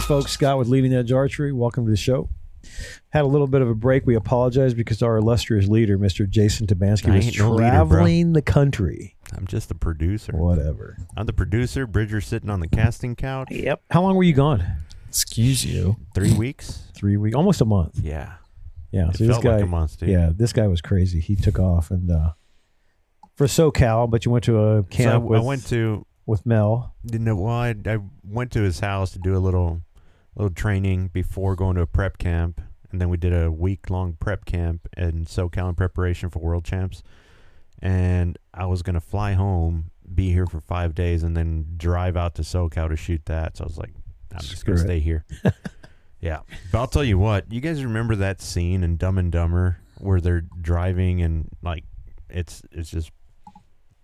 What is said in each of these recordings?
folks, Scott with Leading Edge Archery. Welcome to the show. Had a little bit of a break. We apologize because our illustrious leader, Mr. Jason Tabansky, I was ain't no leader, bro. traveling the country. I'm just the producer. Whatever. I'm the producer. Bridger's sitting on the casting couch. Yep. How long were you gone? Excuse you. Three weeks. Three weeks, almost a month. Yeah. Yeah. It felt like a month, dude. Yeah, this guy was crazy. He took off and uh, for SoCal, but you went to a So I, camp with, I went to with Mel. didn't know well I, I went to his house to do a little little training before going to a prep camp and then we did a week long prep camp in SoCal in preparation for world champs and I was gonna fly home be here for five days and then drive out to SoCal to shoot that so I was like I'm just Screw gonna it. stay here yeah but I'll tell you what you guys remember that scene in Dumb and Dumber where they're driving and like it's it's just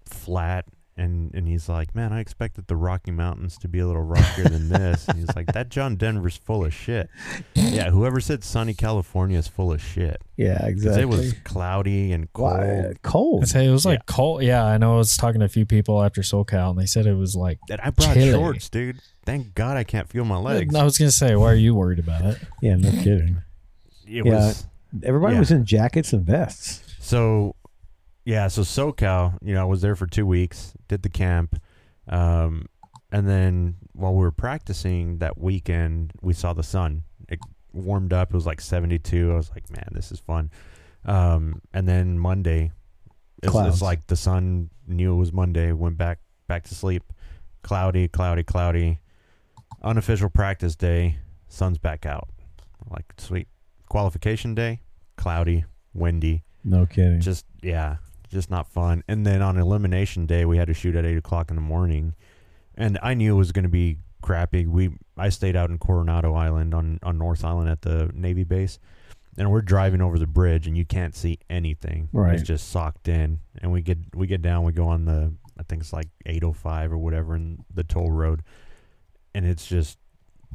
flat and and he's like, "Man, I expected the Rocky Mountains to be a little rockier than this." And he's like, "That John Denver's full of shit." Yeah, whoever said sunny California is full of shit. Yeah, 'Cause exactly. It was cloudy and cold. Why- cold. I'd say it was like cold. Yeah, I know. I was talking to a few people after SoCal, and they said it was like. And I brought Chilly. shorts, dude. Thank God I can't feel my legs. I was gonna say, why are you worried about it? Yeah, no kidding. It yeah. was Everybody Yeah. was in jackets and vests. So, yeah, so SoCal, you know, I was there for two weeks, did the camp. Um, and then while we were practicing that weekend, we saw the sun. It warmed up. It was like 72. I was like, man, this is fun. Um, and then Monday, it's, Clouds. it's like the sun knew it was Monday, went back back to sleep. Cloudy, cloudy, cloudy. Unofficial practice day, sun's back out. Like, sweet. Qualification day, cloudy, windy No kidding. just yeah just not fun and then on elimination day we had to shoot at 8 o'clock in the morning and i knew it was going to be crappy we i stayed out in coronado island on, on north island at the navy base and we're driving over the bridge and you can't see anything Right. it's just socked in and we get we get down we go on the i think it's like 805 or whatever in the toll road and it's just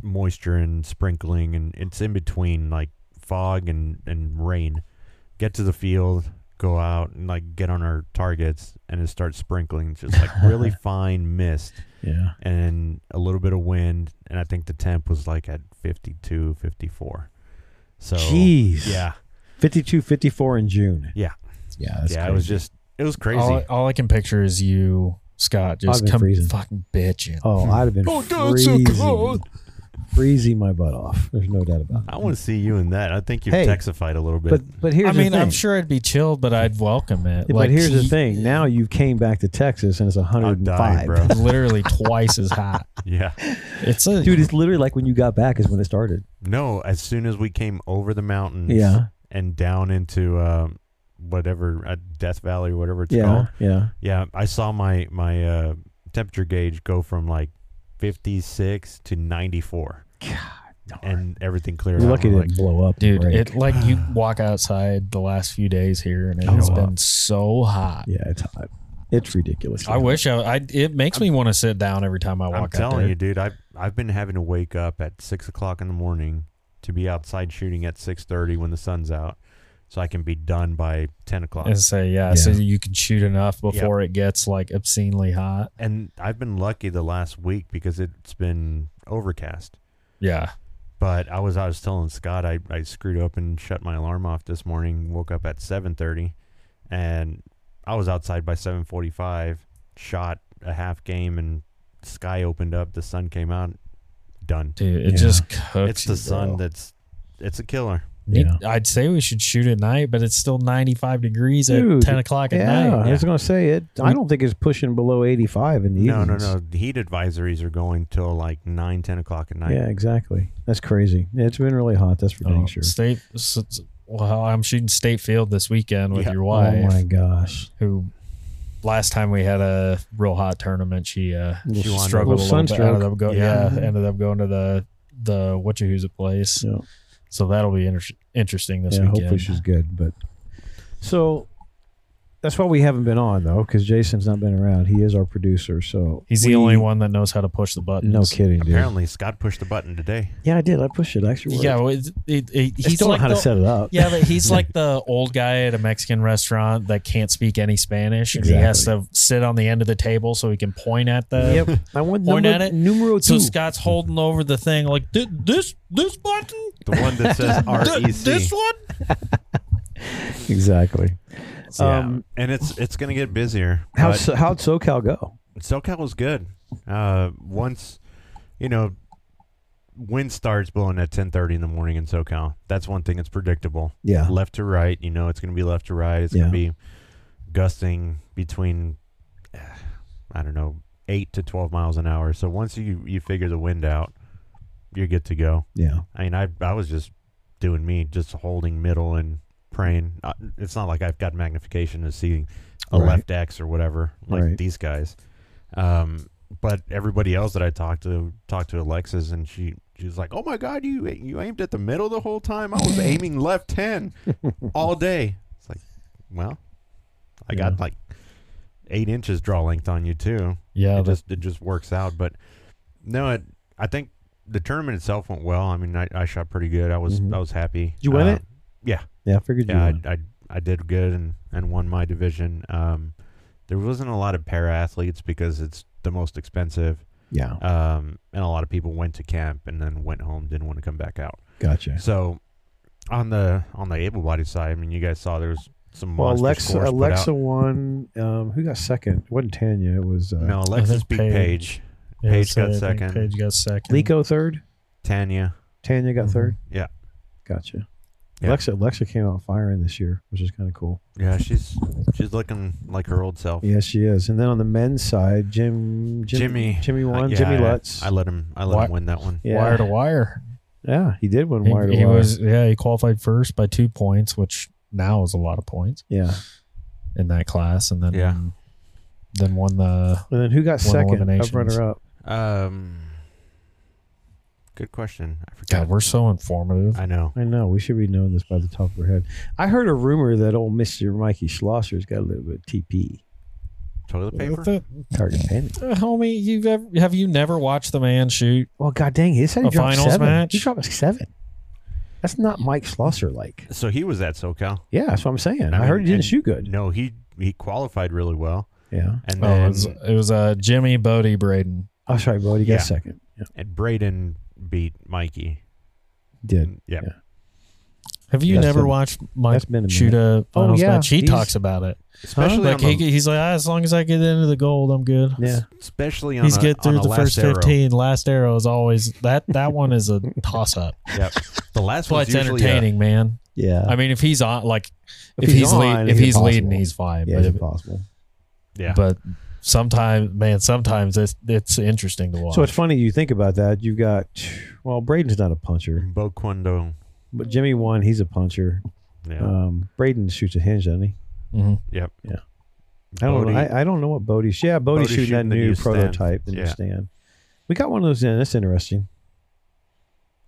moisture and sprinkling and it's in between like fog and and rain get to the field go out and like get on our targets and it starts sprinkling just like really fine mist yeah. and a little bit of wind and i think the temp was like at 52 54 so Jeez. yeah 52, 54 in June. yeah Yeah. That's yeah it was crazy. just it was crazy All, all I can picture is you, Scott, I've just been come freezing. fucking bitching. Oh, I'd have been Oh, God, it's so freezing, cold. freezing my butt off. There's no doubt about it. i want to see you in that i think you've Hey, texified a little bit But but here's I the mean, thing. I'm sure I'd be chilled, but I'd welcome it. But like, here's the he- thing. Now you came back to Texas and it's i'm 105. dying bro Literally twice as hot. yeah It's a Dude, it's literally like when you got back is when it started. no as soon as we came over the mountains Yeah. and down into um, whatever uh, death valley or whatever it's yeah. called Yeah. Yeah, I saw my my uh, temperature gauge go from like 56 to 94, God. and everything cleared You're out. lucky it I'm didn't blow up. dude. Right. It like you walk outside the last few days here, and it has Oh, wow. been so hot. yeah, it's hot. It's ridiculous. I wish I, I. It makes me want to sit down every time Oh, I I'm walk out telling there. you, dude. I've I've been having to wake up at six o'clock in the morning to be outside shooting at 6:30 when the sun's out, so I can be done by 10 o'clock. and say, yeah, so Yeah. you can shoot enough before it gets like obscenely hot. and I've been lucky the last week because it's been overcast. Yeah. But I was I was telling Scott I, I screwed up and shut my alarm off this morning. Woke up at seven thirty, and I was outside by seven forty five. Shot a half game and sky opened up. The sun came out. Done. Dude, it Yeah. just cooks. It's the you, sun bro. that's it's a killer. You- Yeah. I'd say we should shoot at night, but it's still 95 degrees Dude, at 10 o'clock at yeah, night. I was Yeah. gonna say it. I don't think it's pushing below 85 in the No, no, evenings. no. The heat advisories are going till like nine, ten o'clock at night. Yeah, exactly. That's crazy. Yeah, It's been really hot. That's for dang Oh, sure. State. s- s- Well, I'm shooting State Field this weekend with Yeah. your Oh wife, my gosh. who last time we had a real hot tournament, she uh, Little She s- struggled a little little bit. Ended sunstroke. up go, Yeah. yeah. ended up going to the the what you who's place. Yeah, So that'll be inter- interesting this yeah weekend. hopefully she's good. But so That's why we haven't been on though, because Jason's not been around. He is our producer, so He's we- the only one that knows how to push the buttons. No kidding, dude. Apparently, Scott pushed the button today. Yeah, I did. I pushed it. Actually, worked. Yeah, well, it, it, it, I he's still like don't know how the- to set it up. Yeah, but he's like the old guy at a Mexican restaurant that can't speak any Spanish, and he has to sit on the end of the table so he can point at the. Yep. I want Point number, at it. numero So two. Scott's holding over the thing like "Th- this this button, The one that says E Th- this REC. one. exactly. Um, and it's it's gonna get busier. How but- so, how'd SoCal go? SoCal was good. Uh, once, you know, wind starts blowing at ten thirty in the morning in SoCal. That's one thing. It's predictable. Yeah. Left to right, you know, it's going to be left to right. It's Yeah. going to be gusting between, eh, I don't know, eight to twelve miles an hour. So once you you figure the wind out, you're good to go. Yeah. I mean, I I was just doing me, just holding middle and praying. Uh, It's not like I've got magnification to see a Right. left X or whatever like Right. these guys. Um, but everybody else that I talked to talked to Alexis, and she she was like, "Oh my God, you you aimed at the middle the whole time. I was aiming left ten all day." It's like, well, I Yeah. got like eight inches draw length on you too Yeah, it just it just works out. But no, it, I think the tournament itself went well. I mean, I, I shot pretty good. I was Mhm. I was happy. You win Uh, it? Yeah, Yeah, I figured you. yeah. would. I, I I did good and and won my division. Um, there wasn't a lot of para athletes because it's the most expensive. yeah. Um, and a lot of people went to camp and then went home, didn't want to come back out. Gotcha. So on the on the able bodied side, I mean, you guys saw there was some Well, monster Alexa, scores put Alexa out. won. Um, who got second? It wasn't Tanya. It was uh, No, Alexa's think beat Paige. Paige. Yeah, Paige so got I think second. Paige got second. Lico third. Tanya. Tanya got Mhm. third. Mm-hmm. Yeah. Gotcha. Yeah. Alexa, Alexa came out firing this year, which is kind of cool. Yeah, she's she's looking like her old self. Yes, she is. And then on the men's side, Jim, Jim Jimmy. Jimmy won. Uh, yeah, Jimmy I- Lutz. I, let him. I let Why- him win that one. yeah. Wire to wire. yeah, he did win He, wire to he wire. was yeah. He qualified first by two points, which now is a lot of points yeah. in that class, and then Yeah. then won the And then who got Won second? eliminations. Up runner up. Um, good question. I forgot. God. We're so informative. I know. I know. We should be knowing this by the top of our head. I heard a rumor that old Mr. Mikey Schlosser's got a little bit of TP. Toilet paper. The- Target panic. Uh, homie, you've ever, have you never watched the man shoot? Well, god dang, he said he A dropped finals seven. match? He dropped seven. That's not Mike Schlosser like. So he was at SoCal. Yeah, that's what I'm saying. I, mean, heard he didn't and- shoot good. No, he he qualified really well, Yeah. and Oh, it then was, it was uh, Jimmy Bodie Braden. Oh, sorry, bro. You got Yeah. second. Yeah. and Braden beat Mikey. Did. Yeah. Yeah. Have you That's never been- watched Mike that's been a shoot a finals yeah, match? He he's- talks about it. Especially Like on he, the, he's like, ah, as long as I get into the gold, I'm good. Yeah. especially on He's a, get on through a the last first arrow. fifteen. Last arrow is always that. That one is a toss up. Yep. The last That's why one's it's usually a- entertaining, man. Yeah. I mean, if he's on, like, If if, he's he's, lead, on, if it's he's leading, impossible. he's fine. yeah, but, it's if- impossible. yeah. but sometimes, man, sometimes it's it's interesting to watch. So it's funny you think about that. You've got well, Braden's not a puncher, Bo Quando. but Jimmy won. He's a puncher. Yeah. Uh, Um, Braden shoots a hinge, doesn't he? Mhm. I don't Bodie. know. I, I don't know what Bodie's. Yeah, Bodie's, Bodie's shooting that shooting the new new stand. prototype, the new Yeah. stand. We got one of those in. That's interesting.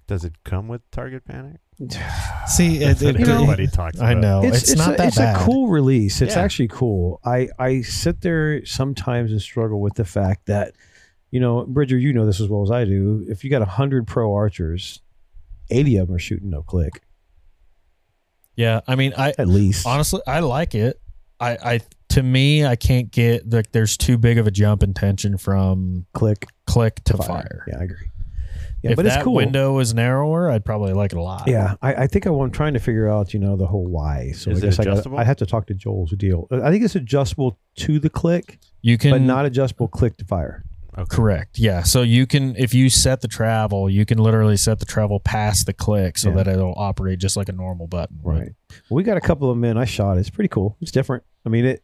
Does it come with target panic? See, it, That's it, what you know, everybody talks I about. know it's, not a, that it's bad. a cool release. It's Yeah. actually cool. I I sit there sometimes and struggle with the fact that you know, Bridger, you know this as well as I do. If you got hundred pro archers, eighty of them are shooting no click Yeah, I mean, I at least. honestly I like it. I, I to me, I can't get like there's too big of a jump in tension from click click to fire. Yeah, I agree. Yeah, if but that it's cool. window was narrower, I'd probably like it a lot. yeah, I, I think I, am trying to figure out, you know, the whole why. So Is I it guess I gotta- adjustable? I'd have to talk to Joel's deal. I think it's adjustable to the click, you can but not adjustable click to fire. Okay. correct. Yeah, so you can if you set the travel, you can literally set the travel past the click so Yeah. that it'll operate just like a normal button. would. Right. We got a couple of men I shot. It's pretty cool. It's different. I mean, it.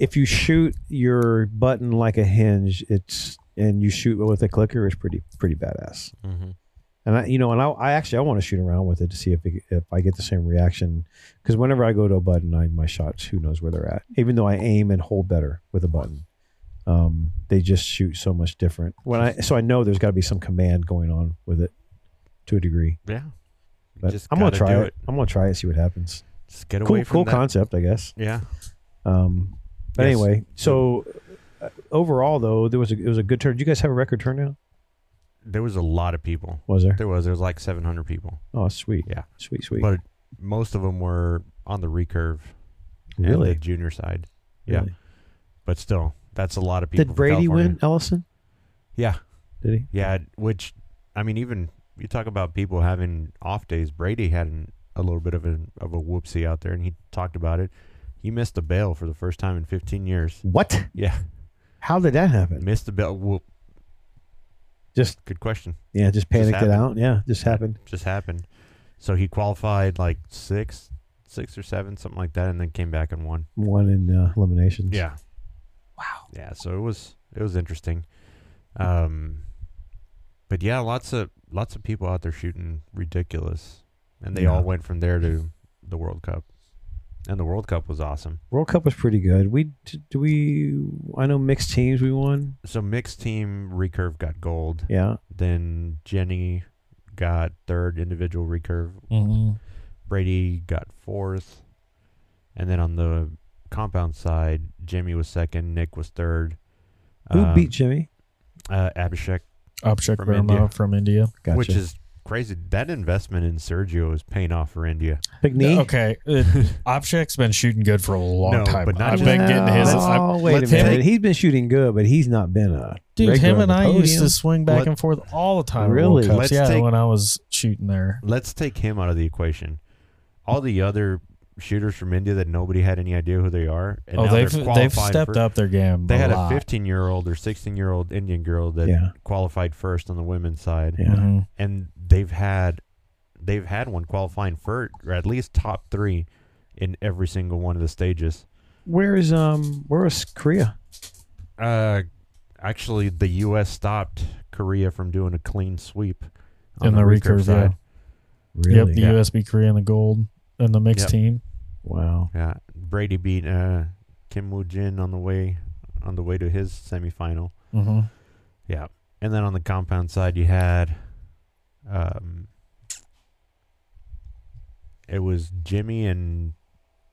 If you shoot your button like a hinge, it's and you shoot with a clicker, it's pretty pretty badass. Mm-hmm. And I, you know, and I, I actually I want to shoot around with it to see if it, if I get the same reaction because whenever I go to a button, I my shots who knows where they're at. Even though I aim and hold better with a button, um, they just shoot so much different. When I so I know there's got to be some command going on with it to a degree. Yeah. You But just I'm gonna gotta try do it. I'm gonna try it see what happens. Just get Cool, away from cool that. concept, I guess. Yeah. Um, but Yes. anyway, so uh, overall though, there was a, it was a good turn. Did you guys have a record turnout? There was a lot of people. Was there? There was there was like 700 people. Oh, sweet. Yeah. Sweet, sweet. But most of them were on the recurve and the really? junior side. yeah. Really? But still, that's a lot of people. Did from Brady California. win Ellison? Yeah. Did he? Yeah, which I mean, even you talk about people having off days. Brady had an, a little bit of a of a whoopsie out there, and he talked about it. He missed a bail for the first time in 15 years. What? Yeah, How did that happen? missed the bail. Whoop. Just Good question. yeah, just panicked it happened. out. Yeah, just happened. Just happened. So he qualified like six, six or seven, something like that, and then came back and won. One in uh, eliminations. Yeah. Wow. Yeah. So it was it was interesting. Um, but yeah, lots of lots of people out there shooting ridiculous, and they Yeah. all went from there to the World Cup, and the World Cup was awesome. World Cup was pretty good. We d- do we I know mixed teams we won. So mixed team recurve got gold. Yeah. Then Jenny got third individual recurve. hmm Brady got fourth, and then on the compound side, Jimmy was second. Nick was third. Who Um, beat Jimmy? uh, Abhishek? Upchuck From Verma India. from India. Gotcha. which is crazy. That investment in Sergio is paying off for India. Big knee? Okay, uh, Opchek's been shooting good for a long No, time. but not I've just- been getting his. Oh, I've, wait a let's hit minute. it. He's been shooting good, but he's not been a dude, regular him on and the I used podium. to swing back Let- and forth all the time. at Really? World Cups. Let's Yeah, take- when I was shooting there. Let's take him out of the equation. All the other shooters from India that nobody had any idea who they are. And Oh, now they've they're they've qualifying stepped for- up their game. They had a lot. 15 year old or 16 year old Indian girl that Yeah. qualified first on the women's side, Yeah. Mhm. and they've had they've had one qualifying first or at least top three in every single one of the stages. Where is um where is Korea? Uh, actually, the U.S. stopped Korea from doing a clean sweep on In the recurve, side. Yep, Really? the Yeah. USB Korea and the gold and the mixed Yep. team. Wow. Yeah, Brady beat uh, Kim Woo Jin on the way on the way to his semifinal. hmm Yeah, and then on the compound side, you had um, it was Jimmy and,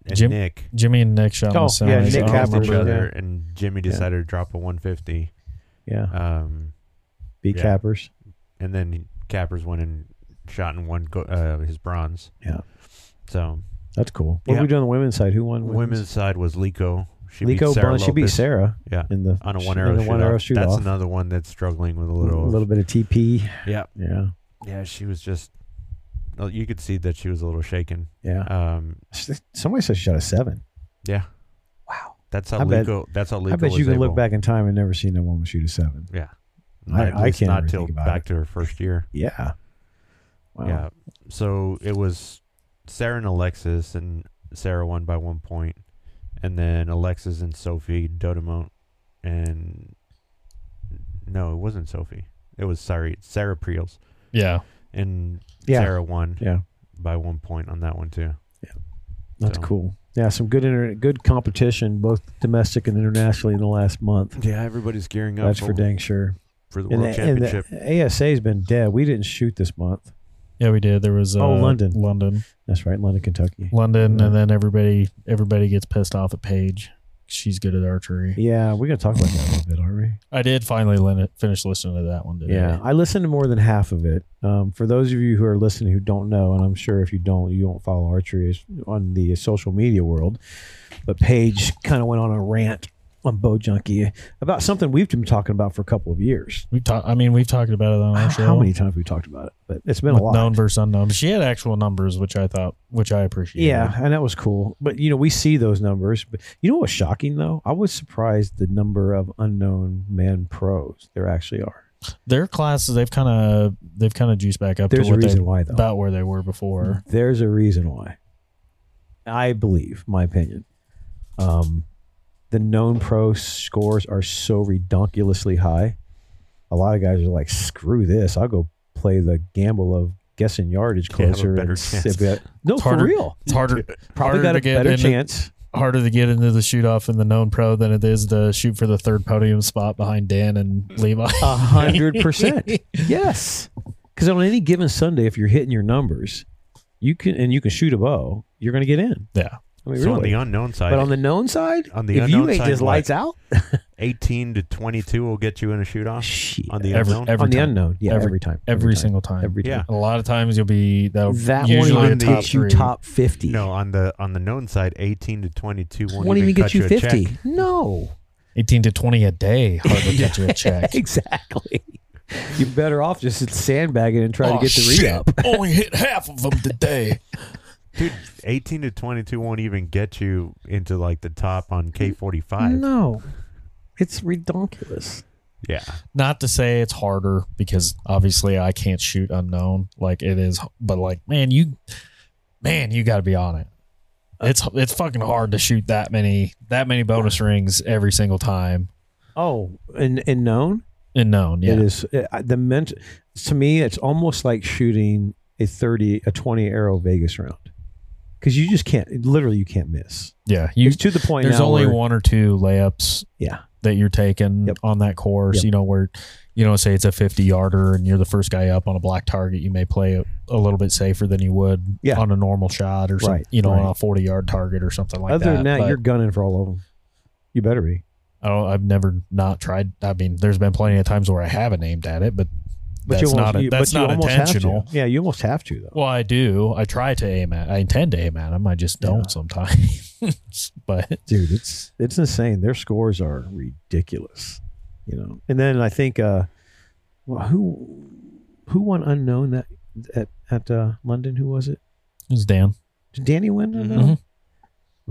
and Jim- Nick. Jimmy and Nick shot in the Oh, yeah, semis. Nick Oh, Almost Capper, each yeah. other, and Jimmy decided to drop a 150. Yeah. Um, Beat yeah. cappers. and then Cappers went and shot and won go- uh, his bronze. Yeah. So That's cool. What Yeah. are we doing on the women's side? Who won? women's side was Lico. She Lico beat Sarah Bunch. She beat Lopez. Sarah Yeah. in the on a sh- one in arrow the shoot one arrow shoot That's off. another one that's struggling with a A little. little, bit of TP. yeah, Yeah. yeah. She was just. oh, You could see that she was a little shaken. Yeah. Um, Somebody said she shot a seven. yeah. Wow. That's how I bet- Lico. that's how Lico. I bet was you can able, look back in time and never seen a woman shoot a seven. Yeah. I- At I least can't not ever till think about back it. to her first year. Yeah. Wow. Yeah. So it was Sarah and Alexis, and Sarah won by one point, and then Alexis and Sophie Dodemont, and no, it wasn't Sophie. It was sorry, Sarah Priels, Yeah. and Yeah. Sarah won Yeah. by one point on that one too. That's So- cool. Yeah, some good inter- good competition, both domestic and internationally, in the last month. Yeah, everybody's gearing That's for dang sure. for the And World the, and the Championship. ASA has been dead. We didn't shoot this month. Yeah, we did. There was uh, Oh, London. London, That's right, London, Kentucky. London, Yeah. and then everybody everybody gets pissed off at Paige. She's good at archery. Yeah, we're gonna talk about that a little bit, aren't we? I did finally lin- finish listening to that one today. Yeah, I listened to more than half of it. Um, for those of you who are listening who don't know, and I'm sure if you don't, you don't follow archery as- on the social media world. But Paige kind of went on a rant on Bow Junkie about something we've been talking about for a couple of years. We've talked. I mean, we've talked about it on I our don't show. know Ah, how many times we talked about it, but it's been a With lot. Known versus unknown. But she had actual numbers, which I thought, which I appreciate. yeah, and that was cool. But you know, we see those numbers. But you know what's shocking though? I was surprised the number of unknown man pros there actually are. their classes they've kind of they've kind of juiced back up There's to a what reason they, why though. Mm-hmm. about where they were before. There's a reason why. I believe, my opinion, um, the known pro scores are so redonkulously high. A lot of guys are like, "Screw this! I'll go play the gamble of guessing yardage Yeah, have a closer." better and chance. sip it." No, It's for harder- real, It's harder probably harder got to a get better into- chance. harder to get into the shoot off in the known pro than it is to shoot for the third podium spot behind Dan and Levi. A hundred percent. Yes, because on any given Sunday, if you're hitting your numbers, you can and you can shoot a bow. You're going to get in. Yeah. I mean, so on really. the unknown side, but on the known side, on the if unknown you ain't side, just what? lights out, 18 to 22 will get you in a shoot off. shit. On the Every- unknown, every on the time. unknown, yeah, Every- every, time, every, time. single time. every Yeah. time. a lot of times you'll be that, That won't usually even in the top get you three. top fifty. no, on the on the known side, 18 to 22 won't, won't even cut get you a fifty. check. No, 18 to 20 a day hardly get you a check. exactly. You're better off just sandbagging and trying to get the re up. Oh, Only hit half of them today. Dude, 18 to 22 won't even get you into like the top on K45. No, it's redonkulous. Yeah. Not to say it's harder because obviously I can't shoot unknown like it is, but like man, you man, you got to be on it. It's it's fucking hard to shoot that many that many bonus rings every single time Oh, and and known. and known. Yeah, It is it, I- the ment to me. It's almost like shooting a thirty, a twenty arrow Vegas round, because you just can't. Literally, you can't miss. yeah. You it's to the point. there's now only where- one or two layups Yeah. that you're taking Yep. on that course Yep. you know where you know say it's a 50 yarder and you're the first guy up on a black target you may play a, a little bit safer than you would Yeah. on a normal shot or some, Right, you know on right. a 40 yard target or something like Other that than that, But you're gunning for all of them. You better be. I don't, i've never not tried i mean there's been plenty of times where i haven't aimed at it but, But that's you almost, not you- that's but you not almost intentional Have to. Yeah, you almost have to though. well i do i try to aim at i intend to aim at them i just don't Yeah. sometimes but dude it's it's insane their scores are ridiculous you know and then i think uh well, who who won unknown that at, at uh london who was it it's dan did danny win unknown?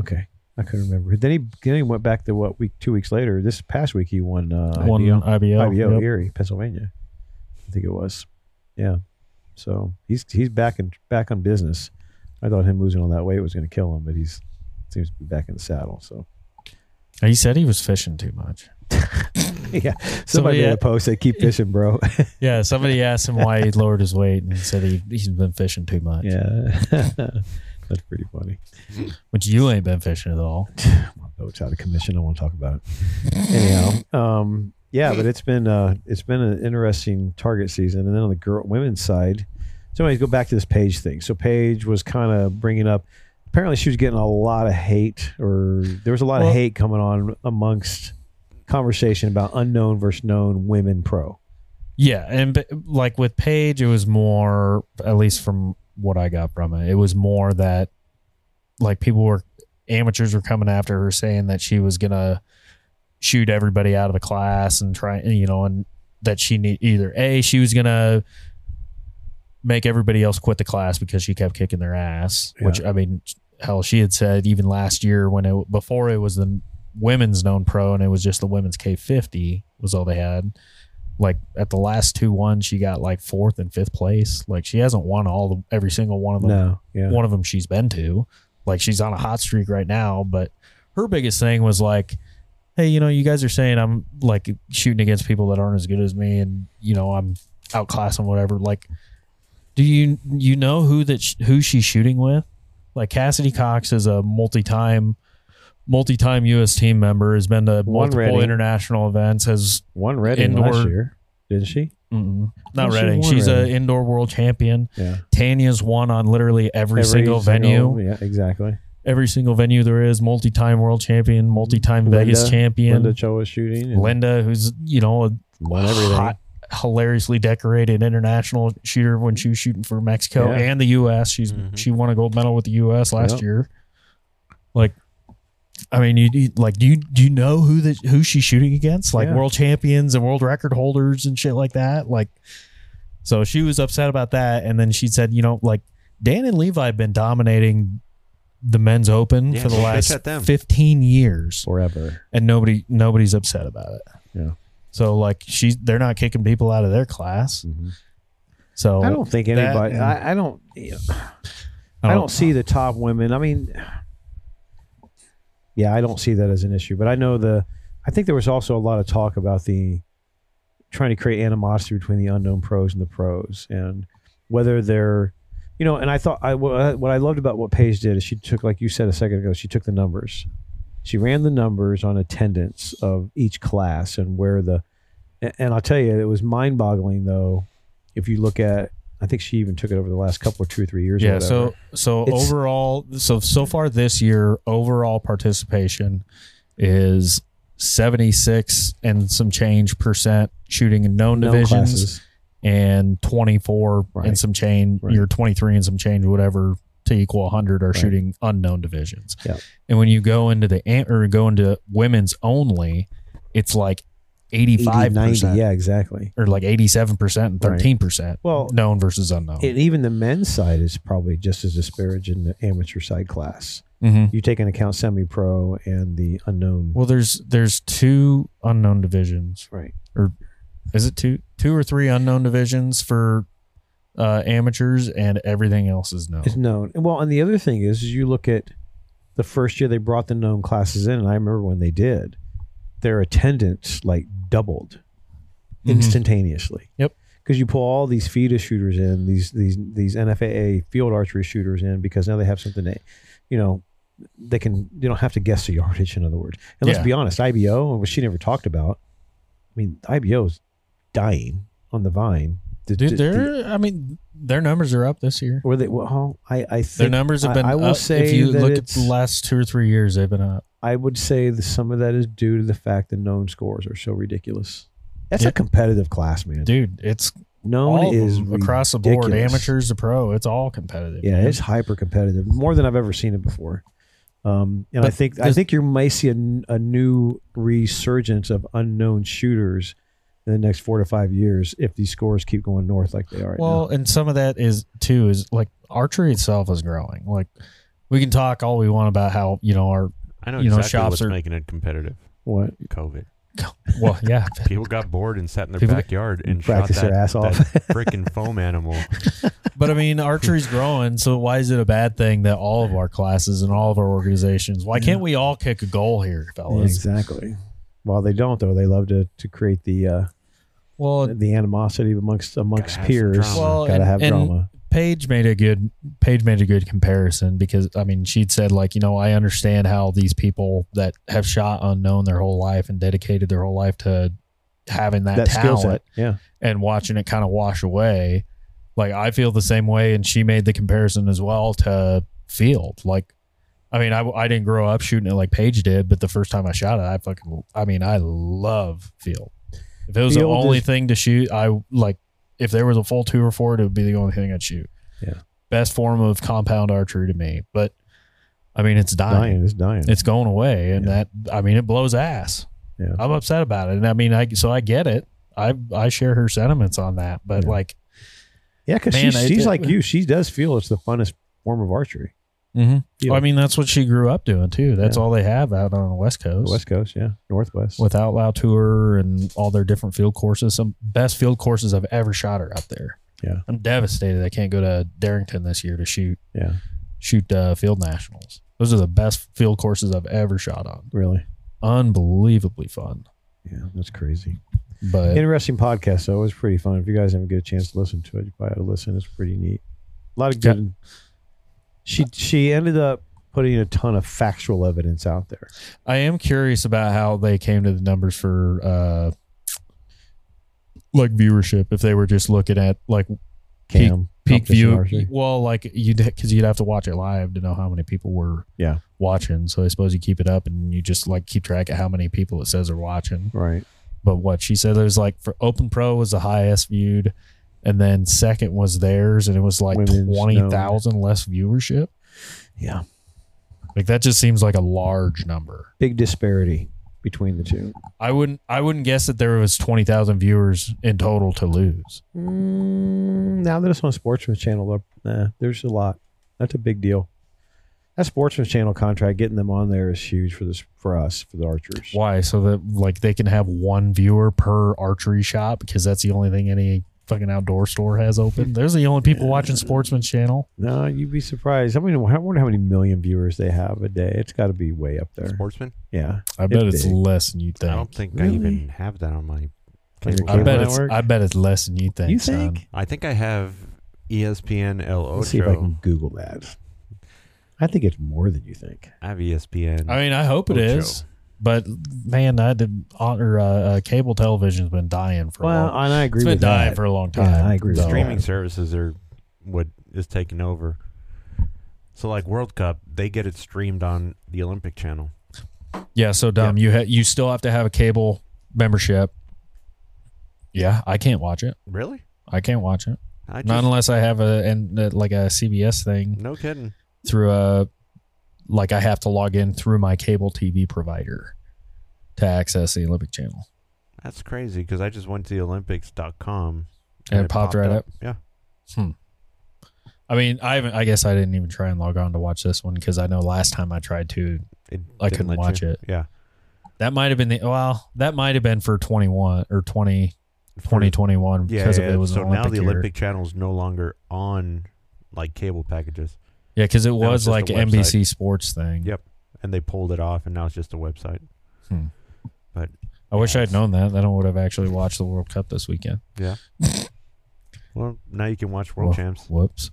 okay i couldn't remember then he then he went back to what week two weeks later this past week he won uh one IBO, ibo, IBO Yep. erie pennsylvania i think it was yeah so he's he's back in back on business i thought him losing all that weight was going to kill him but he's seems to be back in the saddle so he said he was fishing too much yeah. Somebody Somebody made had- a post that keep fishing, bro. Yeah, somebody asked him why he lowered his weight, and he said he he's been fishing too much. yeah. That's pretty funny. Which you ain't been fishing at all. My boat's out of commission. I want to talk about it. Anyhow. Um, yeah, but it's been uh, it's been an interesting target season. And then on the girl women's side, so anyways, go back to this Paige thing. So Paige was kind of bringing up. Apparently, she was getting a lot of hate, or there was a lot Well- of hate coming on amongst conversation about unknown versus known women pro. Yeah, and b- like with Paige, it was more, at least from what I got from it, it was more that like people were amateurs were coming after her saying that she was gonna shoot everybody out of the class and try you know and that she need either a she was gonna make everybody else quit the class because she kept kicking their ass which i mean hell she had said even last year when it before it was the women's known pro and it was just the women's k50 was all they had like at the last two ones she got like fourth and fifth place like she hasn't won all the every single one of them No, yeah, one of them she's been to. Like she's on a hot streak right now, but her biggest thing was like, hey, you know, you guys are saying I'm like shooting against people that aren't as good as me, and you know I'm outclassing whatever. Like, do you you know who that sh- who she's shooting with? Like Cassidy Cox is a multi-time multi-time U.S. team member, has been to One multiple Reading. international events, has one Reading last Indoor- year, didn't she? mm-mm, Well, not she Reading. won She's an Reading. indoor world champion. Yeah, Tanya's won on literally every, single venue. Yeah, exactly. every single venue there is multi-time world champion multi-time Linda- vegas champion Linda linda, Cho was shooting. and who's you know a won everything. hot, hilariously decorated international shooter when she was shooting for mexico Yeah. and the us she's Mhm. she won a gold medal with the us last Yep. year like I mean, you, you like do you do you know who that who she's shooting against? Like Yeah. world champions and world record holders and shit like that. Like, so she was upset about that, and then she said, you know, like Dan and Levi have been dominating the men's open Yeah, for the bitch last at them. 15 years, Forever. and nobody nobody's upset about it. Yeah. So like she's they're not kicking people out of their class. Mm-hmm. So I don't think that anybody. and- I, I don't. I Oh. don't see the top women. I mean, yeah, I don't see that as an issue. But I know the. I think there was also a lot of talk about the trying to create animosity between the unknown pros and the pros, and whether they're, you know. And I thought I wha- what I loved about what Paige did is she took, like you said a second ago, she took the numbers, she ran the numbers on attendance of each class and where the, a- and I'll tell you, it was mind boggling though, if you look at I I think she even took it over the last couple of two or three years. or yeah. whatever. So so It's- overall, so so far this year, overall participation is seventy six and some change percent shooting in known No divisions classes. and twenty four Right. and some change. Right. You're twenty three and some change, whatever to equal hundred are Right. shooting unknown divisions. Yep. And when you go into the am- or go into women's only, it's like eighty 80, five 90, percent Yeah, exactly. or like eighty seven percent and Right. thirteen percent. Well, known versus unknown. and even the men's side is probably just as disparaging the amateur side class. mm-hmm. You take into account semi-pro and the unknown. Well, there's there's two unknown divisions. right. Is it two two or three unknown divisions for uh, amateurs, and everything else is known. It's known. Well, and the other thing is, is you look at the first year they brought the known classes in, and I remember when they did, their attendance like doubled Mhm. instantaneously. Yep. Because you pull all these feeder shooters in, these these these NFAA field archery shooters in, because now they have something that, you know, they can they don't have to guess the yardage. In other words, and Yeah. let's be honest, IBO, which she never talked about. I mean, IBO is dying on the vine. The- the- Dude, the- their I mean their numbers are up this year. were they? Well, I I Their think numbers have I- been. I will up. say if you that look at it's- the last two or three years, they've been up. I would say that some of that is due to the fact that known scores are so ridiculous. That's Yeah. a competitive class, man. Dude, it's known all is of them across the board, ridiculous. amateurs to pro. It's all competitive. Yeah, man. it's hyper competitive, more than I've ever seen it before. Um, and I But think I there's- think you may see a, n- a new resurgence of unknown shooters in the next four to five years if these scores keep going north like they are. right well and some of that is too is like archery itself is growing like we can talk all we want about how you know our I know You know, exactly shops what's are- making it competitive. now. what COVID. well yeah People got bored and sat in their People- backyard and practice shot their that, ass off? freaking foam animal. but i mean archery's growing so why is it a bad thing that all of our classes and all of our organizations why can't we all kick a goal here Yeah, fellas exactly. While they don't though, they love to to create the uh, well the animosity amongst amongst Gotta have some peers. drama. Well, Gotta and- have and- drama. paige made a good paige made a good comparison because i mean she'd said like you know i understand how these people that have shot unknown their whole life and dedicated their whole life to having that, That skill talent set. Yeah. and watching it kind of wash away. Like I feel the same way, and she made the comparison as well to Field. Like, I mean, I, I didn't grow up shooting it like Paige did, but the first time I shot it, I fucking, I mean, I love Field. If it was Field the only is- thing to shoot, I like. If there was a full two or four, it would be the only thing I'd shoot. Yeah. best form of compound archery to me, but I mean, it's dying. Dying is dying. It's going away, and Yeah. that I mean, it blows ass. Yeah. I'm upset about it, and I mean, I so I get it. I I share her sentiments on that, but Yeah. like, Yeah, because Man, she's, I- she's it- like you. She does feel it's the funnest form of archery. Yeah. I mean, that's what she grew up doing too. That's Yeah. all they have out on the West The Coast West Coast, yeah, Northwest. with Outlaw Tour and all their different field courses. Some best field courses I've ever shot are out there. Yeah. I'm devastated. I can't go to Darrington this year to shoot Yeah, shoot uh, field nationals. Those are the best field courses I've ever shot on. really. Unbelievably fun, Yeah, that's crazy. but Interesting podcast. though. It was pretty fun. If you guys haven't get a chance to listen to it, you probably ought to listen. It's pretty neat. A lot of Yeah. good. She she ended up putting a ton of factual evidence out there. I am curious about how they came to the numbers for uh like viewership if they were just looking at like Peak- Cam peak competition view archery. well like you'd because you'd have to watch it live to know how many people were Yeah. watching so i suppose you keep it up and you just like keep track of how many people it says are watching Right. but what she said it was like for open pro was the highest viewed and then second was theirs and it was like Women's, no. 20000 less viewership Yeah. like that just seems like a large number Big disparity between the two. I wouldn't. I wouldn't guess that there was twenty thousand viewers in total to lose. Mm, now that it's on Sportsman's Channel, though, nah, there's a lot. That's a big deal. That Sportsman's Channel contract, getting them on there is huge for this for us for the archers. Why? So that like they can have one viewer per archery shop because that's the only thing any fucking outdoor store has Hmm. open. There's the only people watching Sportsman's Channel. No, you'd be surprised. I mean, I wonder how many million viewers they have a day. It's got to be way up there. Sportsman? Yeah, I bet If it's they- less than you I think. don't think I Really? even have that on my On your cable. I cable bet I, it's. network? I bet it's less than you think. you son. think? I think I have E ESPN El Ocho. Let's see if I can Google that. I think it's more than you think. I have E ESPN. I mean, I hope it Oh, Ocho. is. But man, I did, or, uh, uh, cable television's been dying for a Well, long. and I agree It's been with dying that. for a long Yeah, time. I agree with so- that. streaming services are what is taking over. So like World Cup, they get it streamed on the Olympic channel. Yeah, so dumb. You ha- you still have to have a cable membership. Yeah, I can't watch it. Really? I can't watch it. I just, Not unless I have a and uh, like a CBS thing no kidding. through a like I have to log in through my cable TV provider to access the Olympic channel. That's crazy because I just went to the Olympics.com And it popped right Yeah. I mean, I haven't, I guess I didn't even try and log on to watch this one because I know last time I tried to, It I didn't couldn't let watch you- it. Yeah. that might have been the well, that might have been for 21 or 20 2021 Yeah. because yeah, of it was so an now Olympic the year. Olympic channel is no longer on like cable packages. Yeah, because it was was just like a website. NBC Sports thing. Yep. And they pulled it off and now it's just a website. I wish Yeah, I'd known that. Then I would have actually watched the World Cup this weekend. Well, now you can watch World Well, Champs. Whoops.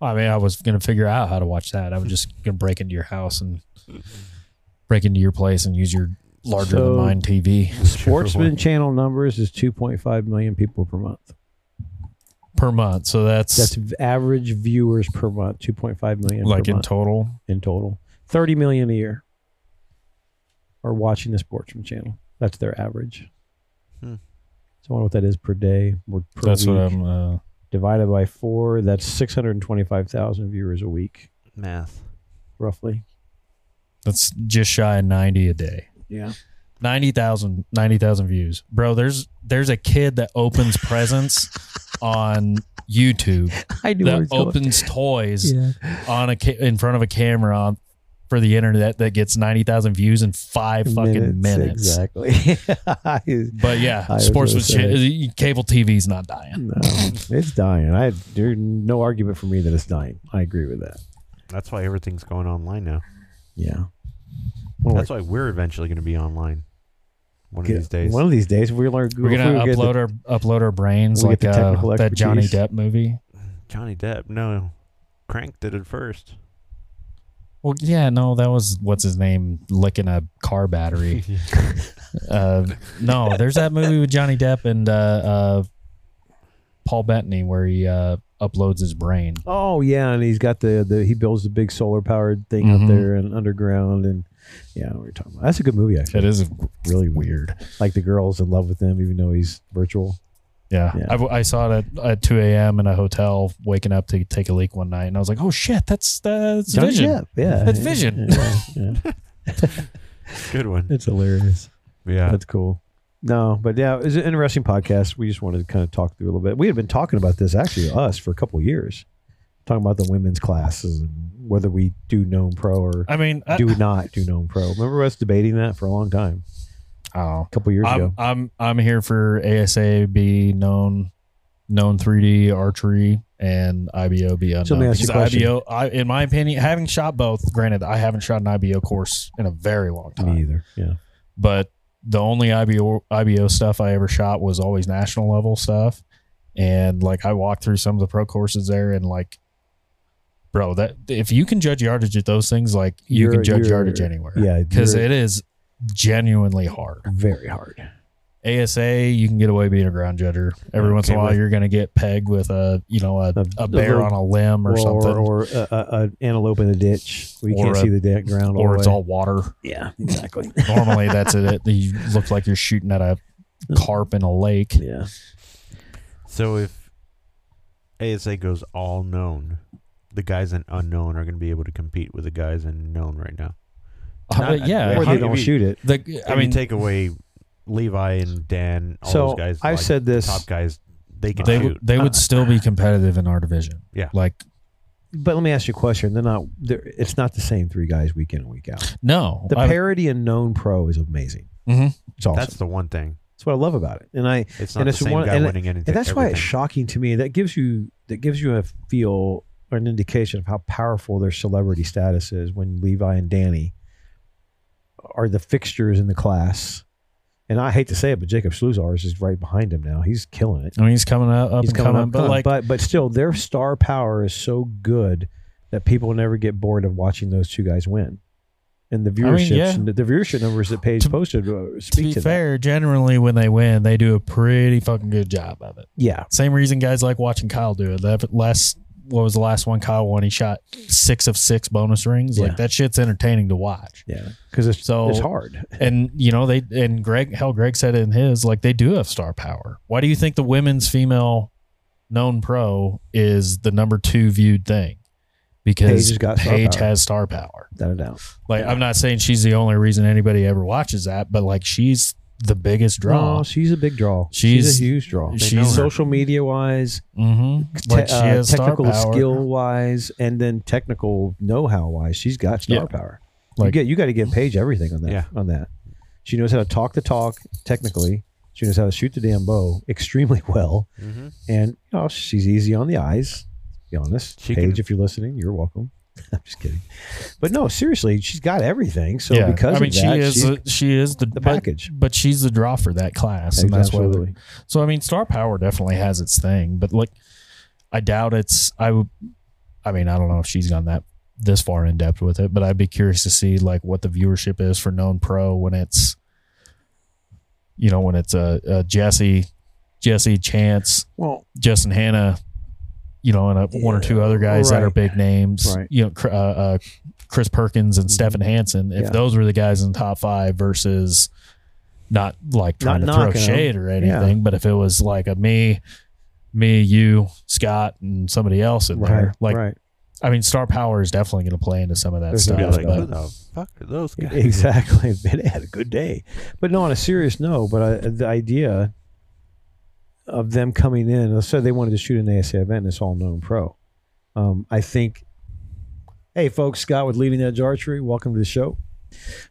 I mean, I was gonna figure out how to watch that. I was just gonna break into your house and break into your place and use your larger So- than mine TV Sportsman channel numbers is 2.5 million people per month. per month. So that's, That's v- average viewers per month, 2.5 million like per in month total. in total. 30 million a year are watching the Sportsman channel. That's their average. Hmm. So I wonder what that is per day or per that's week. what I'm. Uh, Divided by four, that's 625,000 viewers a week, Math. roughly. that's just shy of ninety a day. Yeah. 90,000 90,000 views. Bro, there's there's a kid that opens presents on YouTube I do that opens toys Yeah. on a ca- in front of a camera on, for the internet that gets 90,000 views in 5 fucking minutes. Exactly. But yeah, I was sports with gonna cha- cable TV's not dying. no, it's dying. I there's no argument for me that it's dying. I agree with that. That's why everything's going online now. Yeah. That's why we're eventually going to be online one of these days. One of these days we learn We're if going we to get the- upload our upload our brains we like get the uh, technical that Johnny expertise. Depp movie. Johnny Depp. No, Crank did it first. Well, yeah, no, that was what's his name licking a car battery. Uh, no, there's that movie with Johnny Depp and uh, uh, Paul Bettany where he uh, uploads his brain. Oh yeah, and he's got the, the he builds the big solar powered thing Mhm. out there and underground and yeah, we we're talking about. That's a good movie actually. It is really weird. Like the girl's in love with him even though he's virtual. Yeah, Yeah. I, I saw it at, at 2 a.m. in a hotel, waking up to take a leak one night, and I was like, "Oh shit, that's that's Johnny Vision." Depp, yeah. That's Vision. Yeah, yeah. Good one. It's hilarious. Yeah. That's cool. No, but yeah, it was an interesting podcast. We just wanted to kind of talk through a little bit. We had been talking about this actually us for a couple of years, talking about the women's classes and whether we do gnome pro or I mean, I, do not do gnome pro. Remember us debating that for a long time, I don't know. a couple of years Oh. I'm, ago. I'm I'm here for ASAB known known 3D archery and IBO be unknown. So let me ask you a Because question. IBO, I, in my opinion, having shot both. Granted, I haven't shot an IBO course in a very long time. Me either. Yeah, but the only IBO IBO stuff I ever shot was always national level stuff. And like I walked through some of the pro courses there and like bro, that if you can judge yardage at those things, like you You're- can judge you're- yardage anywhere. yeah. Cause you're it is genuinely hard. very hard. ASA, you can get away being a ground judger. Every once in a Okay, while with- you're gonna get pegged with a you know, a, A- a, a bear little- on a limb or Or something. or, Or, or uh, uh, an antelope in a ditch where you Or can't a- see the dead ground. the it's way. all water. yeah, exactly. Normally that's it. You look like you're shooting at a carp in a lake. yeah, So if ASA goes all known, the guys in unknown are going to be able to compete with the guys in known right now. Uh, Not- yeah. Uh, or how- they don't if you- shoot it. The, I If you mean, take away Levi and Dan, all So those guys. I've like, said this. Top guys, they can they would shoot. they would still be competitive in our division. Yeah. like But let me ask you a question. They're not. They're, it's not the same three guys week in and week out. no, The I- parody in known pro is amazing. Mhm. It's awesome. That's That's, the one thing. what I love about it. And I It's not And the it's same one- guy and- winning anything. and that's why it's everything. shocking to me. That gives you that gives you a feel or an indication of how powerful their celebrity status is when Levi and Danny are the fixtures in the class. And I hate to say it, but Jacob Sluzars is right behind him now. He's killing it. I mean, he's coming up, up He's and coming, coming up, but like, but but still, their star power is so good that people never get bored of watching those two guys win. and the mean, viewership, yeah. the, viewership numbers that Paige To- posted uh, To speak be to, that. fair, generally when they win, they do a pretty fucking good job of it. Yeah, Same reason guys like watching Kyle do it. That last what was the last one Kyle won? He shot six of six bonus rings. Yeah. Like that shit's entertaining to watch. yeah, because it's So- it's hard. And you know they and Greg hell Greg said it in his like they do have star power. Why do you think the women's female known pro is the number two viewed thing? Paige Because has got star Paige power. has star power. without a doubt. Like I'm not saying she's the only reason anybody ever watches that, but like she's the biggest draw. No, she's a big draw. She's- a huge draw. They she's- know her. social media wise, Mm-hmm. Like she te- uh, has technical star power. skill wise, and then technical know how wise. She's got star Yeah. power. you Like- get you got to give Paige everything on that. Yeah. On that, she knows how to talk the talk technically. She knows how to shoot the damn bow extremely well, Mm-hmm. and you know, she's easy on the eyes. To be honest, She Paige, can- if you're listening, you're welcome. I'm just kidding, but no, seriously, she's got everything. So Yeah. because I mean, of that, she is she's the, she is the, the but- package. but, she's the draw for that class, and that's why. Absolutely. So I mean, star power definitely has its thing, but like, I doubt it's. I would. I mean, I don't know if she's gone that this far in depth with it, but I'd be curious to see like what the viewership is for known pro when it's, you know, when it's a, a Jesse, Jesse Chance, Well, Justin Hanna, you know, and a, one or two other guys that are Right. big names. Right. Mm-hmm. You know, Cr- uh, uh, Chris Perkins and Stefan Hansen. If Yeah. those were the guys in the top five versus not like trying Not to throw knocking 'em. shade or Yeah. anything, but if it was like a me, me, you, Scott, and somebody else in right. there, like right. I mean, star power is definitely going to play into some of that There's no stuff. doubt like, about who it. but, the fuck are those guys? Exactly. They had a good day. But no, on a serious note, but I, the idea of them coming in, let's say they wanted to shoot an ASA event and it's all known pro. Um, I think, hey, folks, Scott with Leading Edge Archery, welcome to the show.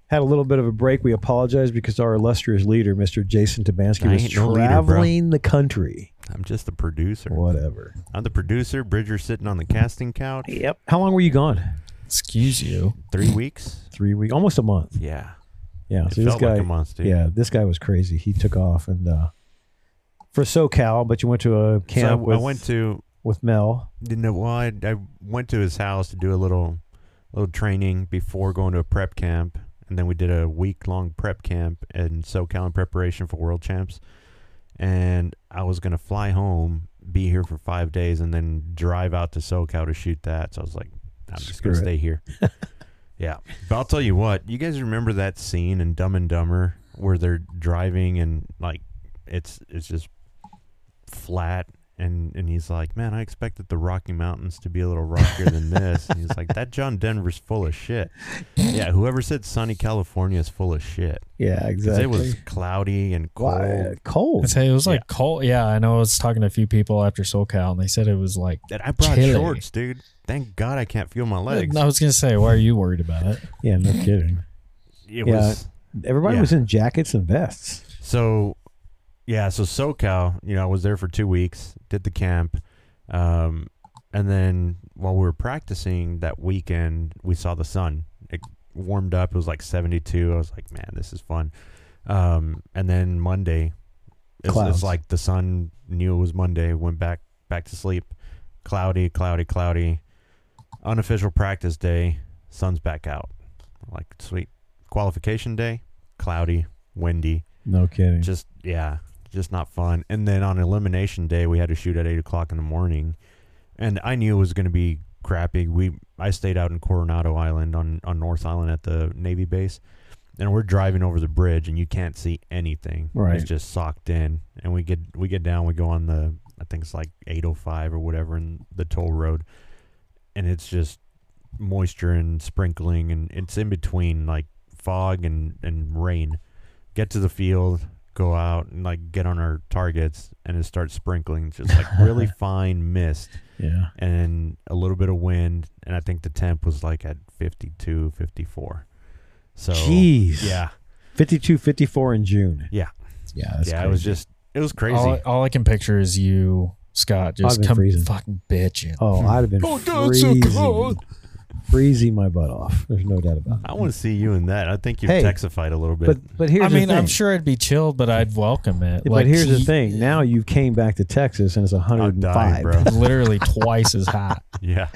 Had a little bit of a break. We apologize because our illustrious leader, Mr. Jason Tabansky, I was ain't no leader, bro. traveling the country. I'm just the producer. Whatever. I'm the producer. Bridger sitting on the casting couch. Yep. How long were you gone? excuse you. Three weeks. Three weeks, almost a month. Yeah. Yeah. It so this felt guy, like a month, dude. Yeah, this guy was crazy. He took off and uh, for SoCal, but you went to a So I, camp with, I went to with Mel. didn't know well I, I went to his house to do a little little training before going to a prep camp and then we did a week long prep camp in SoCal in preparation for world champs and I was gonna fly home be here for five days and then drive out to SoCal to shoot that so I was like I'm just Screw gonna it. stay here yeah but I'll tell you what you guys remember that scene in Dumb and Dumber where they're driving and like it's it's just flat and and he's like, "Man, I expected the Rocky Mountains to be a little rockier than this." And he's like, "That John Denver's full of shit." Yeah, whoever said sunny California is full of shit Yeah, 'Cause exactly. it was cloudy and cold. Why- cold. I'd say it was like cold. Yeah, I know. I was talking to a few people after SoCal, and they said it was like. And I brought Chilly. shorts, dude. Thank God I can't feel my legs. I was gonna say, why are you worried about it? Yeah, no kidding. It Yeah. was Everybody Yeah. was in jackets and vests. So, yeah, so SoCal, you know, I was there for two weeks, did the camp, um, and then while we were practicing that weekend, we saw the sun. It warmed up. It was like seventy-two. I was like, man, this is fun. Um, and then Monday, it's, Clouds. it's like the sun knew it was Monday. Went back back to sleep. Cloudy, cloudy, cloudy. Unofficial practice day. Sun's back out. Like sweet qualification day. Cloudy, windy No kidding. just yeah just not fun and then on elimination day we had to shoot at 8 o'clock in the morning and i knew it was going to be crappy we i stayed out in coronado island on, on north island at the navy base and we're driving over the bridge and you can't see anything Right. it's just socked in and we get we get down we go on the i think it's like 805 or whatever in the toll road and it's just moisture and sprinkling and it's in between like fog and and rain get to the field go out and like get on our targets and it starts sprinkling just like really fine mist yeah. and a little bit of wind and i think the temp was like at 52 54 so Jeez. yeah 52, 54 in June. Yeah. Yeah. That's yeah crazy. it was just it was crazy All, all I can picture is you, Scott, I've just been come freezing. fucking bitching. Oh, I'd have been Oh, God, it's so freezing. cold. freezing my butt off. There's no doubt about it. I want to see you in that. I think you've Hey, texified a little bit. But but here's I mean, the thing. I'm sure I'd be chilled, but I'd welcome it. Yeah, like, but here's the he- thing. Now you came back to Texas and it's I'll 105. die, bro. literally twice as hot. yeah.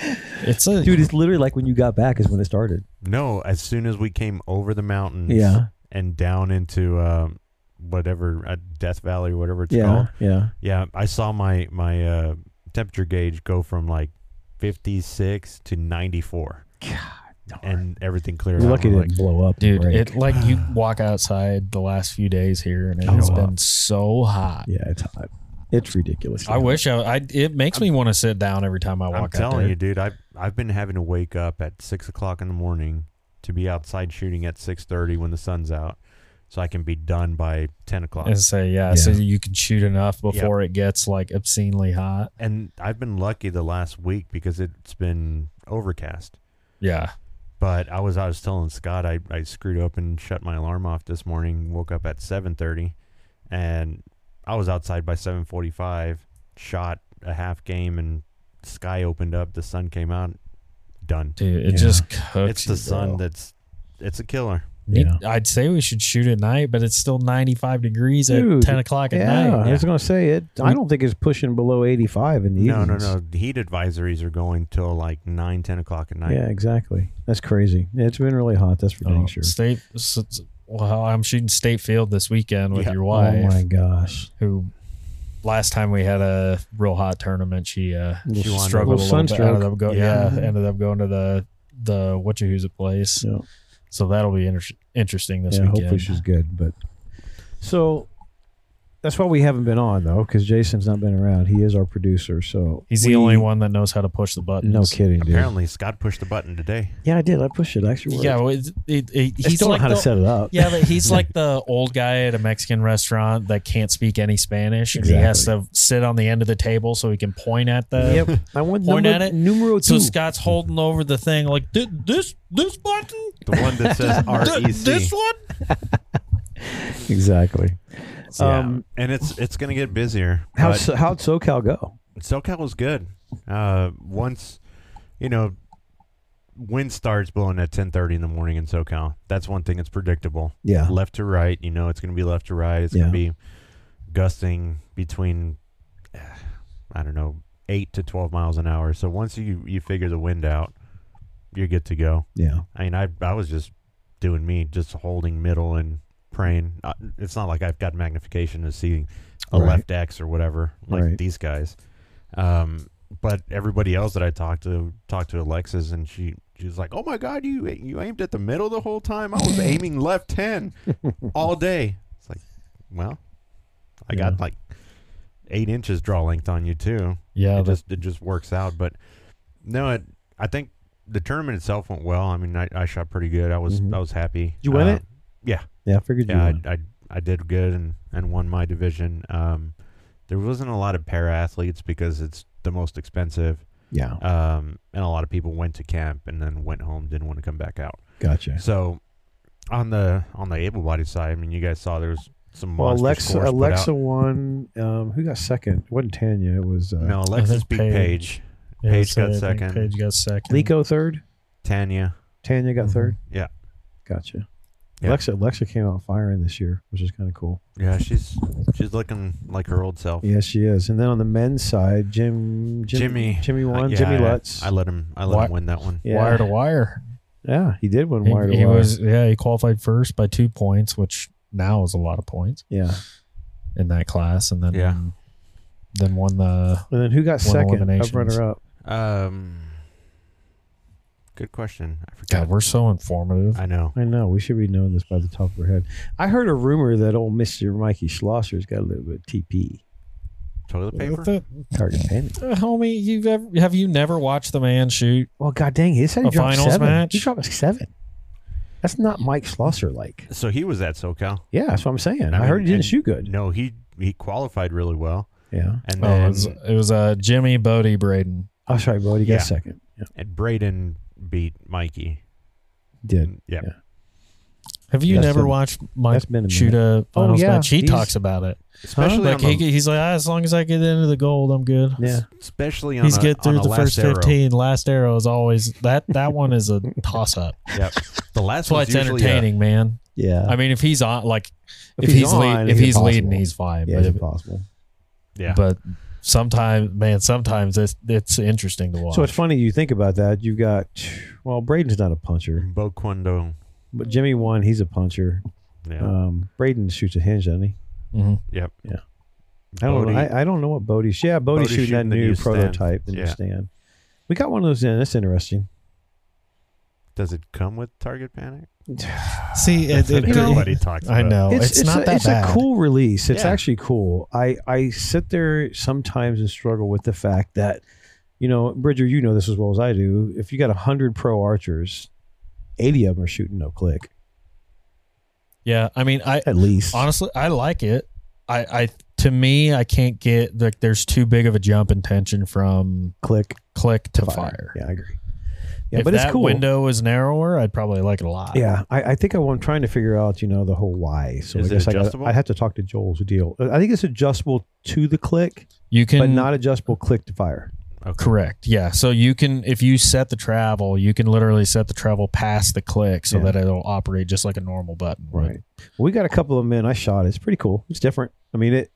It's a Dude, it's literally like when you got back is when it started. No, as soon as we came over the Hmm. mountains Yeah. and down into um, whatever uh, Death Valley or whatever it's yeah. called. Yeah. Yeah, I saw my my uh, temperature gauge go from like 56 to 94 God. and everything cleared You're out. lucky it I'm didn't like, blow up. dude. right? It like you walk outside the last few days here, and it has Oh, wow. been so hot. yeah, it's hot. It's ridiculous. I wish I, I. It makes me want to sit down every time I walk. I'm out telling there. you, dude. I've I've been having to wake up at six o'clock in the morning to be outside shooting at six thirty when the sun's out, so I can be done by ten o'clock. and say yeah, Yeah. so you can shoot enough before it gets like obscenely hot. and I've been lucky the last week because it's been overcast. Yeah, But I was I was telling Scott I, I screwed up and shut my alarm off this morning. Woke up at seven thirty, and I was outside by seven forty five. Shot a half game and sky opened up. The sun came out. Done. dude, it Yeah. just cooks. It's the you, sun bro. that's it's a killer. Yeah. Need- I'd say we should shoot at night, but it's still 95 degrees Dude, at 10 o'clock at yeah, night. I was going to say it. I We- don't think it's pushing below 85 in the No, no, evenings. no. Heat advisories are going till like nine, ten o'clock at night. Yeah, exactly. That's crazy. Yeah, It's been really hot. That's for Oh, dang sure. State. s- s- Well, I'm shooting State Field this weekend with Yeah. your Oh wife, my gosh. who last time we had a real hot tournament, she uh, Little She wanted- struggled a Little little bit. Ended sunstroke. up go, Yeah. yeah. ended up going to the the whatchahoozit place. Yeah. So that'll be inter- interesting this yeah, weekend. hopefully she's good. But so that's why we haven't been on though, because Jason's not been around. He is our producer, so He's we- the only one that knows how to push the buttons. No kidding, dude. Apparently, Scott pushed the button today. Yeah, I did. I pushed it. I Actually, worked. Yeah, well, it, it, it, I he's still like don't know how the- to set it up. Yeah, but he's like the old guy at a Mexican restaurant that can't speak any Spanish, and he has to sit on the end of the table so he can point at the. yep. I want Point number, at it. numero So two. Scott's holding over the thing like "Th- this this button, The one that says E Th- this REC. one. exactly. Yeah. Um, and it's it's gonna get busier. How but- so, how'd SoCal go? SoCal was good. Uh, once, you know, wind starts blowing at ten thirty in the morning in SoCal. That's one thing. It's predictable. Yeah. Left to right. You know, it's going to be left to right. It's going to be gusting between, eh, I don't know, eight to twelve miles an hour. So once you you figure the wind out, you're good to go. Yeah. I mean, I I was just doing me, just holding middle and praying. Uh, It's not like I've got magnification to see a Right. left X or whatever like Right. these guys. Um, but everybody else that I talked to talked to Alexis, and she she was like, "Oh my God, you you aimed at the middle the whole time. I was aiming left ten all day." It's like, well, I got Yeah. like eight inches draw length on you too Yeah, it just it just works out. But no, it, I think the tournament itself went well. I mean, I, I shot pretty good. I was Mhm. I was happy. You win Uh, it? Yeah, Yeah. I figured yeah. you. would. I, I I did good and and won my division. Um, there wasn't a lot of para athletes because it's the most expensive. yeah. Um, and a lot of people went to camp and then went home, didn't want to come back out. Gotcha. So on the on the able bodied side, I mean, you guys saw there's some Well, monster Alexa, scores put Alexa out. won. Um, who got second? It wasn't Tanya. It was uh, no, Alexa's think beat Paige. Paige, Yeah, Paige so got I think second. Paige got second. Lico third. Tanya. Tanya got Mhm. third. Mm-hmm. Yeah. Gotcha. Yeah. Alexa, Alexa came out firing this year, which is kind of cool. Yeah, she's she's looking like her old self. Yes, she is. And then on the men's side, Jim, Jim Jimmy. Jimmy won. Uh, yeah, Jimmy I- Lutz. I, let him. I let What? him win that one. yeah. Wire to wire. yeah, he did win He, wire to he wire. was yeah. He qualified first by two points, which now is a lot of points yeah. in that class, and then Yeah. then won the And then who got Won second? Up eliminations. runner up. Um, good question. I forgot. God, we're so informative. I know. I know. We should be knowing this by the top of our head. I heard a rumor that old Mister Mikey Schlosser's got a little bit of TP Toilet paper. The- target pain. uh, homie, you've ever have you never watched the man shoot? Well, god dang, he said he A dropped finals seven. match? He dropped seven. That's not Mike Schlosser like. so he was at SoCal. Yeah, that's what I'm saying. I, mean, heard he didn't and- shoot good. No, he he qualified really well, Yeah. and Oh, it then was, it was uh, Jimmy Bodie Braden. Oh, sorry, Bodie Yeah. got second. Yeah, and Braden beat Mikey. did. Yeah. Yeah. Have you That's never been- watched Mike that's been a shoot a final yeah, match? He he's- talks about it. especially like on he, the, he's like, ah, as long as I get into the gold, I'm good. Yeah. especially on He's a- good on through a the last first arrow. fifteen. Last arrow is always that. That one is a toss up. Yep. The last That's why one's usually it's a- entertaining, man. Yeah. I mean, if he's on, like, If if, he's he's, on, lead, if it's he's leading, impossible. he's fine. yeah, but, it's if, impossible. yeah. but sometimes, man, sometimes it's it's interesting to watch. So it's funny you think about that. You've got well, Braden's not a puncher, Bo Quando. but Jimmy one, he's a puncher. Yeah. Uh, Um, Braden shoots a hinge, doesn't he? Mhm. yep. yeah. I don't Bodie- Oh, know. I, I don't know what Bodie's. Yeah, Bodie's Bodie's shooting, shooting that the new new stand. prototype in the Yeah. stand. We got one of those in. That's interesting. Does it come with Target Panic? See, it, That's what it, everybody talks I about. know Oh, it's, not a, that it's bad. a cool release. It's Yeah. actually cool. I I sit there sometimes and struggle with the fact that you know, Bridger, you know this as well as I do. If you got hundred pro archers, eighty of them are shooting no click yeah, I mean, I at least. honestly I like it. I I to me, I can't get like there's too big of a jump in tension from click click to fire. fire. Yeah, I agree. Yeah, if but that it's cool. window is narrower, I'd probably like it a lot. Yeah, I, I think I, am trying to figure out, you know, the whole why. So I Is it guess I, gotta, adjustable? I have to talk to Joel's deal. Uh, I think it's adjustable to the click, you can but not adjustable click to fire. Okay. Correct. Yeah. So you can, if you set the travel, you can literally set the travel past the click so Yeah. that it'll operate just like a normal button. would. Right. We got a couple of men I shot. It's pretty cool. It's different. I mean, it.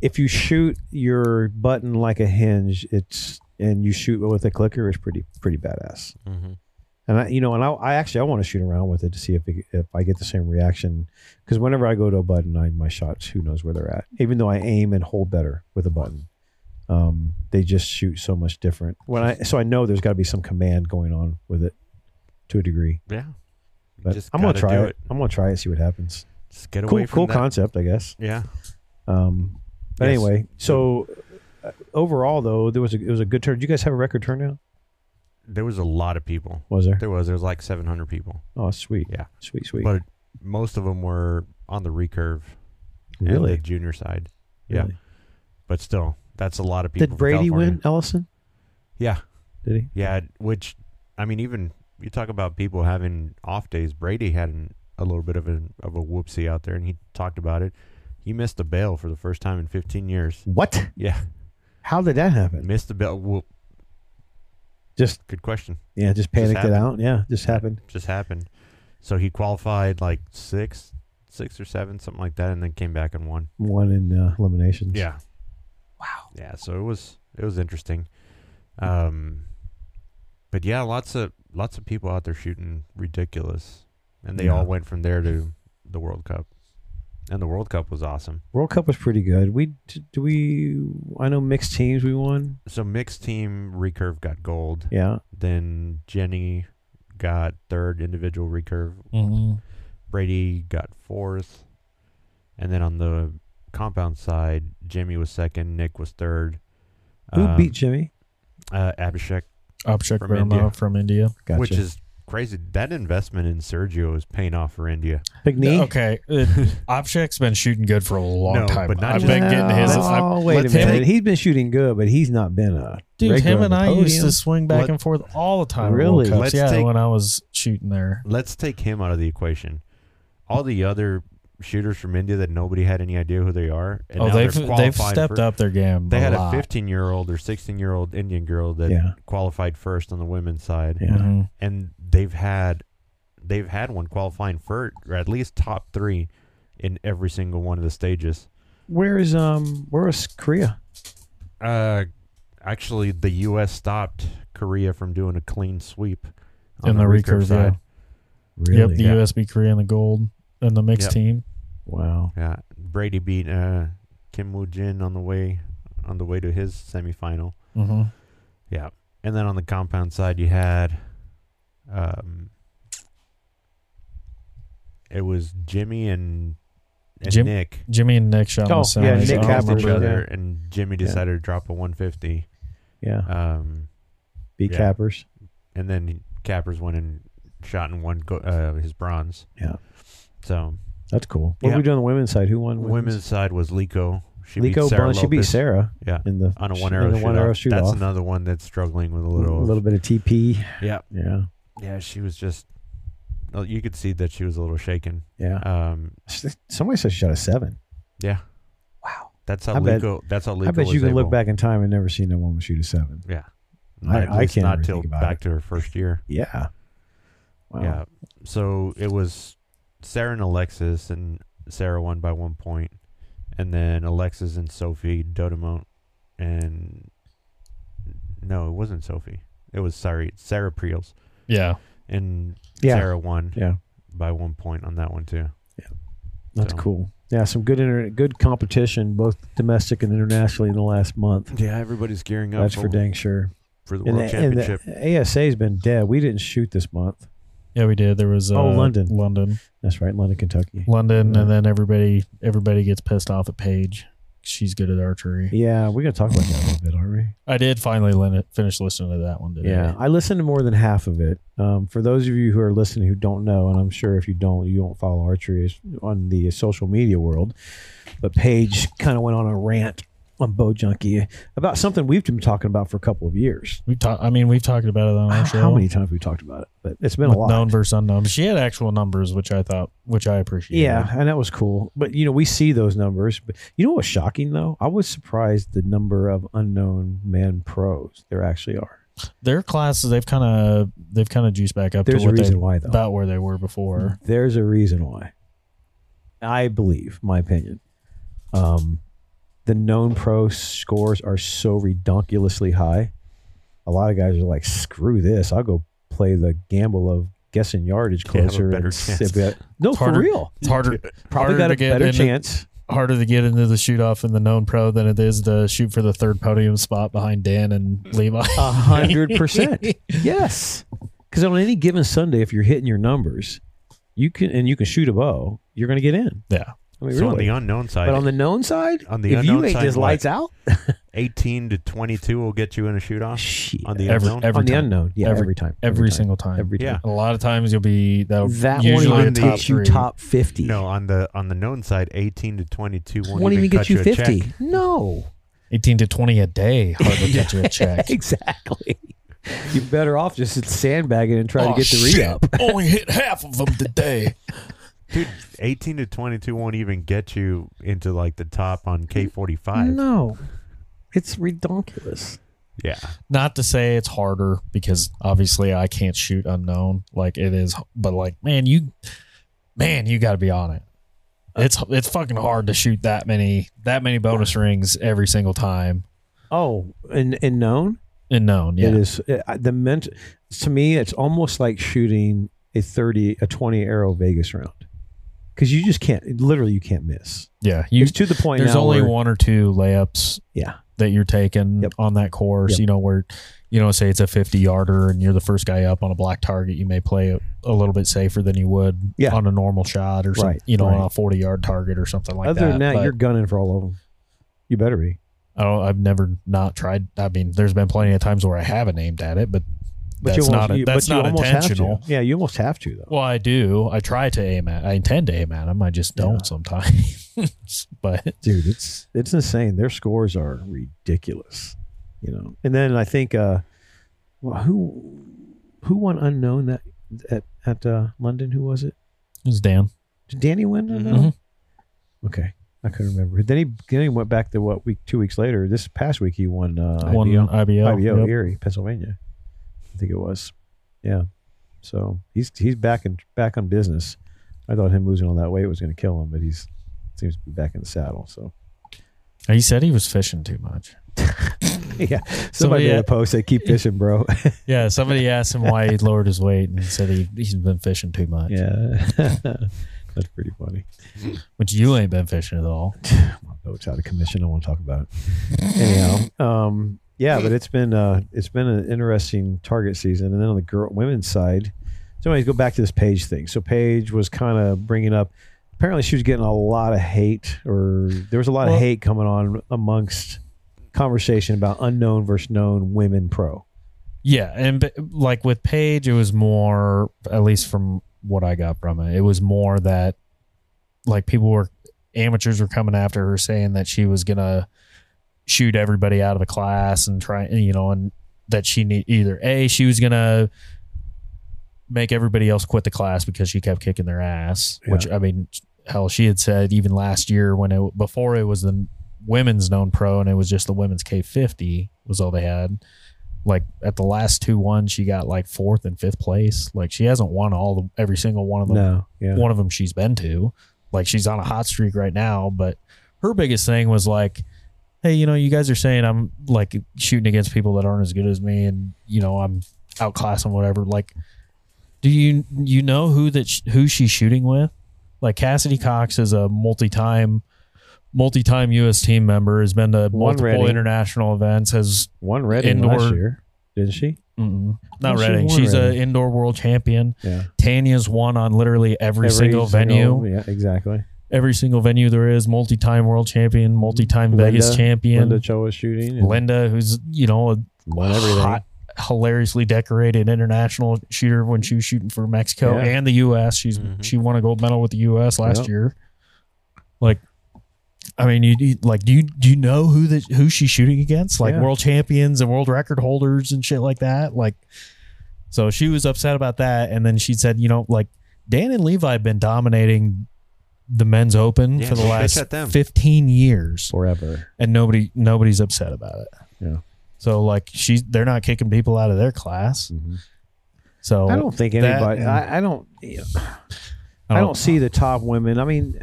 If you shoot your button like a hinge, it's and you shoot with a clicker, it's pretty pretty badass. Mhm. And I, you know, and I, I actually I want to shoot around with it to see if it, if I get the same reaction because whenever I go to a button, I my shots who knows where they're at. Even though I aim and hold better with a button, um, they just shoot so much different. When I so I know there's got to be some command going on with it to a degree. Yeah. But Just I'm gonna gotta try do it. I'm gonna try it. See what happens. Just get Cool, away from cool that. concept, I guess. Yeah. Um, but Yes. anyway, so uh, overall though, there was a, it was a good turn. Did you guys have a record turnout? There was a lot of people. Was there? There was. There was like 700 people. Oh, sweet. Yeah. sweet, sweet. But most of them were on the recurve. and really? the junior side. Yeah. Really? But still, that's a lot of people. Did from Brady California. win Ellison? Yeah. Did he? Yeah. Which, I mean, even you talk about people having off days. Brady had an, a little bit of, an, of a whoopsie out there, and he talked about it. He missed the bail for the first time in 15 years. What? Yeah. How did that happen? Missed the bail. Whoop. Just Good question. yeah, just panicked it happened. out. Yeah, just happened. Just happened. So he qualified like sixth, six or seven, something like that, and then came back and won. One in uh, eliminations. Yeah. Wow. Yeah, so it was it was interesting. Um but yeah, lots of lots of people out there shooting ridiculous. And they Yeah. all went from there to the World Cup. And the World Cup was awesome. World Cup was pretty good. We d- do we. I know mixed teams. We won. So mixed team recurve got gold. Yeah, Then Jenny got third individual recurve. Mhm. Brady got fourth. And then on the compound side, Jimmy was second, Nick was third. who Um, beat Jimmy? uh, Abhishek Abhishek From Verma India. from India. Gotcha. which is crazy. That investment in Sergio is paying off for India. big knee. Okay. Uh, Abhishek's been shooting good for a long No, time. but not I've just- been getting his. Oh, I've- wait a let's- him- minute. He's been shooting good, but he's not been a dude, regular him on and the I used podium. to swing back Let- and forth all the time. at Really? World Cups. Let's Yeah, take- when I was shooting there. Let's take him out of the equation. All the other shooters from India that nobody had any idea who they are. And oh, now they've they're they've qualified stepped for- up their game. They a had lot. a 15 year old or 16 year old Indian girl that Yeah. qualified first on the women's side, Yeah. Mhm. and they've had they've had one qualifying first or at least top three in every single one of the stages. Where is um? Where is Korea? Uh, actually, the U.S. stopped Korea from doing a clean sweep on In the recurve, yeah. Yep, the Really? Yeah. USB Korea and the gold and the mixed Yep. team. Wow. Yeah, Brady beat uh, Kim Woo Jin on the way on the way to his semifinal. Mm-hmm. Yeah, and then on the compound side, you had um, it was Jimmy and, and Jim- Nick. Jimmy and Nick shot Oh, on the yeah, semi. Nick so I don't Capper, passed each remember. other, and Jimmy Yeah. decided to drop a 150. Yeah. Um, Beat Yeah. cappers. and then Cappers went and shot and won go- uh, his bronze. Yeah. So That's cool. What did we Yeah. do on the women's side? Who won? women's side was Lico. She Lico beat Sarah Bunch. She beat Lopez. Sarah Yeah. in the on a in one arrow the shootout. one arrow shoot That's off. another one that's struggling with a A little. little bit of TP. yeah, Yeah. yeah. She was just uh, you could see that she was a little shaken. Yeah. Um, Somebody said she shot a seven. yeah, Wow. that's how I bet- Lico. that's how Lico. I bet was you can able. look back in time and never seen a woman shoot a seven. Yeah, I- At I least can't not really till think about back it. to her first year. Yeah. Wow. Yeah. So it was Sarah and Alexis, and Sarah won by one point, and then Alexis and Sophie Dodemont, and no, it wasn't Sophie. It was sorry, Sarah Priels, Yeah. and Yeah. Sarah won Yeah. by one point on that one too. That's So- cool. Yeah, some good inter- good competition, both domestic and internationally, in the last month. Yeah, everybody's gearing up. That's for dang sure. for the And world the, and championship. the ASA's been dead. We didn't shoot this month. Yeah, we did. There was uh, Oh, London. London, That's right, London, Kentucky. London, Yeah. and then everybody everybody gets pissed off at Paige. She's good at archery. Yeah, we're gonna talk about that a little bit, aren't we? I did finally lin- finish listening to that one today. Yeah, I listened to more than half of it. Um, for those of you who are listening who don't know, and I'm sure if you don't, you don't follow archery as- on the social media world. But Paige kind of went on a rant on Bow Junkie about something we've been talking about for a couple of years. we talked. I mean, we've talked about it on our show. How many times have we talked about it? But it's been a Oh, lot. With known versus unknown. She had actual numbers, which I thought, which I appreciated. Yeah, and that was cool. But you know, we see those numbers. But you know what's shocking though? I was surprised the number of unknown man pros there actually are. their classes they've kind of they've kind of juiced back up There's to a what they, reason why though. Mm-hmm. about where they were before. There's a reason why. I believe, my opinion, um, the known pro scores are so redonkulously high. A lot of guys are like, "Screw this! I'll go play the gamble of guessing yardage You have a closer." better and chance. sip it." No, It's for harder- real. It's harder Probably harder got to a get better in the- chance. harder to get into the shoot off in the known pro than it is to shoot for the third podium spot behind Dan and Levi. A hundred percent. Yes. Because on any given Sunday, if you're hitting your numbers, you can and you can shoot a bow, you're going to get in. Yeah. I mean, so on really. the unknown side, but on the known side, on the if you unknown ain't side, just what? lights out, 18 to 22 will get you in a shoot off. shit. On the Every, unknown? every on the time. unknown, yeah, every, Every- time, every time. single time. every time. Yeah. a lot of times you'll be that'll That usually one will on a the- top get you three. top fifty. No, on the on the known side, 18 to 22 won't, won't even get cut you a check. fifty. No, eighteen to twenty a day hardly get you a check. exactly. You're better off just sandbagging and trying to get the re up. Oh, Only hit half of them today. Dude, 18 to 22 won't even get you into like the top on K45. No, it's redonkulous. Yeah. Not to say it's harder because obviously I can't shoot unknown like it is, but like man, you man, you got to be on it. It's it's fucking hard to shoot that many that many bonus rings every single time Oh, and and known. and known. Yeah, It is it, I- the ment to me. It's almost like shooting a thirty, a twenty arrow Vegas round, because you just can't. Literally, you can't miss. yeah. You it's to the point. there's now only where- one or two layups Yeah, that you're taking Yep. on that course. Yep. You know where, you know, say it's a 50 yarder and you're the first guy up on a black target, you may play a, a little bit safer than you would Yeah. on a normal shot or something. Right, you know, on right. a 40 yard target or something like Other that. than that, But you're gunning for all of them. You better be. I don't, I've never not tried. I mean, there's been plenty of times where I haven't aimed at it, but, But that's you almost, not you- a, that's but you not almost have to. intentional. Yeah, you almost have to though. Well, I do. I try to aim at. I intend to aim at them. I just don't Yeah. sometimes. but dude it's it's insane their scores are ridiculous you know and then i think uh well, who who won unknown that at at uh london who was it it's Dan. did danny win unknown Mm-hmm. okay i couldn't remember then he then he went back to what week two weeks later this past week he won uh One IBO, IBO. IBO Yep. erie pennsylvania i think it was yeah so he's he's back in back on business i thought him losing all that weight was going to kill him but he's seems to be back in the saddle so He said he was fishing too much. yeah. Somebody made yeah. a post that keep fishing, bro. Yeah, somebody asked him why he lowered his weight and he said he, he's been fishing too much. yeah. That's pretty funny. Which you ain't been fishing at all. My boat's out of commission. I want to talk about it. Anyhow. Um, yeah, but it's been uh, it's been an interesting target season. And then on the girl women's side, so anyways, go back to this Paige thing. So Paige was kind of bringing up. Apparently, she was getting a lot of hate, or there was a lot Well- of hate coming on amongst conversation about unknown versus known women pro. Yeah, and b- like with Paige, it was more, at least from what I got from it, it was more that like people were, amateurs were coming after her saying that she was gonna shoot everybody out of the class and try, you know, and that she need either a she was gonna make everybody else quit the class because she kept kicking their ass. Which I mean, hell, she had said even last year when it before it was the women's known pro and it was just the women's K fifty was all they had. Like at the last two ones, she got like fourth and fifth place. Like she hasn't won all the every single one of them No, yeah, one of them she's been to. Like she's on a hot streak right now, but her biggest thing was like, hey, you know, you guys are saying I'm like shooting against people that aren't as good as me, and you know I'm outclassing whatever. Like, do you you know who that sh- who she's shooting with? Like Cassidy Cox is a multi-time multi-time U.S. team member, has been to One multiple Reading. international events, has one Reading last Indoor- year, didn't she? mm-mm, not She ready. won She's an Reading. indoor world champion. Yeah, Tanya's won on literally every, single venue. Yeah, exactly. every single venue there is multi-time world champion multi-time Linda- vegas champion Linda linda, Cho was shooting. and who's you know a won everything. hot hilariously decorated international shooter when she was shooting for mexico Yeah. and the us she's Mhm. she won a gold medal with the us last Yep. year like i mean you, you- like do you do you know who that who she's shooting against like Yeah. world champions and world record holders and shit like that like so she was upset about that and then she said you know like dan and levi have been dominating the men's open Yeah, for the bitch last at them. 15 years forever. and nobody nobody's upset about it Yeah. so like she's they're not kicking people out of their class Mm-hmm. so I don't think uh, that anybody. and- I, I don't. I Oh. don't see the top women. I mean,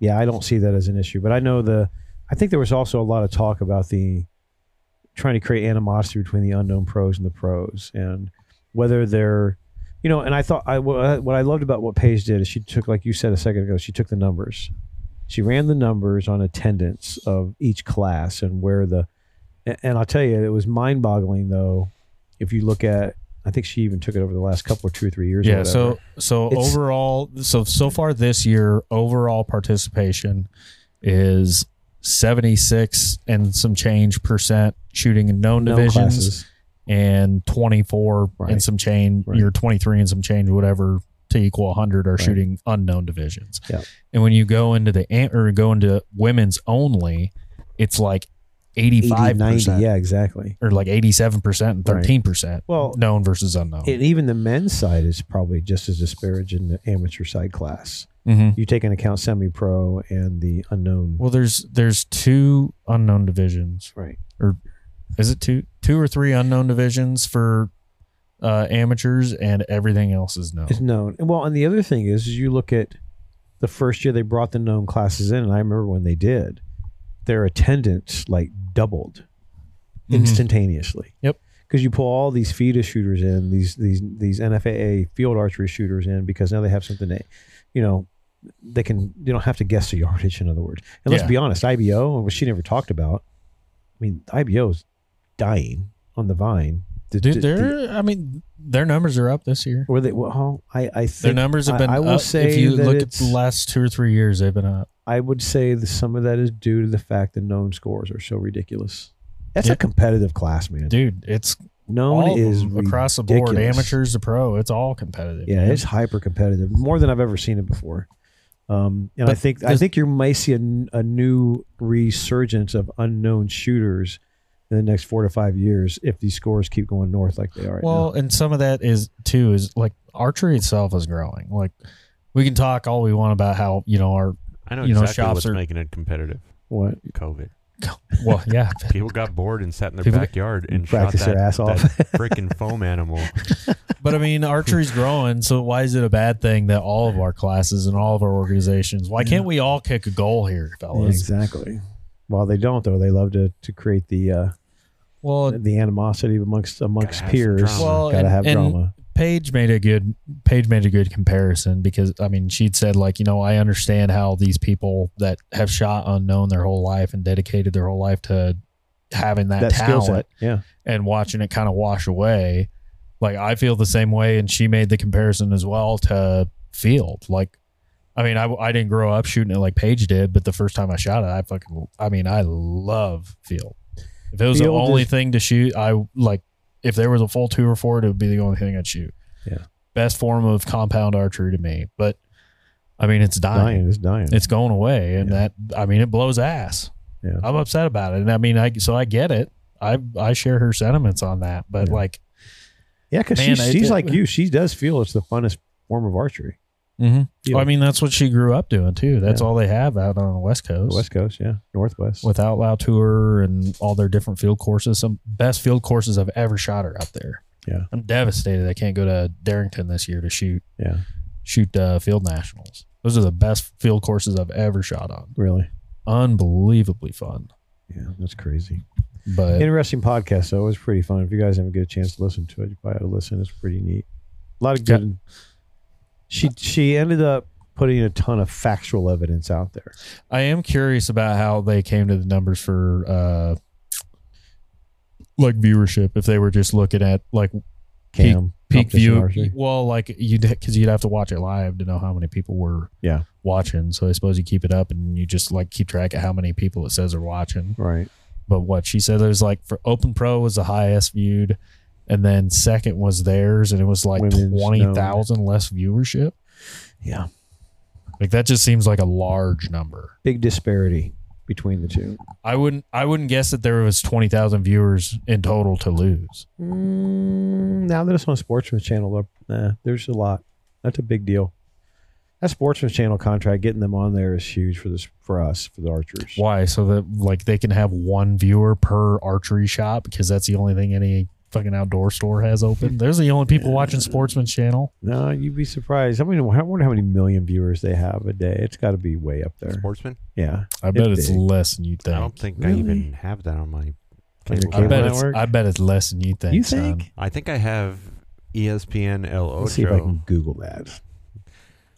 yeah, I don't see that as an issue. But I know the. I think there was also a lot of talk about the trying to create animosity between the unknown pros and the pros, and whether they're, you know. And I thought I what I loved about what Paige did is she took, like you said a second ago, she took the numbers. She ran the numbers on attendance of each class and where the, and- and I'll tell you, it was mind-boggling though. If you look at, I think she even took it over the last couple of two or three years. or yeah whatever. so so It's- overall so so far this year overall participation is 76 and some change percent shooting in known No divisions classes. and 24 Right. and some change Right. or 23 and some change whatever to equal 100 are Right. shooting unknown divisions Yep. and when you go into the an- or go into women's only it's like 85 80, 90, percent yeah, exactly. or like 87% and Right. 13% Well, known versus unknown and even the men's side is probably just as disparaging the amateur side class. mm-hmm. You take into account semi-pro and the unknown. well there's there's two unknown divisions right. is it two two or three unknown divisions for uh, amateurs and everything else is known It's known. And well, and the other thing is, is you look at the first year they brought the known classes in, and I remember when they did, their attendance like doubled Mhm. instantaneously. Yep. Because you pull all these feeder shooters in, these these these NFAA field archery shooters in, because now they have something to, you know, they can they don't have to guess the yardage. In other words, and let's Yeah. be honest, IBO, which she never talked about. I mean, IBO is dying on the vine. The- the- Dude, the- their I mean, their numbers are up this year. were they? Well, I I think Their numbers have been. I, I will up. say if you that look at it's- the last two or three years, they've been up. I would say that some of that is due to the fact that known scores are so ridiculous. That's Yeah. a competitive class, man. Dude, it's known all is is across the board, ridiculous. amateurs to pro. It's all competitive. Yeah, man. it's hyper competitive, more than I've ever seen it before. Um, and I But think I there's- think you may see a, n- a new resurgence of unknown shooters in the next four to five years if these scores keep going north like they are. right well, and some of that is too is like archery itself is growing. Like we can talk all we want about how you know our I know You know, exactly shops what's are- making it competitive. now. what COVID. well yeah People got bored and sat in their People- backyard and shot practice that, their ass that off? freaking foam animal. But I mean, archery's growing, so why is it a bad thing that all of our classes and all of our organizations? Why can't we all kick a goal here, Yeah, fellas? exactly. Well, they don't though. They love to to create the uh, Well, the animosity amongst Gotta amongst have some peers. drama. well, Gotta and, have and drama. Paige made a good Paige made a good comparison because I mean, she'd said like, you know, I understand how these people that have shot unknown their whole life and dedicated their whole life to having that, That skill talent set. Yeah. and watching it kind of wash away. Like I feel the same way, and she made the comparison as well to Field. Like, I mean, I, I didn't grow up shooting it like Paige did, but the first time I shot it, I fucking, I mean, I love Field. If it was Field the only is- thing to shoot, I like. If there was a full two or four, it would be the only thing I'd shoot. Yeah. best form of compound archery to me, but I mean, it's dying Dying is dying. it's going away and Yeah. that i mean it blows ass Yeah. i'm upset about it and i mean i so i get it i i share her sentiments on that but Yeah. like Yeah, because Man, she's, I- she's like you. She does feel it's the funnest form of archery. Mm-hmm. Yeah. I mean, that's what she grew up doing too. That's all they have out on the West The Coast West Coast, yeah, Northwest. with Outlaw Tour and all their different field courses. Some best field courses I've ever shot are out there. Yeah. I'm devastated. I can't go to Darrington this year to shoot yeah, shoot uh, field nationals. Those are the best field courses I've ever shot on. really. Unbelievably fun. Yeah, that's crazy. But Interesting podcast. though. it was pretty fun. If you guys haven't get a chance to listen to it, you probably ought to listen. It's pretty neat. A lot of good. She she ended up putting a ton of factual evidence out there. I am curious about how they came to the numbers for uh, like viewership. If they were just looking at like Peak- Cam peak competition view. archery. Well, like you'd because you'd have to watch it live to know how many people were Yeah. watching. So I suppose you keep it up and you just like keep track of how many people it says are watching. Right. But what she said it was like for Open Pro was the highest viewed, and then second was theirs, and it was like Women's twenty thousand less viewership. Yeah. Like that just seems like a large number. Big disparity between the two. I wouldn't I wouldn't guess that there was twenty thousand viewers in total to lose. Mm, now that it's on Sportsman's Channel, though, nah, there's a lot. That's a big deal. That Sportsman's Channel contract, getting them on there is huge for this for us for the archers. Why? So that like they can have one viewer per archery shop because that's the only thing any fucking outdoor store has Hmm. open. There's the only people watching Sportsman's Channel. No, you'd be surprised. I mean, I wonder how many million viewers they have a day. It's got to be way up there. Sportsman? Yeah, I bet It it's big. less than you I don't think. think I Really? even have that on my On your cable. I, cable bet it's network? I bet it's less than you think. you son. think? I think I have E ESPN El Let's see if I Ocho. can Google that.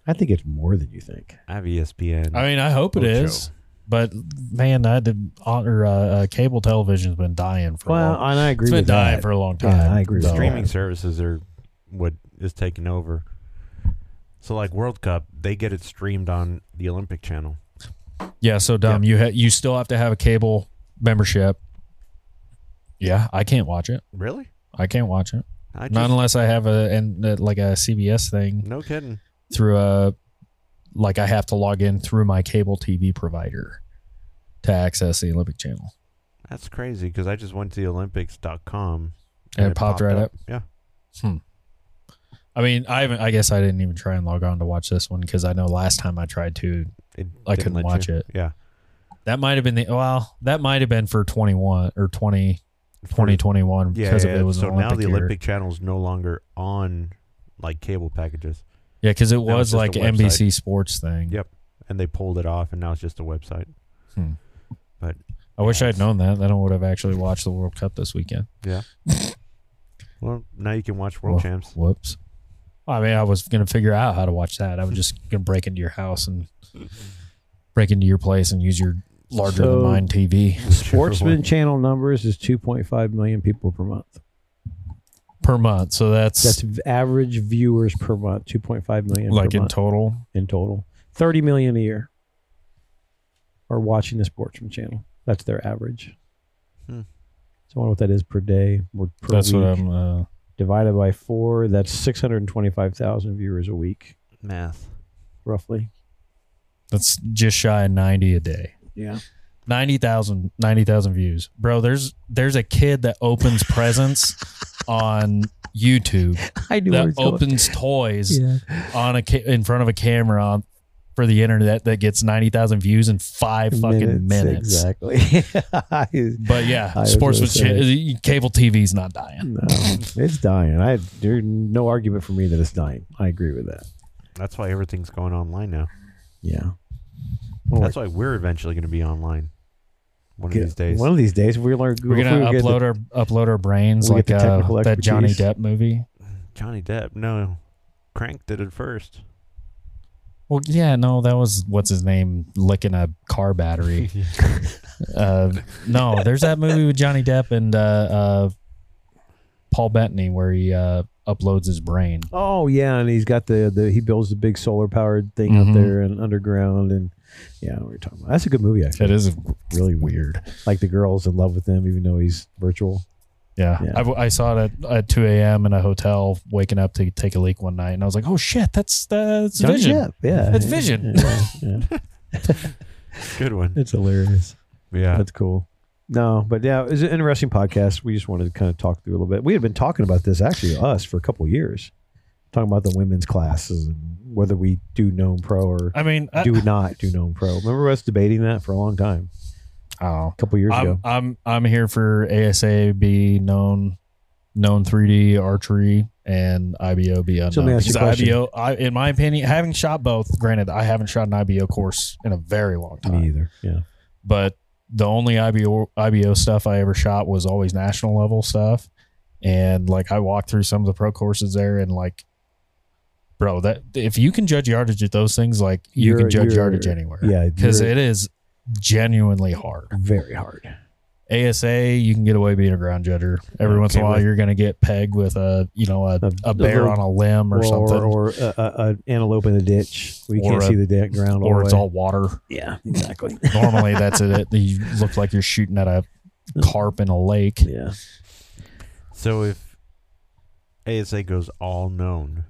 I think it's more than you think. I have E ESPN. I mean, I hope it is, Ocho. But man, I did or uh, uh, cable television's been dying for. a Well, long, and I agree it's been with dying that. for a long Yeah, time. I agree with though. streaming services are what is taking over. So, like World Cup, they get it streamed on the Olympic Channel. Yeah, so dumb. You ha- you still have to have a cable membership. Yeah, I can't watch it. Really? I can't watch it. I Not just, unless I have a and uh, like a CBS thing no kidding. through a like I have to log in through my cable TV provider to access the Olympic Channel. That's crazy because I just went to the Olympics.com And it popped right up? Yeah. I mean, I haven't. I guess I didn't even try and log on to watch this one because I know last time I tried to, It I didn't couldn't let watch you- it. Yeah. that might have been the well, that might have been for twenty one or 20, 2021 Yeah. because yeah, of it was so an Olympic now the year. Olympic Channel is no longer on like cable packages. yeah, because it was was, just like a website. NBC Sports thing. Yep. And they pulled it off, and now it's just a website. I wish Yeah, I'd known that. Then I would have actually watched the World Cup this weekend. Well, now you can watch World Well, Champs. Whoops. I mean, I was gonna figure out how to watch that. I was just gonna break into your house and break into your place and use your larger So- than mine TV Sportsman Channel numbers is 2.5 million people per month. per month. So that's, That's v- average viewers per month. 2.5 million like per in month total. in total. 30 million a year are watching the Sportsman Channel. That's their average. Hmm. So I wonder what that is per day or per That's week. what I'm. Uh, divided by four. That's 625,000 viewers a week, Math. roughly. that's just shy of ninety a day. Yeah. 90,000 90,000 views. Bro, there's there's a kid that opens presents on YouTube I do. that opens toys Yeah. on a ca- in front of a camera on, for the internet that gets 90,000 views in 5 fucking minutes. Exactly. But yeah, I sports with was gonna cha- cable TV's not dying. no, it's dying. I there's no argument for me that it's dying. I agree with that. That's why everything's going online now. Yeah. That's why we're eventually going to be online one of Get- these days. One of these days we're gonna We're gonna get the- upload our upload our brains we like get the uh, technical that Johnny expertise. Depp movie. Johnny Depp. No, Crank did it first. Well, yeah, no, that was what's his name licking a car battery. Uh, no, there's that movie with Johnny Depp and uh, uh, Paul Bettany where he uh, uploads his brain. Oh yeah, and he's got the, the he builds the big solar powered thing Mhm. out there and underground and yeah, we were talking about. That's a good movie actually. It is really weird. Like the girl's in love with him even though he's virtual. Yeah, Yeah. I w I I, saw it at, at 2 a.m. in a hotel, waking up to take a leak one night, and I was like, "Oh shit, that's that's Johnny Vision." Depp, yeah. That's Vision. Yeah, yeah. Good one. It's hilarious. Yeah. That's cool. No, but yeah, it was an interesting podcast. We just wanted to kind of talk through a little bit. We had been talking about this actually us for a couple of years, talking about the women's classes and whether we do gnome pro or I mean, I, do not do gnome pro. Remember us debating that for a long time, oh, a couple years I'm, ago. I'm I'm here for ASAB known known 3D archery and IBO be unknown. So let me ask you a Because question. IBO, I, in my opinion, having shot both. Granted, I haven't shot an IBO course in a very long time. Me either. Yeah, but the only IBO IBO stuff I ever shot was always national level stuff. And like I walked through some of the pro courses there and like bro, that if you can judge yardage at those things, like you You're- can judge you're- yardage anywhere. yeah, Because you're- it is genuinely hard. very hard. ASA, you can get away being a ground judger. Every once in Okay, a while with- you're gonna get pegged with a you know, a, A- a, a bear little- on a limb or, Or something. or, Or, or a, a, a antelope in the ditch where you Or can't a- see the da- ground. the it's way. all water. yeah, exactly. Normally that's it. You look like you're shooting at a carp in a lake. yeah, So if ASA goes all known,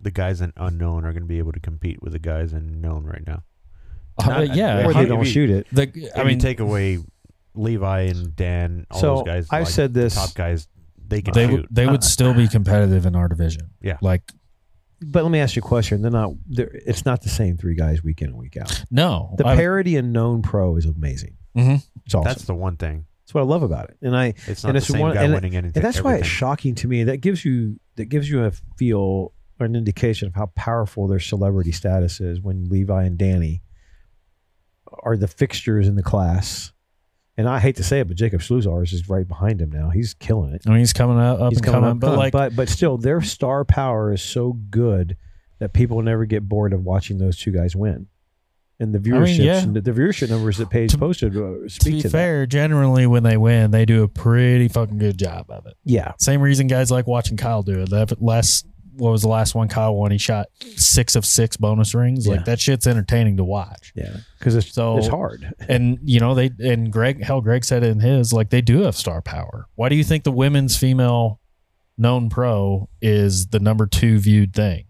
the guys in unknown are going to be able to compete with the guys in known right now. Uh, Not- yeah, or how- they don't if you- shoot it. The I I mean, mean, take away Levi and Dan, all So, those guys. I've like, said the this- top guys, they can they would shoot. they would still be competitive in our division. Yeah. like But let me ask you a question. They're not. They're, it's not the same three guys week in and week out. no, The I- parody in known pro is amazing. Mhm. It's awesome. Mm-hmm. That's the one thing. That's what I love about it. And I It's not And the it's same one- guy and- winning anything. and that's why it's everything. shocking to me. That gives you that gives you a feel or an indication of how powerful their celebrity status is when Levi and Danny are the fixtures in the class. And I hate to say it, but Jacob Sluzars is right behind him now. He's killing it. I mean, he's coming up, up He's and coming, up, but like, but but still, their star power is so good that people never get bored of watching those two guys win. And the viewership, yeah. the, the viership numbers that Paige To- posted uh, to speak be to, that. fair, generally when they win, they do a pretty fucking good job of it. Yeah, Same reason guys like watching Kyle do it. That last what was the last one Kyle won? He shot six of six bonus rings. Yeah. Like that shit's entertaining to watch. yeah, because it's So- it's hard. and you know they and Greg hell Greg said it in his like they do have star power. Why do you think the women's female known pro is the number two viewed thing?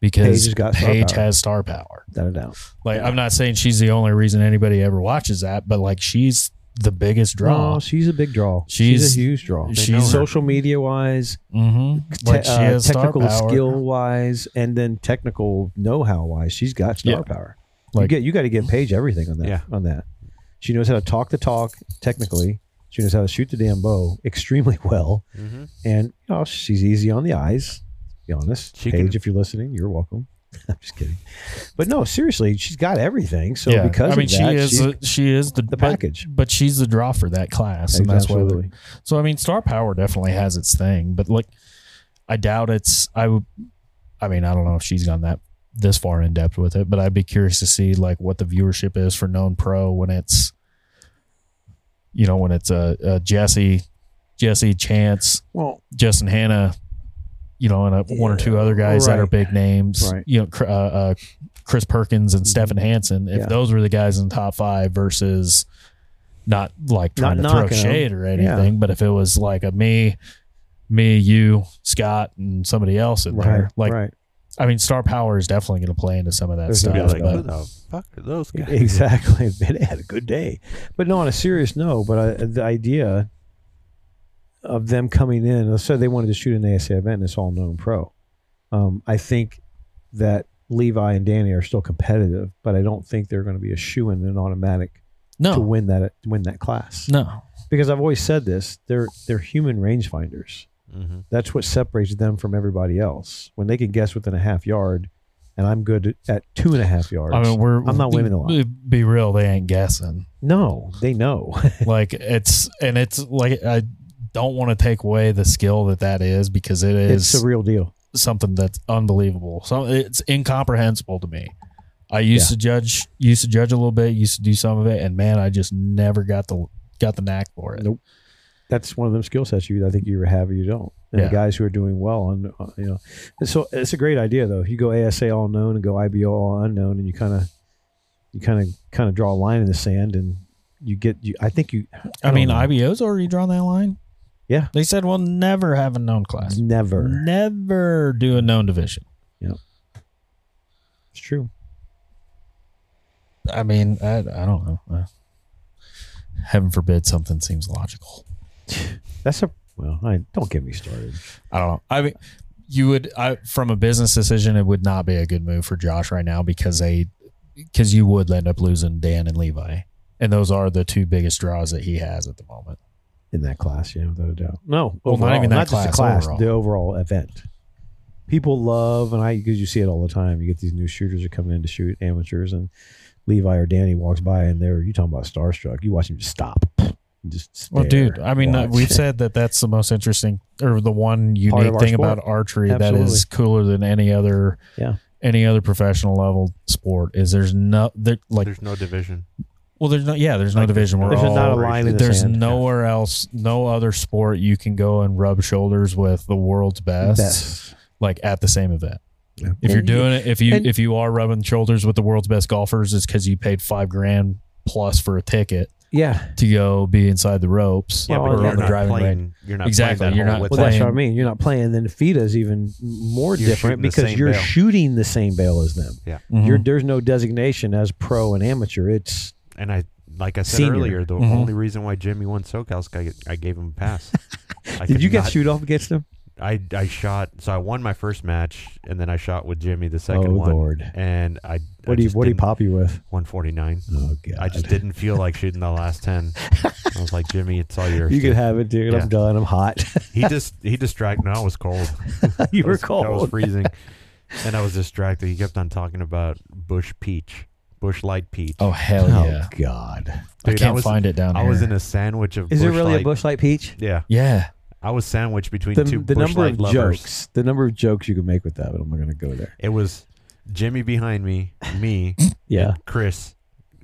Paige Because has got star Paige power. has star power. Without a doubt. Like I'm not saying she's the only reason anybody ever watches that, but like she's the biggest draw. No, she's a big draw. She's, She's- a huge draw. They she's- know her. social media wise, hmm Like she te- uh, has star technical power. skill wise, and then technical know how wise. She's got star Yeah. power. you Like- get you got to give Paige everything on that. Yeah. On that, she knows how to talk the talk technically. She knows how to shoot the damn bow extremely well, Mhm. and you know, she's easy on the eyes. To be honest, She Paige, can- if you're listening, you're welcome. I'm just kidding, but no, seriously, she's got everything. So yeah. because I mean of she that, is she's the, she is the, the but- package. But, she's the draw for that class, and that's why Absolutely. So I mean, star power definitely has its thing, but like, I doubt it's. I would. I mean, I don't know if she's gone that this far in depth with it, but I'd be curious to see like what the viewership is for known pro when it's, you know, when it's a, a Jesse, Jesse Chance, well, Justin Hanna, you know, and a, one or two other guys that are Right. big names, Right. Mm-hmm. you know, Cr- uh, uh, Chris Perkins and Stephen Hansen. If Yeah. those were the guys in the top five versus not like trying Not to knocking throw 'em. shade or Yeah. anything, but if it was like a me, me, you, Scott, and somebody else in right, there, like, right. I mean, star power is definitely going to play into some of that There's no stuff. Be doubt like, about who but, the fuck are those guys? Exactly. They had a good day. But no, on a serious note, but I, the idea of them coming in, let's say they wanted to shoot an ASA event and it's all known pro. Um, I think that Levi and Danny are still competitive, but I don't think they're going to be a shoe in an automatic to no, win that to win that class. no, Because I've always said this, they're they're human rangefinders. hmm That's what separates them from everybody else. When they can guess within a half yard, and I'm good at two and a half yards. I mean, we're, I'm not winning a lot. Be real, they ain't guessing. no, they know. like it's and it's like i don't want to take away the skill that that is because it it's is the real deal. something that's unbelievable so it's incomprehensible to me i used to judge used to judge a little bit used to do some of it and man i just never got the got the knack for it Nope. That's one of them skill sets you I think you either have or you don't. And Yeah. the guys who are doing well on uh, you know, and so it's a great idea though. You go ASA all known and go IBO all unknown, and you kind of you kind of kind of draw a line in the sand, and you get you. I think you. i, mean don't know. ibos already drawn that line Yeah. they said we'll never have a known class never. never do a known division It's true. I mean, I, I don't know. Uh, heaven forbid something seems logical. That's a well. I don't get me started. I don't know. I mean, you would I, from a business decision, it would not be a good move for Josh right now because they because you would end up losing Dan and Levi, and those are the two biggest draws that he has at the moment. in that class, yeah, without a doubt. No, Well, not even that just the class, class, overall. the overall event. People love, and I because you see it all the time. You get these new shooters that come in to shoot amateurs, and Levi or Danny walks by, and they're you talking about starstruck. You watch him just stop, and just stare, Well, dude, I mean, uh, watch. we've said that that's the most interesting or the one of unique our thing sport. about archery that Absolutely. is cooler than any other. Yeah. Any other professional level sport is there's no there like There's no division. well there's no yeah there's no Like, division we're there's all not a line in the there's sand. nowhere else no other sport you can go and rub shoulders with the world's best, Best. like at the same event Yeah. if you're And you- doing it if you and- if you are rubbing shoulders with the world's best golfers it's because you paid five grand plus for a ticket yeah, to go be inside the ropes Yeah, but or you're on the not driving range playing. You're not Exactly, Playing that you're hole not with well, that. that's what I playing- mean. You're not playing. Then FIDA is even more You're different shooting the because same you're bale. shooting the same bail as them. Mhm. You're, there's no designation as pro and amateur. It's And I, like I said Senior. earlier, the Mhm. only reason why Jimmy won SoCal's, I, I gave him a pass. I did could you get not- shoot off against them? I I shot. So I won my first match, and then I shot with Jimmy the second oh one. lord, And I what do you what do you pop you with? 149. Oh god, I just didn't feel like shooting the last ten. I was like, Jimmy, it's all yours. You dude." could have it, dude. Yeah. I'm done. I'm hot. He just he distracted. No, I was cold. you I were was- I was cold. freezing, and I was distracted. He kept on talking about bush peach, bush light peach. oh hell yeah Oh god. i Dude, can't was, find it down I here was in a sandwich of. Is bush it really light. a bushlight peach? Yeah, yeah I was sandwiched between The, two the bush number light of lovers. jokes, the number of jokes you can make with that, but I'm not going to go there. It was Jimmy behind me, me, Yeah, Chris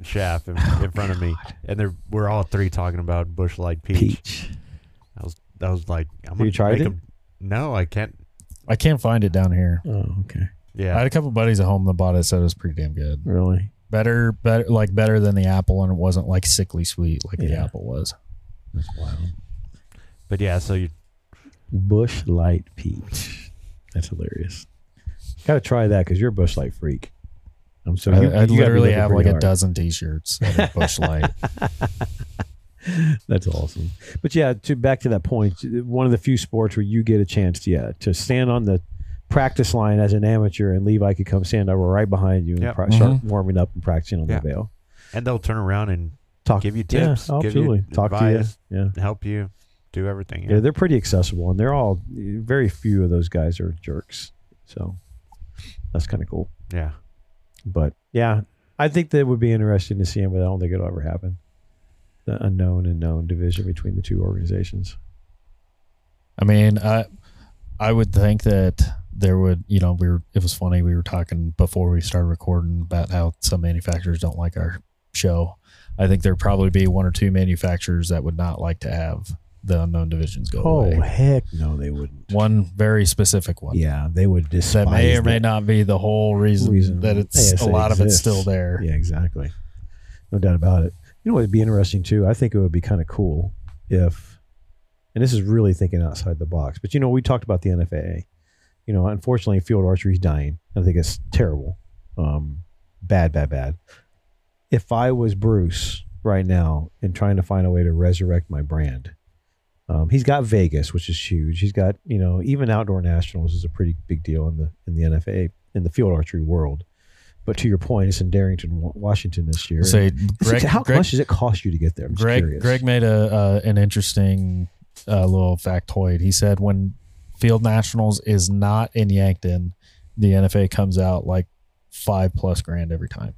Schaff in, Oh in front of me, and they're, we're all three talking about bush light peach. peach. I was like, I'm You gonna tried make it? 'em- No, I can't. i can't find it down here Oh, okay. Yeah, i had a couple buddies at home that bought it said it was pretty damn good Really? better better like better than the apple and it wasn't like sickly sweet like the Yeah. apple was That's wild. but yeah. So you Bush light peach. That's hilarious. Got to try that because you're a bush light freak. I'm so. you- I, I you gotta be literally looking have like pretty a hard. dozen t-shirts at bush light That's awesome. But yeah, to back to that point, one of the few sports where you get a chance, to, yeah, to stand on the practice line as an amateur, and Levi could come stand over right behind you and Yep. pra- start warming up and practicing on Yeah. the veil. and they'll turn around and Talk Give you yeah, tips, give you absolutely. Talk advice. to you. Yeah. help you do everything. yeah, they're pretty accessible, and they're all very few of those guys are jerks. So that's kind of cool. yeah. But yeah, I think that would be interesting to see him, but I don't think it'll ever happen. The unknown and known division between the two organizations. I mean, I I would think that there would, you know, we were it was funny we were talking before we started recording about how some manufacturers don't like our show. I think there'd probably be one or two manufacturers that would not like to have the unknown divisions go Oh away. heck, no, they wouldn't. One very specific one. Yeah, they would despise That may or may that. not be the whole reason, Reason that it's ASA a lot of it's exists. still there. Yeah, exactly. No doubt about it. You know what would be interesting too? I think it would be kind of cool if, and this is really thinking outside the box, but you know, we talked about the NFAA. You know, unfortunately, field archery is dying. I think it's terrible. Um, bad, bad, bad. If I was Bruce right now and trying to find a way to resurrect my brand, um, he's got Vegas, which is huge. He's got, you know, even outdoor nationals is a pretty big deal in the in the NFAA in the field archery world. But to your point, it's in Darrington, Wa- Washington this year. Say It's- Greg, how Greg much does it cost you to get there? I'm just Greg, curious. Greg made a uh, an interesting uh, little factoid. He said when Field Nationals is not in Yankton, the NFA comes out like five plus grand every time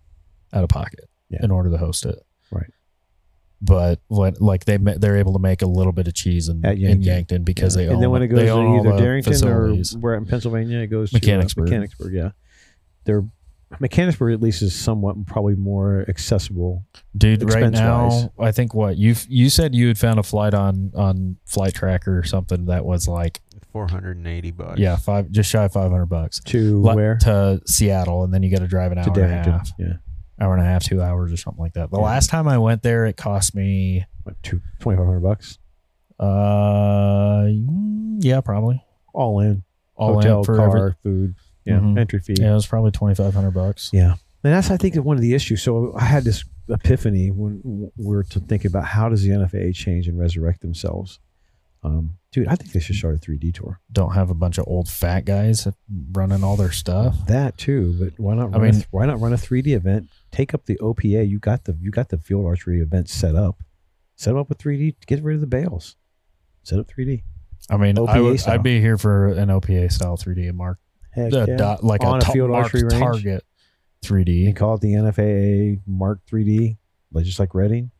out of pocket Yeah. in order to host it. Right. But what like they ma- they're able to make a little bit of cheese in, At in Yankton. Yankton because they and own then when it they goes own all to either the Darrington facilities. or where in Pennsylvania, it goes to uh, Mechanicsburg. Mechanicsburg, yeah. They're Mechanicsburg at least is somewhat probably more accessible. dude right now expense-wise. i think what you you said you had found a flight on on flight tracker or something that was like Four hundred and eighty bucks. yeah five just shy of 500 bucks To Like, where? to Seattle, and then you got to drive an to hour and a Darrington. half, Yeah. hour and a half, two hours or something like that. The Yeah. last time I went there, it cost me, What, two twenty five hundred bucks. uh, yeah, probably All in. all Hotel, in for car, every, food. Yeah. Mhm. Entry fee. yeah, it was probably twenty five hundred bucks. Yeah. And that's, I think, one of the issues. So I had this epiphany when we're to think about how does the NFA change and resurrect themselves. Um, dude, I think they should start a 3D tour. Don't have a bunch of old fat guys running all their stuff. That too, but why not? I Run a mean- th- why not run a 3D event? Take up the OPA. You got the you got the field archery event set up. Set them up with 3D. Get rid of the bales. Set up 3D. I mean, I OPA would, style. I'd be here for an OPA style 3D mark, Heck uh, yeah. dot, like On a, a top field marked archery range? target You 3D. call it the NFAA Mark 3D, like just like Reading.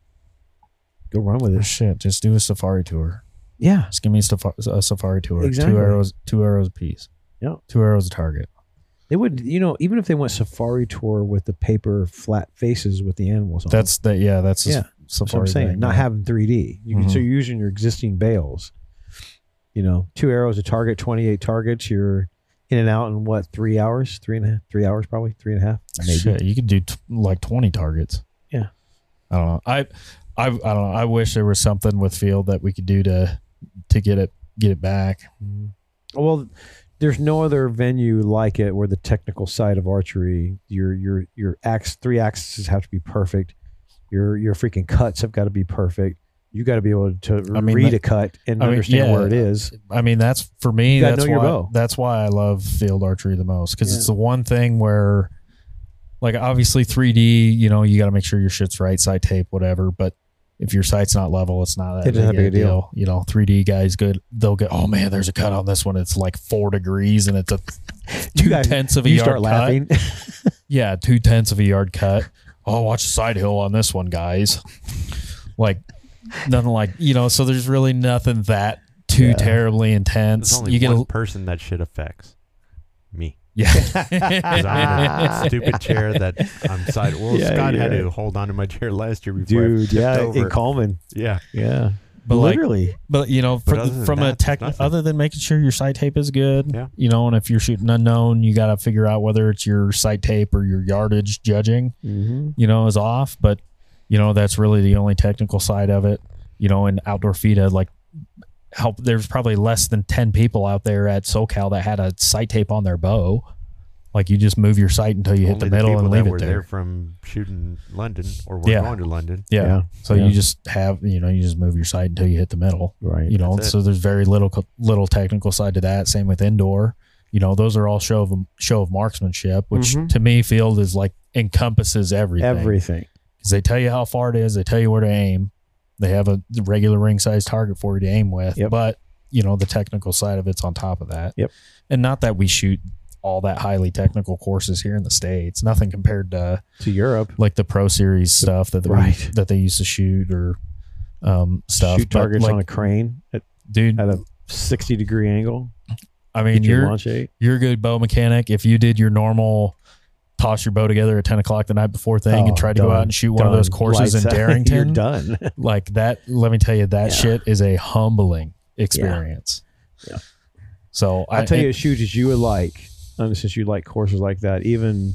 Go run with it. Oh, Shit, just do a safari tour. Yeah, Just give me a, safa- a safari tour. Exactly. Two arrows, two arrows a piece. Yep. Two arrows a target. they would. You know, even if they went safari tour with the paper flat faces with the animals on, them. That's the yeah. That's the Yeah, safari. That's what I'm saying. thing, Not yeah. Mm-hmm. having 3D. You can, so you're using your existing bales. You know, two arrows a target, 28 targets. You're in and out in what three hours? Three and a half? Three hours probably? Three and a half? Maybe. Shit, you could do t- like 20 targets. Yeah. I don't know. I, I, I don't know. I wish there was something with field that we could do to, to get it, get it back. Mhm. Well, there's no other venue like it where the technical side of archery, your your your ax three axes have to be perfect. Your your freaking cuts have got to be perfect. You got to be able to I mean, read that- a cut and I mean, understand yeah. where it is. I mean, that's for me. You gotta That's know your why. bow. That's why I love field archery the most because Yeah. it's the one thing where, like, obviously 3D. You know, you got to make sure your shit's right, sight tape, whatever. But if your sight's not level, it's not that It big, doesn't have a a big deal. deal. You know, 3D guys, good. They'll get. Oh man, there's a cut on this one. It's like four degrees, and it's a two guys- tenths of a You yard start cut. laughing. Yeah, two tenths of a yard cut. Oh, watch the side hill on this one, guys. Like nothing like you know. So there's really nothing that too Yeah. terribly There's intense. only You get one a, person that shit affects me. Because I'm in yeah. a stupid chair that I'm side. Well, Yeah, Scott had yeah. to hold on to my chair last year before. I- Dude, yeah, over. in Coleman. yeah, Yeah. but like, literally, but you know, But for, other than from a that, tech, there's nothing. other than making sure your sight tape is good, Yeah. you know, and if you're shooting unknown, you got to figure out whether it's your sight tape or your yardage judging. you know, is off, but you know, that's really the only technical side of it. You know, in outdoor FIDA, like help there's probably less than ten people out there at SoCal that had a sight tape on their bow. Like you just move your sight until you hit only the middle people and that leave were it there there. from shooting London or were Yeah. going to London. Yeah. Yeah. So Yeah. you just have you know, you just move your sight until you hit the middle. Right. You know, That's it. so there's very little little technical side to that. Same with indoor. You know, those are all show of show of marksmanship, which Mm-hmm. Mhm. to me field is like encompasses everything. Everything. because they tell you how far it is, they tell you where to aim, they have a regular ring size target for you to aim with. Yep. But you know the technical side of it's on top of that. Yep. And not that we shoot all that highly technical courses here in the states, nothing compared to To Europe. like the pro series stuff that they, Right. that they used to shoot or um, stuff. Shoot But, targets like, on a crane at, dude. at a 60 degree angle. I Get mean, your you're launch eight. you're a good bow mechanic. If you did your normal toss your bow together at ten o'clock the night before thing Oh, and tried to go done, out and shoot one of done. those courses Lights in out. Darrington, You're done. like that let me tell you that Yeah. shit is a humbling experience Yeah. so I, I'll tell you, as huge as you would like, and since you like courses like that, even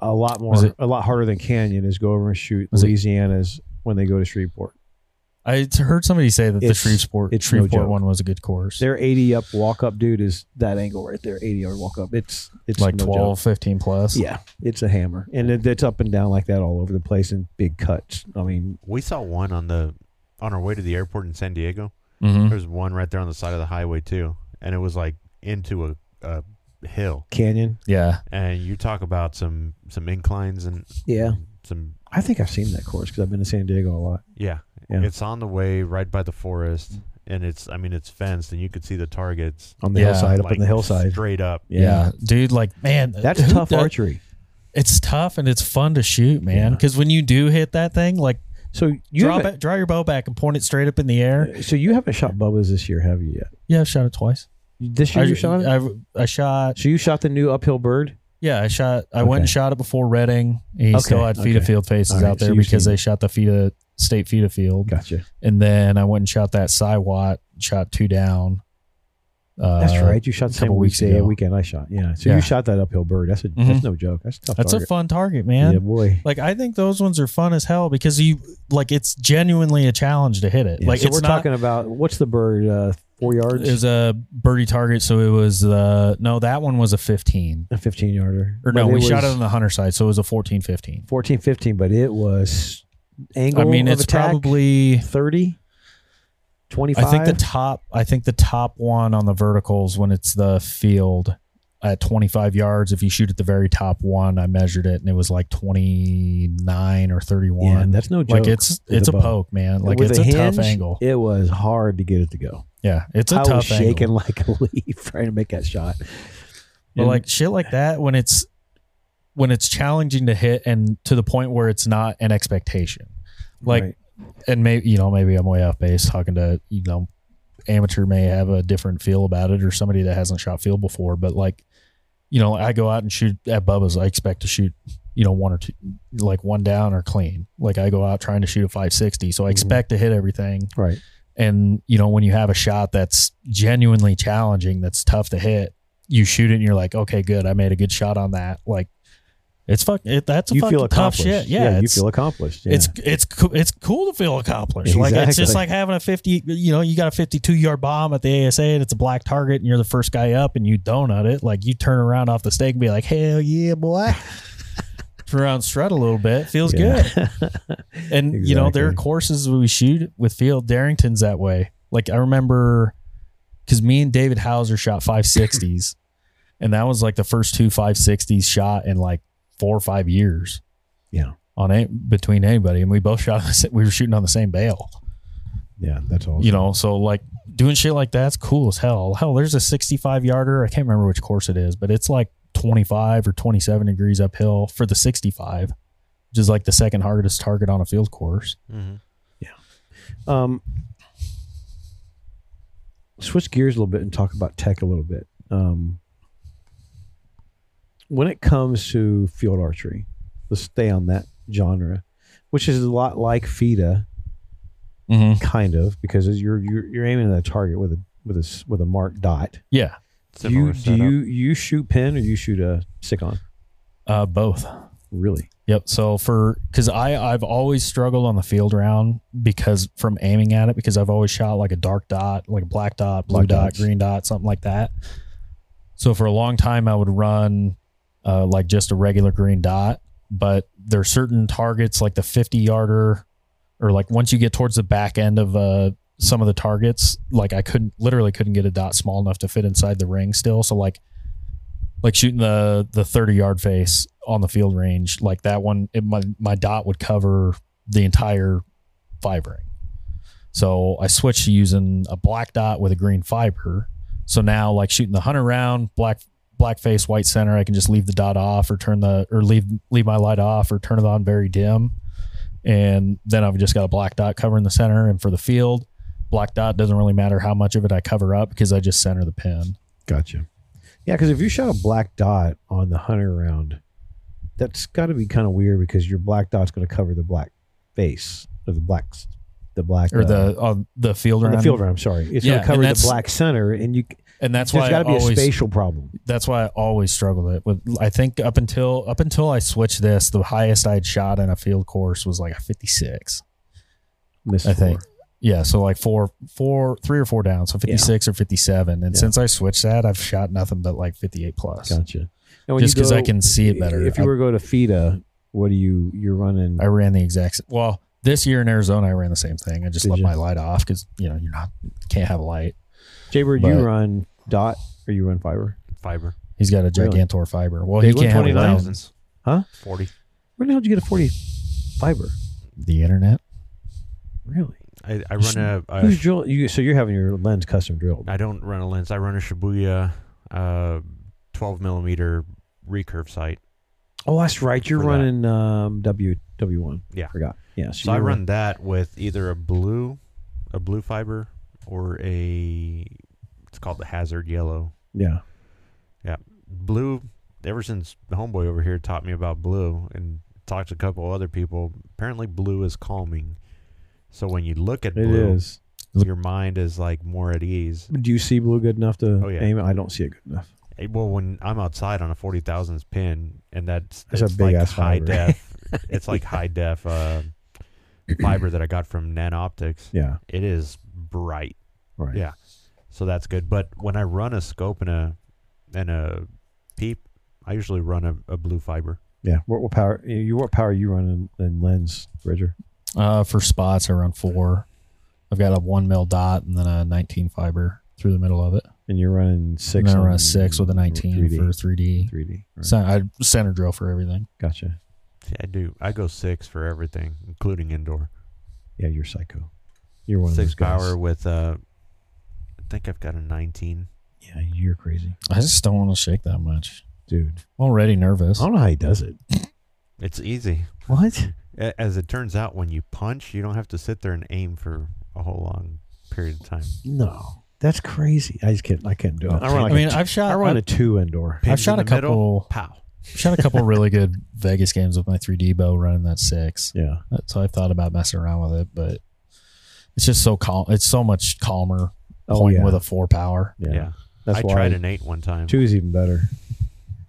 a lot Was more, it- a lot harder than Canyon is go over and shoot Was it- Louisiana's when they go to Shreveport. i heard somebody say that the It's- shreveport it's no shreveport joke. one was a good course Their 80 up walk up, dude, is that angle right there, 80 yard walk up. It's it's like no joke. 12 15 plus Yeah, it's a hammer, and it, it's up and down like that all over the place in big cuts. I mean, We saw one on the on our way to the airport in San Diego. Mm-hmm. Mhm. There's one right there on the side of the highway too, and it was like into a, a hill. canyon. yeah And you talk about some some inclines and Yeah, some I think I've seen that course because I've been to San Diego a lot. yeah. Yeah. It's on the way right by the forest, and it's I mean it's fenced, and you could see the targets On the Yeah, hillside, up like, in the hillside. straight up. yeah, dude like man that's who tough does- archery. it's tough and it's fun to shoot man Yeah. because when you do hit that thing like So you draw, haven't, back, draw your bow back and point it straight up in the air so you haven't shot Bubba's this year, have you yet? yeah i shot it twice This year I, uh, you shot it. I, I shot so you shot the new uphill bird. Yeah, I shot. I went Okay. and shot it before Reading. He still had feet okay. of field faces All right, out so there you've because seen they shot the feet of state feet of field, Gotcha. and then I went and shot that Cywat, shot two down. Uh, That's right. You shot the same couple weeks weeks day ago. weekend I shot. Yeah. So Yeah. you shot that uphill bird. That's a that's Mhm. no joke. That's a tough. That's a target. fun target, man. Yeah, boy. Like I think those ones are fun as hell because you like it's genuinely a challenge to hit it. Yeah. Like so it's we're not talking about what's the bird? Uh, four yards, It was a birdie target, so it was uh no, that one was a 15. a 15 yarder. Or no, But we shot it was on the hunter side, so it was a 14 15. 14, 15, but it was angle. I mean, of it's attack, probably 30, 25. I think the top I think the top one on the verticals when it's the field at 25 yards if you shoot at the very top one, I measured it and it was like 29 or 31. yeah, that's no joke. like it's with it's the bow. a poke, man. Like With it's a, tough hinge, angle. It was hard to get it to go. yeah, it's a I tough was shaking angle. like a leaf trying to make that shot. But And- like shit like that when it's when it's challenging to hit and to the point where it's not an expectation. Like Right. and maybe you know maybe I'm way off base talking to you know amateur may have a different feel about it or somebody that hasn't shot field before, but like you know I go out and shoot at Bubba's, I expect to shoot you know one or two like one down or clean. Like I go out trying to shoot a 560, so I Mhm. expect to hit everything. right. And you know, when you have a shot that's genuinely challenging, that's tough to hit, you shoot it and you're like, okay, good, I made a good shot on that. Like, it's fuck, it, that's a you fucking feel tough accomplished. shit. Yeah, you it's, feel accomplished. Yeah. it's it's co- it's cool to feel accomplished. Like it's just Exactly. like having a fifty, you know, you got a fifty-two yard bomb at the ASA and it's a black target and you're the first guy up and you donut it. Like you turn around off the stake and be like, hell yeah, boy. turn around, strut a little bit, feels good. And you know, there are Exactly. courses we shoot with field. Darrington's that way. Like I remember because me and David Hauser shot five sixties, and that was like the first two five sixties shot in like four or five years. Yeah. On a, between anybody, and we both shot. on the sa- We were shooting on the same bail, yeah, that's awesome. you know. So like doing shit like that's cool as hell. Hell, there's a 65 yarder. I can't remember which course it is, but it's like 25 or 27 degrees uphill for the 65, which is like the second hardest target on a field course. Mm-hmm. Um, switch gears a little bit and talk about tech a little bit. Um, when it comes to field archery, let's stay on that genre, which is a lot like FIDA, Mm-hmm. kind of, because you're you're, you're aiming at a target with a with a s- with a marked dot. Yeah, Do you do you you shoot pin or you shoot a stick on? uh, both. Really? Yep. So for because I I've always struggled on the field round because from aiming at it because I've always shot like a dark dot, like a black dot, blue Black dot, dots. green dot, something like that. So for a long time I would run uh, like just a regular green dot, but there are certain targets like the fifty yarder, or like once you get towards the back end of uh, some of the targets, like I couldn't literally couldn't get a dot small enough to fit inside the ring still. So like like shooting the the 30 yard face on the field range like that one it, my my dot would cover the entire five ring so i switched to using a black dot with a green fiber so now like shooting the hunter round black black face white center i can just leave the dot off or turn the or leave leave my light off or turn it on very dim and then i've just got a black dot covering the center and for the field black dot doesn't really matter how much of it i cover up because i just center the pin Gotcha. Yeah, because if you shot a black dot on the hunter round, that's got to be kind of weird because your black dot's going to cover the black face or the black, s- the black or uh, the on the field on round the field round. I'm sorry, it's Yeah, going and to cover the that's- black center, and you and that's why there's I got to be always, a spatial problem. That's why I always struggled it with. I think up until up until I switched this, the highest I'd shot in a field course was like a fifty six. Miss I four. think. Yeah, so like four, four, three or four down, so fifty six or fifty seven. And Yeah. since I switched that, I've shot nothing but like fifty eight plus, Gotcha. And when just you because I go- can see it better. If you were to go to FIDA, what do you you're running? I, I ran the exact. s- Well, this year in Arizona, I ran the same thing. I just Did left you? my light off because you know you're not can't have a light. Jaybird, but- you run dot or you run fiber? Fiber. He's got a Really? gigantor fiber. Well, Big he can't have a 129? light. Thousands. Huh? Forty. Where the hell did you get a forty fiber? The internet. Really? I, I run a. a Who's drill? You so you're having your lens custom drilled? I don't run a lens. I run a Shibuya, uh, twelve millimeter recurve sight. Oh, that's right. You're for that. running um, W W one. Yeah. forgot. Yeah, so, So I you're- run that with either a blue, a blue fiber, or a. It's called the hazard yellow. Yeah, Blue. Ever since the homeboy over here taught me about blue and talked to a couple other people, apparently blue is calming. So when you look at it is. blue, your mind is like more at ease. Do you see blue good enough to Oh, yeah. aim? it? I don't see it good enough. Hey, Well, when I'm outside on a forty thousandths pin, and that's That's a it's big like ass high fiber. def. It's like high def uh, fiber that I got from Nan Optics. Yeah, It is bright. right. Yeah. so that's good. But when I run a scope and a and a peep, I usually run a, a blue fiber. Yeah. What, what power? You what power you running in lens, Bridger? Uh, for spots, I run four. I've got a one mil dot and then a 19 fiber through the middle of it. And you're running And six. then I run on a six with a 19 3D. for 3D. Three D. Right. Cen- I center drill for everything. Gotcha. See, I do. I go six for everything, including indoor. Yeah, you're psycho. You're one Six of those guys. power with uh, I think I've got a nineteen. Yeah, you're crazy, I just don't want to shake that much. dude. I'm already nervous. I don't know how he does it. It's easy. What? A- As it turns out, when you punch, you don't have to sit there and aim for a whole long period of time. No, that's crazy. I just can't. I can't do it. I, run I like mean, a t- I've shot. I run a two indoor. I've Pins shot in a the middle, couple- Pow. Shot a couple really good Vegas games with my 3D bow running that six. Yeah. So I thought about messing around with it, but it's just so calm. It's so much calmer Oh pointing yeah. with a four power. yeah. Yeah. That's I why tried an eight one time. Two is even better.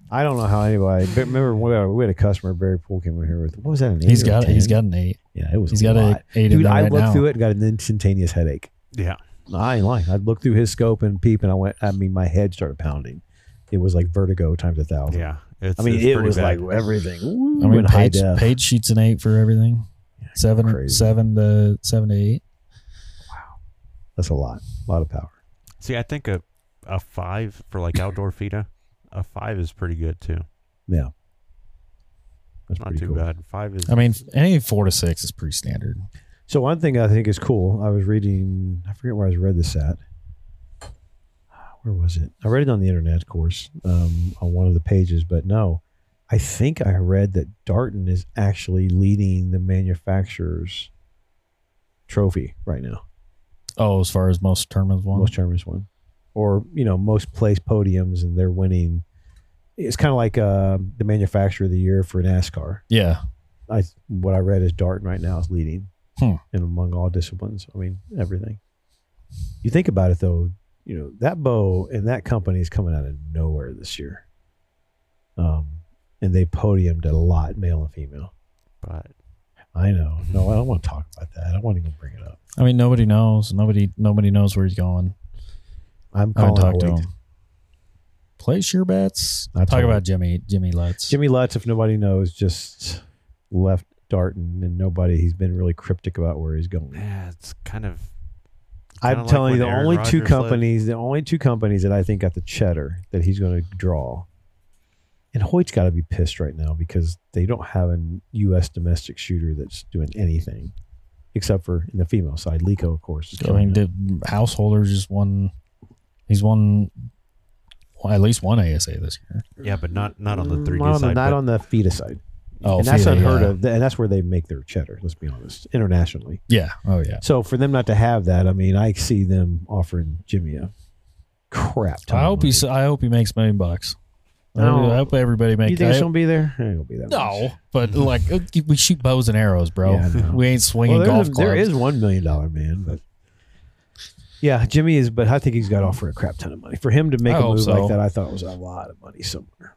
I don't know how anybody. But remember, we had, we had a customer, Barry Poole, came over here with. What was that? An eight He's or a got he's 10? got an eight. Yeah, it was. He's a got lot. a eight in Dude, there I right looked now. through it and got an instantaneous headache. Yeah. I ain't lying. I'd look through his scope and peep, and I went. I mean, my head started pounding. It was like vertigo times a thousand. Yeah. It's, I mean, it's it pretty was bad. like everything. Ooh, I mean, and high page, def. page sheets an eight for everything. Seven, crazy. seven to seven to eight. That's a lot. A lot of power. See, I think a a five for like outdoor feta, a five is pretty good too. Yeah. That's Not pretty too cool. bad. Five is I mean, any four to six is pretty standard. So one thing I think is cool. I was reading. I forget where I read this at. Where was it? I read it on the internet, of course, um, on one of the pages. But no, I think I read that Darton is actually leading the manufacturers' trophy right now. Oh, as far as most tournaments one. Most tournaments won, or you know, most place podiums, and they're winning. It's kind of like uh, the manufacturer of the year for NASCAR. yeah, I what I read is Darton right now is leading, Hmm. and among all disciplines, I mean everything. You think about it though, you know that bow and that company is coming out of nowhere this year, um, and they podiumed a lot, male and female. but I know. No, I don't want to talk about that. I don't want to even bring it up. I mean, nobody knows. Nobody, nobody knows where he's going. I'm I haven't calling talked it to a week. him. Place your bets. I Talk told about him. Jimmy, Jimmy Lutz. Jimmy Lutz, if nobody knows, just left Darton, and nobody. He's been really cryptic about where he's going. yeah, it's kind of I'm Kinda like telling you, the when Aaron only two Rodgers companies, the only two companies that I think got the cheddar that he's going to draw, and Hoyt's got to be pissed right now because they don't have an U.S. domestic shooter that's doing anything, except for in the female side. Lico, of course, is I killing mean, it. did, householders just won. He's won well, at least one ASA this year. yeah, but not not on the Mm, three D not on the- side. not but on the FIDA side, Oh, and that's Fia, unheard yeah. of. And that's where they make their cheddar. Let's be honest, internationally. Yeah. Oh, yeah. So for them not to have that, I mean, I see them offering Jimmy a crap. ton I of hope he. money. s- I hope he makes a million bucks. I hope- No. I hope everybody You makes. think I he's hope- going to be there? He ain't gonna be that much. No, but like uh, we shoot bows and arrows, bro. Yeah, I know. we ain't swinging Well, golf there's clubs. a- There is one million dollar man, but yeah, Jimmy is. But I think he's got off for a crap ton of money for him to make I a hope move so. like that. I thought was a lot of money somewhere.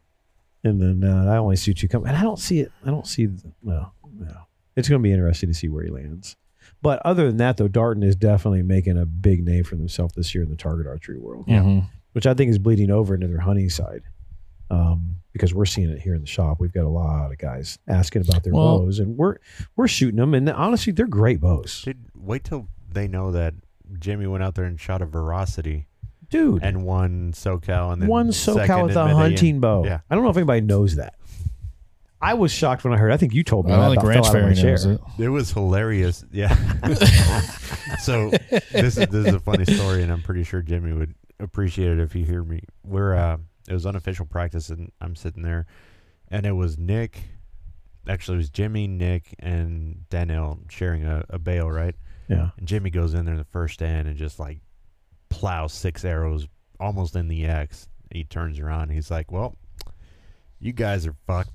And then uh, I only see two come, and I don't see it. I don't see the, no, no. It's going to be interesting to see where he lands. But other than that, though, Darton is definitely making a big name for themselves this year in the target archery world Mhm. which I think is bleeding over into their hunting side. Um, because we're seeing it here in the shop. We've got a lot of guys asking about their Well- bows and we're we're shooting them and honestly they're great bows. Dude, wait till they know that Jimmy went out there and shot a Veracity Dude, and won SoCal and then one second SoCal with in a Medellin. hunting bow. Yeah. I don't know if anybody knows that. I was shocked when I heard I think you told me I and don't think about Ranch fell out of my Fairy knows chair. it. It was hilarious. Yeah. so this is this is a funny story, and I'm pretty sure Jimmy would appreciate it if you hear me. We're uh, it was unofficial practice, and I'm sitting there, and it was Nick. Actually, it was Jimmy, Nick, and Danielle sharing a, a bail, right? Yeah. And Jimmy goes in there the first stand and just like plows six arrows almost in the X. He turns around. He's like, "Well, you guys are fucked.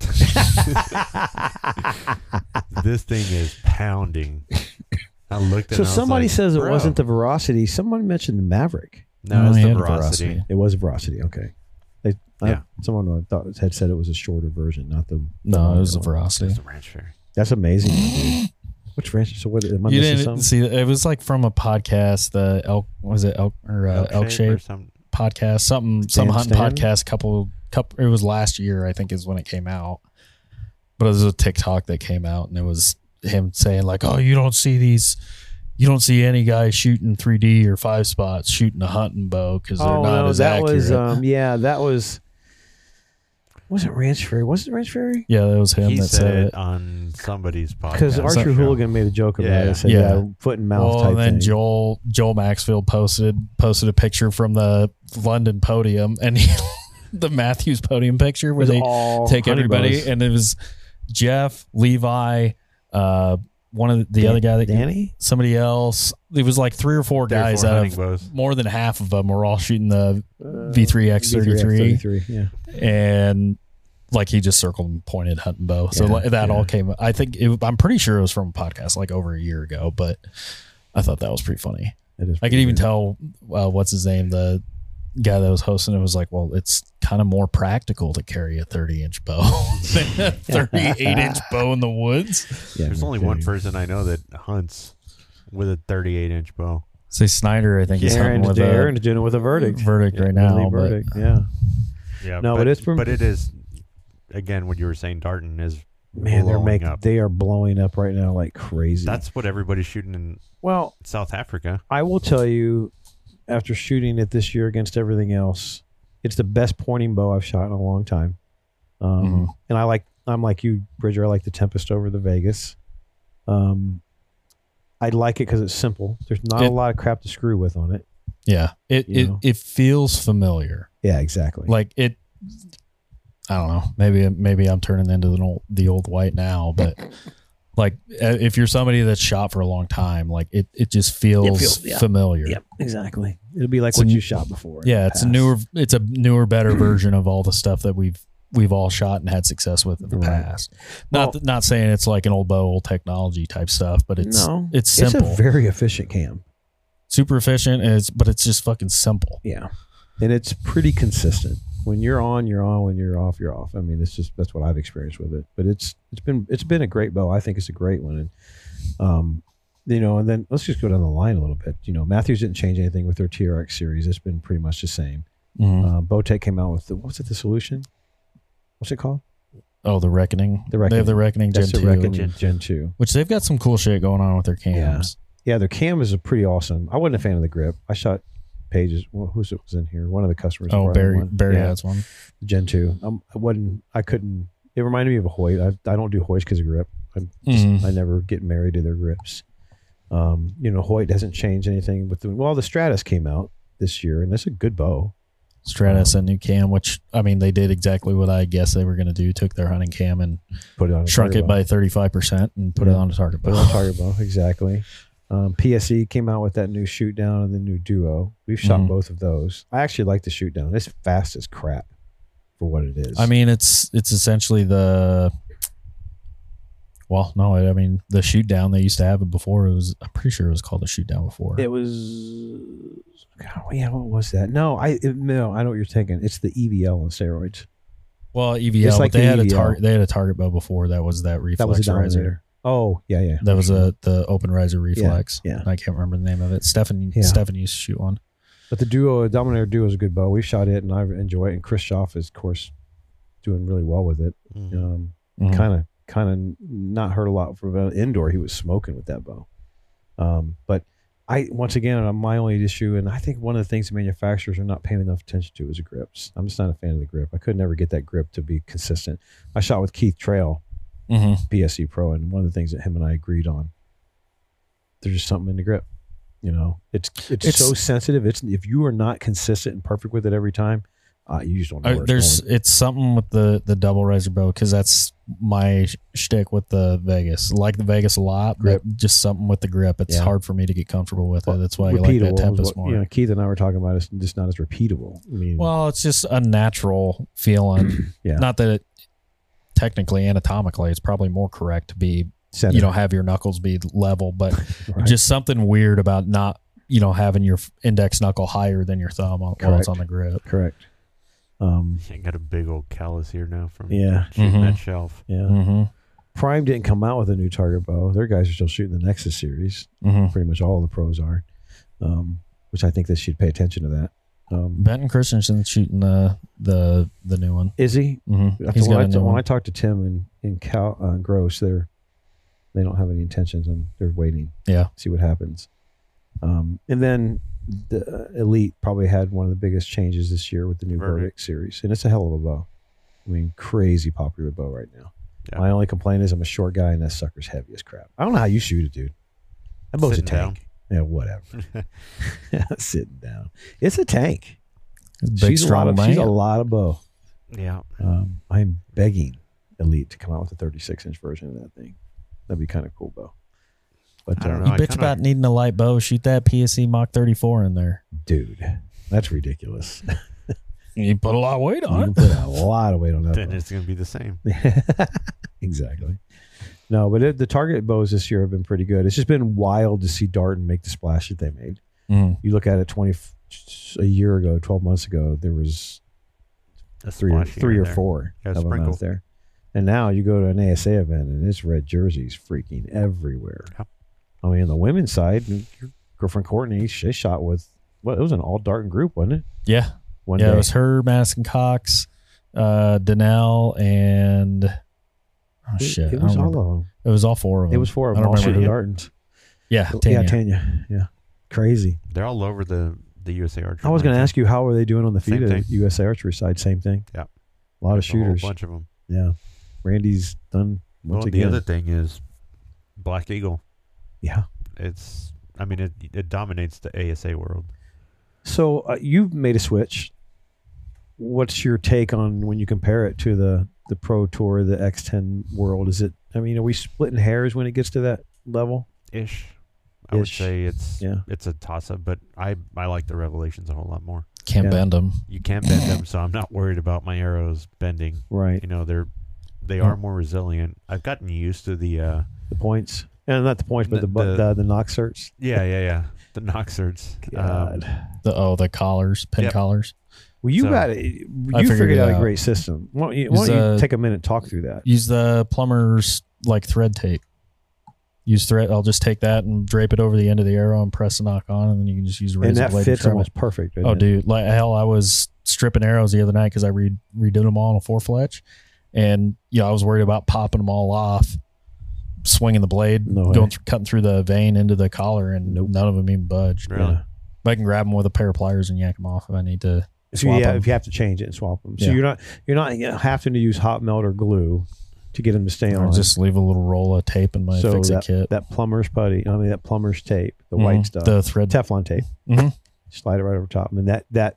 this thing is pounding." I looked at. So him, I was somebody like, says it "Bro, wasn't the Veracity. Someone mentioned the Maverick. No, No, it's he the had a veracity. Veracity. It was a Veracity. Okay. They, I- Yeah. someone I thought had said it was a shorter version, not the. No, it was the Veracity. Veracity. It's the ranch fair. That's amazing. dude. Which ranch? So what? Am I you missing didn't something? see it was like from a podcast, the elk was it elk or uh, elk or shape something. podcast, something some Stand- hunting stand? podcast. Couple, couple. It was last year, I think, is when it came out. But it was a TikTok that came out, and it was him saying like, "Oh, you don't see these." You don't see any guy shooting 3D or five spots shooting a hunting bow because they're not as Oh, that accurate. was um, yeah, that was. Was it Ranch Ferry? Was it Ranch Ferry? yeah, that was him He that said said it it. on somebody's podcast. Because Archer Show. Hooligan made a joke about Yeah. it. Said, yeah. Yeah. foot and mouth Well, type and then thing. Joel Joel Maxfield posted posted a picture from the London podium and he, the Matthews podium picture where Was they all take honey everybody, bows. and it was Jeff, Levi, uh, one of the, the Dan- other guy that Danny. somebody else. It was like three or four Three or guys four out hunting of bows. more than half of them were all shooting the Uh, V3X33, V3X33, Yeah. and like he just circled and pointed hunting bow. So Yeah, like, that yeah. all came. I think it, I'm pretty sure it was from a podcast like over a year ago, but I thought that was pretty funny. It is I could pretty even good. tell uh, what's his name, the guy that was hosting. It was like, well, it's kind of more practical to carry a 30 inch bow than a 38 inch bow in the woods. Yeah, There's no only one kidding. person I know that hunts with a 38 inch bow. Say Snyder, I think is hunting Aaron's, with Aaron's doing it with a verdict. a verdict Yeah, right Lee now. but- verdict, yeah. Yeah, No, but but it's from- but it is again what you were saying. Darton is Man, they're blowing making up. they are blowing up right now like crazy. That's what everybody's shooting in well, South Africa. I will tell you, after shooting it this year against everything else, it's the best pointing bow I've shot in a long time. Um, Mhm. And I like I'm like you, Bridger. I like the Tempest over the Vegas. Um, I like it because it's simple. There's not a It- lot of crap to screw with on it. yeah, it, You it, know. it feels familiar. Yeah, exactly. Like it, I don't know. Maybe maybe I'm turning into the old, the old white now, but like uh, if you're somebody that's shot for a long time, like it it just feels, feels- yeah. familiar. yep, exactly. It'll be like It's a what n- you shot before. in yeah the it's a past. newer it's a newer better version of all the stuff that we've we've all shot and had success with in the Right. past not th- not saying it's like an old bow old technology type stuff but it's no, it's simple It's a very efficient cam. super efficient and it's but it's just fucking simple Yeah. And it's pretty consistent. When you're on, you're on. When you're off, you're off. I mean, it's just that's what I've experienced with it. But it's it's been it's been a great bow. I think it's a great one. And um, you know, and then let's just go down the line a little bit. You know, Matthews didn't change anything with their TRX series. It's been pretty much the same. Mhm. Uh, Bowtech came out with the what's it? The solution? What's it called? oh the reckoning The they have the reckoning gen That's 2 the Reckoning Gen Gen, two. two. which they've got some cool shit going on with their cams Yeah, their cam is a pretty awesome. I wasn't a fan of the grip. I shot pages. Well, who's it was in here? One of the customers. oh brought in barry one. barry Yeah. has one Gen two. Um, I wasn't. I couldn't. It reminded me of a Hoyt. I, I don't do Hoyts because of grip. I'm just, Mhm. I never get married to their grips. Um, you know, Hoyt hasn't changed anything with the. Well, the Stratus came out this year, and it's a good bow. stratus and new cam which i mean they did exactly what i guess they were going to do took their hunting cam and Put it on. a shrunk target it bow. by 35% and put it Yeah. on a target Put it on a bow target bow exactly. Um, PSE came out with that new shoot down and the new duo. We've shot Mhm. both of those. I actually like the shoot down. It's fast as crap for what it is. I mean, it's it's essentially the. Well, no, I I mean the shoot down they used to have it before. It was I'm pretty sure it was called a shoot down before. It was. God, yeah, what was that? No, I it- no, I know what you're thinking. It's the EVL on steroids. well, EVL, like but they the had a EVL. target. They had a target bow before that was that reflex That was a riser. dominator. Oh yeah, yeah. That was a the open riser reflex. yeah. I can't remember the name of it. Stefan Yeah. Stefan used to shoot one. But the duo, dominator duo, is a good bow. We shot it, and I enjoy it. And Chris Schaff is, of course, doing really well with it. Um, Mhm. kind of kind of not hurt a lot for about indoor. He was smoking with that bow. Um, but I once again, uh, my only issue, and I think one of the things manufacturers are not paying enough attention to is the grips. I'm just not a fan of the grip. I could never get that grip to be consistent. I shot with Keith Trail, Mhm. BSE Pro, and one of the things that him and I agreed on, there's just something in the grip. You know, it's it's, It's- so sensitive. It's if you are not consistent and perfect with it every time, uh, you just don't know. Uh, where it's there's going. it's something with the the double riser bow because that's my sh- shtick with the Vegas. Like the Vegas a lot, Grip. but just something with the grip. It's Yeah. hard for me to get comfortable with Well, it. That's why I like that repeatable is Tempest what- more. You know, Keith and I were talking about it's just not as repeatable. I mean, Well, it's just a natural feeling. Yeah. Not that it technically anatomically it's probably more correct to be center, you know have your knuckles be level, but right? just something weird about not you know having your index knuckle higher than your thumb while while Correct. it's on the grip. correct. Um, I got a big old callus here now from yeah, shooting Mhm. that shelf. yeah. Mm-hmm. Prime didn't come out with a new target bow. Their guys are still shooting the Nexus series. Mm-hmm. Pretty much all the pros are, um, which I think they should pay attention to that. Um, Benton Christensen's shooting the the the new one. is he? Mm-hmm. After He's when, got I, a new when I one. talked to Tim and and Cal uh, Gross, they're they don't have any intentions and they're waiting. Yeah. see what happens. Um, and then the uh, Elite probably had one of the biggest changes this year with the new Verdict. Verdict, series, and it's a hell of a bow. I mean, crazy popular bow right now. Yeah. My only complaint is I'm a short guy and that sucker's heavy as crap. I don't know how you shoot it, dude. That bow's a Sitting down. tank. Yeah, whatever. Sitting down, it's a tank. Big she's a lot strong of man. she's a lot of bow. Yeah. Um, I'm begging Elite to come out with a 36 inch version of that thing. That'd be kind of cool, though. But I don't uh, know. you I bitch kinda- about needing a light bow. Shoot that PSC Mach 34 in there. dude, that's ridiculous. You put a lot of weight you can put a lot of weight on Then that. it's gonna be the same. bow. exactly. No, but it, the target bows this year have been pretty good. It's just been wild to see Darton make the splash that they made. Mm. You look at it 20 f- a year ago, 12 months ago, there was That's three or splotchy three in or there. four Yeah, of them sprinkle. out there. And now you go to an ASA event and it's red jerseys freaking everywhere. Yep. I mean, the women's side, your girlfriend Courtney, she shot with well, it was an all Darton group, wasn't it? Yeah. One yeah, day. it was her, Madison Cox, uh, Donnell, and oh It- shit, It, I don't was all remember. of them. it was all four of them. It was four of I them. don't All remember shooting who- Dartons. yeah, Yeah, Tanya. Tanya. Yeah, crazy. They're all over the the USA Archery. I was going to market. ask you how are they doing on the Same FIDA thing. USA Archery side? Same thing. Yep. A lot of There's a whole shooters. bunch of them. Yeah. Randy's done once well, again. the other thing is Black Eagle. yeah. It's I mean it it dominates the ASA world. So uh, you've made a switch. What's your take on when you compare it to the the Pro Tour, the X10 world? Is it? I mean, are we splitting hairs when it gets to that level? Ish. I would Ish. say it's Yeah. it's a toss up, but I I like the Revelations a whole lot more. Can't Yeah. bend them. You can't bend them, so I'm not worried about my arrows bending. Right. You know they're they Yeah. Oh. are more resilient. I've gotten used to the uh The points, and not the points, but the The- the the, the- the knock certs. yeah yeah yeah the Um, Noxerts. Um, God. The oh, the collars, pin Yep. collars. well, you so- got it. You I figured, figured it out, a out. great system. Why don't you, why Is, don't you uh, take a minute and talk through that? Use the plumber's like thread tape. Use thread. I'll just take that and drape it over the end of the arrow and press the knock on, and then you can just use a And razor that blade. fits to trim it. almost perfect. doesn't Oh, it? dude! Like hell, I was stripping arrows the other night because I re- redid them all on a four fletch, and you know I was worried about popping them all off, swinging the blade, No way. going through, cutting through the vein into the collar, and Nope. none of them even budged. Really? Yeah. But I can grab them with a pair of pliers and yank them off if I need to. So Swap yeah, 'em. if you have to change it and swap them, so Yeah. you're not you're not having to use hot melt or glue to get them to stay Or on. just leave a little roll of tape in my so fix it that, kit. that plumber's putty, I mean that plumber's tape, the Mhm. white stuff, the thread. Teflon tape. Mhm. Slide it right over top, I mean that that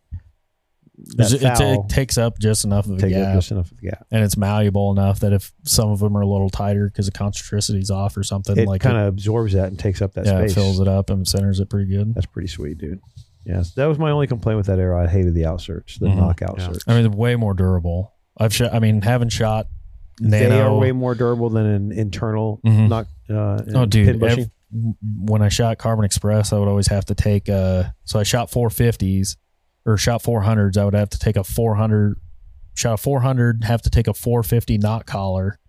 that It, it ta- foul takes up just enough of a take up gap, just enough of the gap. and it's malleable enough that if some of them are a little tighter because the concentricity's off or something, It like kind of absorbs that and takes up that it, yeah, it space. fills it up and centers it pretty good. That's pretty sweet, dude. Yes, that was my only complaint with that arrow. I hated the out search, the Mhm. knockout Yeah. search. I mean, they're way more durable. I've shot. I mean, having shot nano. they are way more durable than an internal Mhm. knock. Uh, oh, pin dude! bushing. ev- when I shot Carbon Express, I would always have to take. Uh, so I shot 450s or shot 400s. I would have to take a 400. Shot a 400. Have to take a 450 knot collar,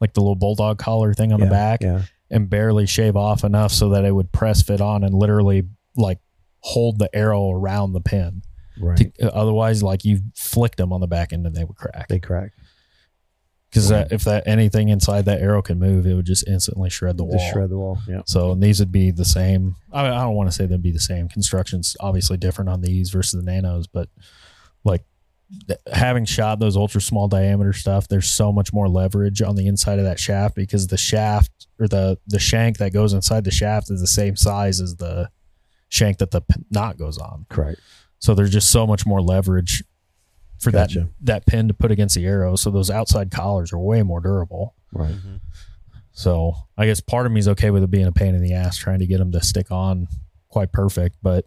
like the little bulldog collar thing on Yeah, the back, Yeah, and barely shave off enough so that it would press fit on and literally like hold the arrow around the pin. right. To- otherwise, like you flicked them on the back end and they would crack. they crack. because if that anything inside that arrow could move, it would just instantly shred the wall. Just shred the wall. Yeah. So and these would be the same. I, mean, I don't want to say they'd be the same. Construction's obviously different on these versus the nanos, but like th- having shot those ultra small diameter stuff, there's so much more leverage on the inside of that shaft because the shaft or the the shank that goes inside the shaft is the same size as the shank that the p- knot goes on. Correct. So there's just so much more leverage for Gotcha. that that pin to put against the arrow. So those outside collars are way more durable. Right. Mhm. So I guess part of me is okay with it being a pain in the ass trying to get them to stick on quite perfect, but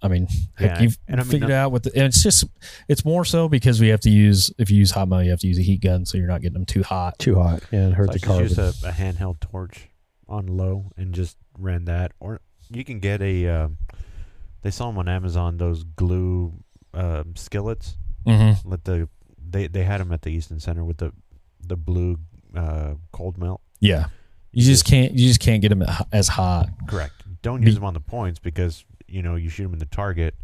I mean, heck, Yeah, you've and I mean, figured out with the, and it's just it's more so because we have to use if you use hot metal, you have to use a heat gun, so you're not getting them too hot. Too hot and hurt I the just carbon. used a, a handheld torch on low and just ran that. Or you can get a. Um, they sell them on Amazon. Those glue um skillets. Mm-hmm. Let the they they had them at the Easton Center with the the blue uh, cold melt. Yeah. You just can't. You just can't get them as hot. Correct. Don't Be- use them on the points because you know you shoot them in the target.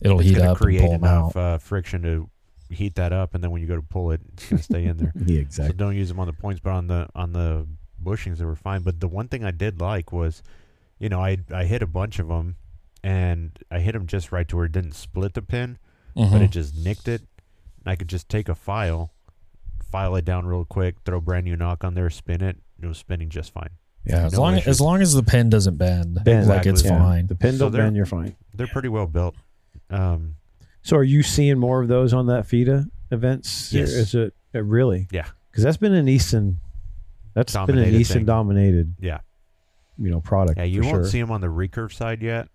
It'll it's heat gonna up and create pull them out. enough uh, friction to heat that up, and then when you go to pull it, it's gonna stay in there. Yeah, So exactly. don't use them on the points, but on the on the bushings they were fine. But the one thing I did like was, you know, I I hit a bunch of them, and I hit them just right to where it didn't split the pin, Mm-hmm. but it just nicked it. And I could just take a file, file it down real quick, throw a brand new knock on there, spin it. It was spinning just fine. yeah, as no long issues. as long as the pin doesn't bend, Bend. like it's Exactly. Yeah. fine. The pin So don't they're- bend, you're fine. They're pretty well built. Um, So are you seeing more of those on that FIDA events? Yes. Is it, it really? Yeah. Because that's been an Easton. that's been Dominated an Easton thing. dominated. Yeah. You know, product. yeah, you for won't 'em sure. see them on the recurve side yet,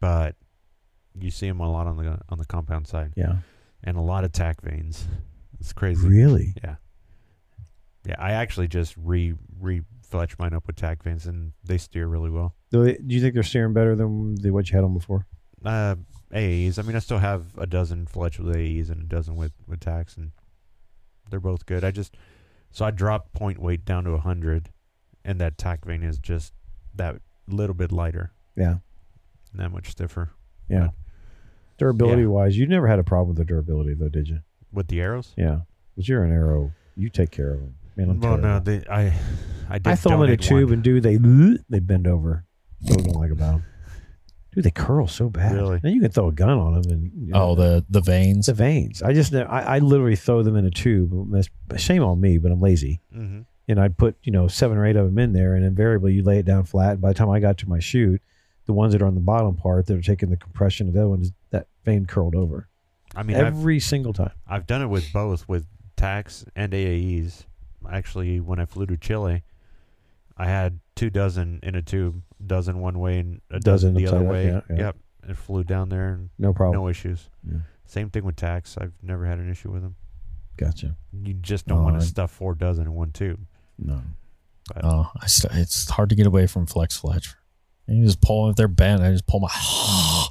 but you see them a lot on the on the compound side Yeah. and a lot of tack veins. It's crazy. Really? Yeah. Yeah, I actually just re re fletched mine up with tack veins and they steer really well. Do, they, do you think they're steering better than the, what you had on before? Uh AAEs. I mean I still have a dozen fletched with AAEs and a dozen with, with tacks and they're both good. I just so I dropped point weight down to hundred and that tack vein is just that little bit lighter. Yeah. and That much stiffer. Yeah. Yeah. Durability Yeah. wise, you never had a problem with the durability though, did you? With the arrows? Yeah. But you're an arrow. You take care of them. Man, I'm well no, terrible. they I I did I throw them in a donate tube one. and do they they bend over. That's what I don't like about them. Dude, they curl so bad. Really? Then you can throw a gun on them and you know, Oh, the the veins. it's the veins. I just ne- I, I literally throw them in a tube. That's- Shame on me, but I'm lazy. Mhm. And I'd put you know seven or eight of them in there, and invariably you lay it down flat. By the time I got to my shoot, the ones that are on the bottom part that are taking the compression of the other ones, that vein curled over I mean I've every single time. I've done it with both, with tax and AAEs. Actually, when I flew to Chile, I had two dozen in a tube, dozen one way and a Dozen dozen, the other upside up, yeah, way. yeah. Yep, and flew down there, and No problem. no issues. Yeah. Same thing with tax. I've never had an issue with them. Gotcha. You just don't want Oh, to I- stuff four dozen in one tube. No. Oh, I st- it's hard to get away from flex fletch. And you just pull them if they're bent. I just pull my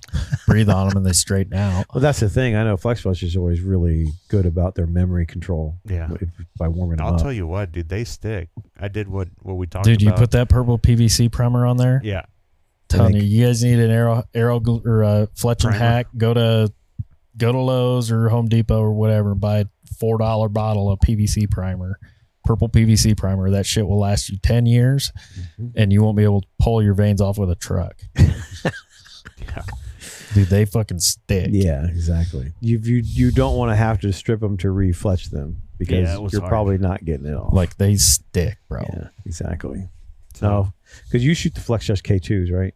breathe on them and they straighten out. Well, that's the thing. I know FlexFlush is always really good about their memory control Yeah. if- by warming them I'll up. tell you what, dude, they stick. I did what what we talked Dude, you about. put that purple PVC primer on there. yeah, Telling Like- you, you guys need an arrow arrow gl- or a fletch and Primer. hack. Go to go to Lowe's or Home Depot or whatever. Buy a four dollar bottle of PVC primer, purple PVC primer. That shit will last you ten years, Mm-hmm. Mhm. and you won't be able to pull your veins off with a truck. Yeah. Dude, they fucking stick. Yeah, exactly. You you you don't want to have to strip them to refletch them because Yeah, it was you're hard. probably not getting it off. Like they stick, bro. yeah, exactly. so No, because you shoot the FlexShot K2s, right?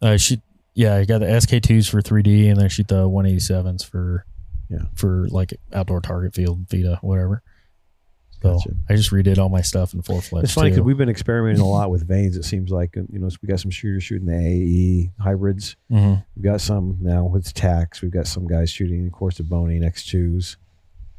I shoot. Uh, Yeah, I got the SK2s for 3D, and I shoot the 187s for, Yeah. for like outdoor target field, Vita, whatever. So Gotcha. I just redid all my stuff in four flips. It's funny too. because we've been experimenting a lot with veins. It seems like and, you know we got some shooters shooting the AE hybrids. Mhm. We've got some now with tacks. We've got some guys shooting, of course, the Boney and X2s.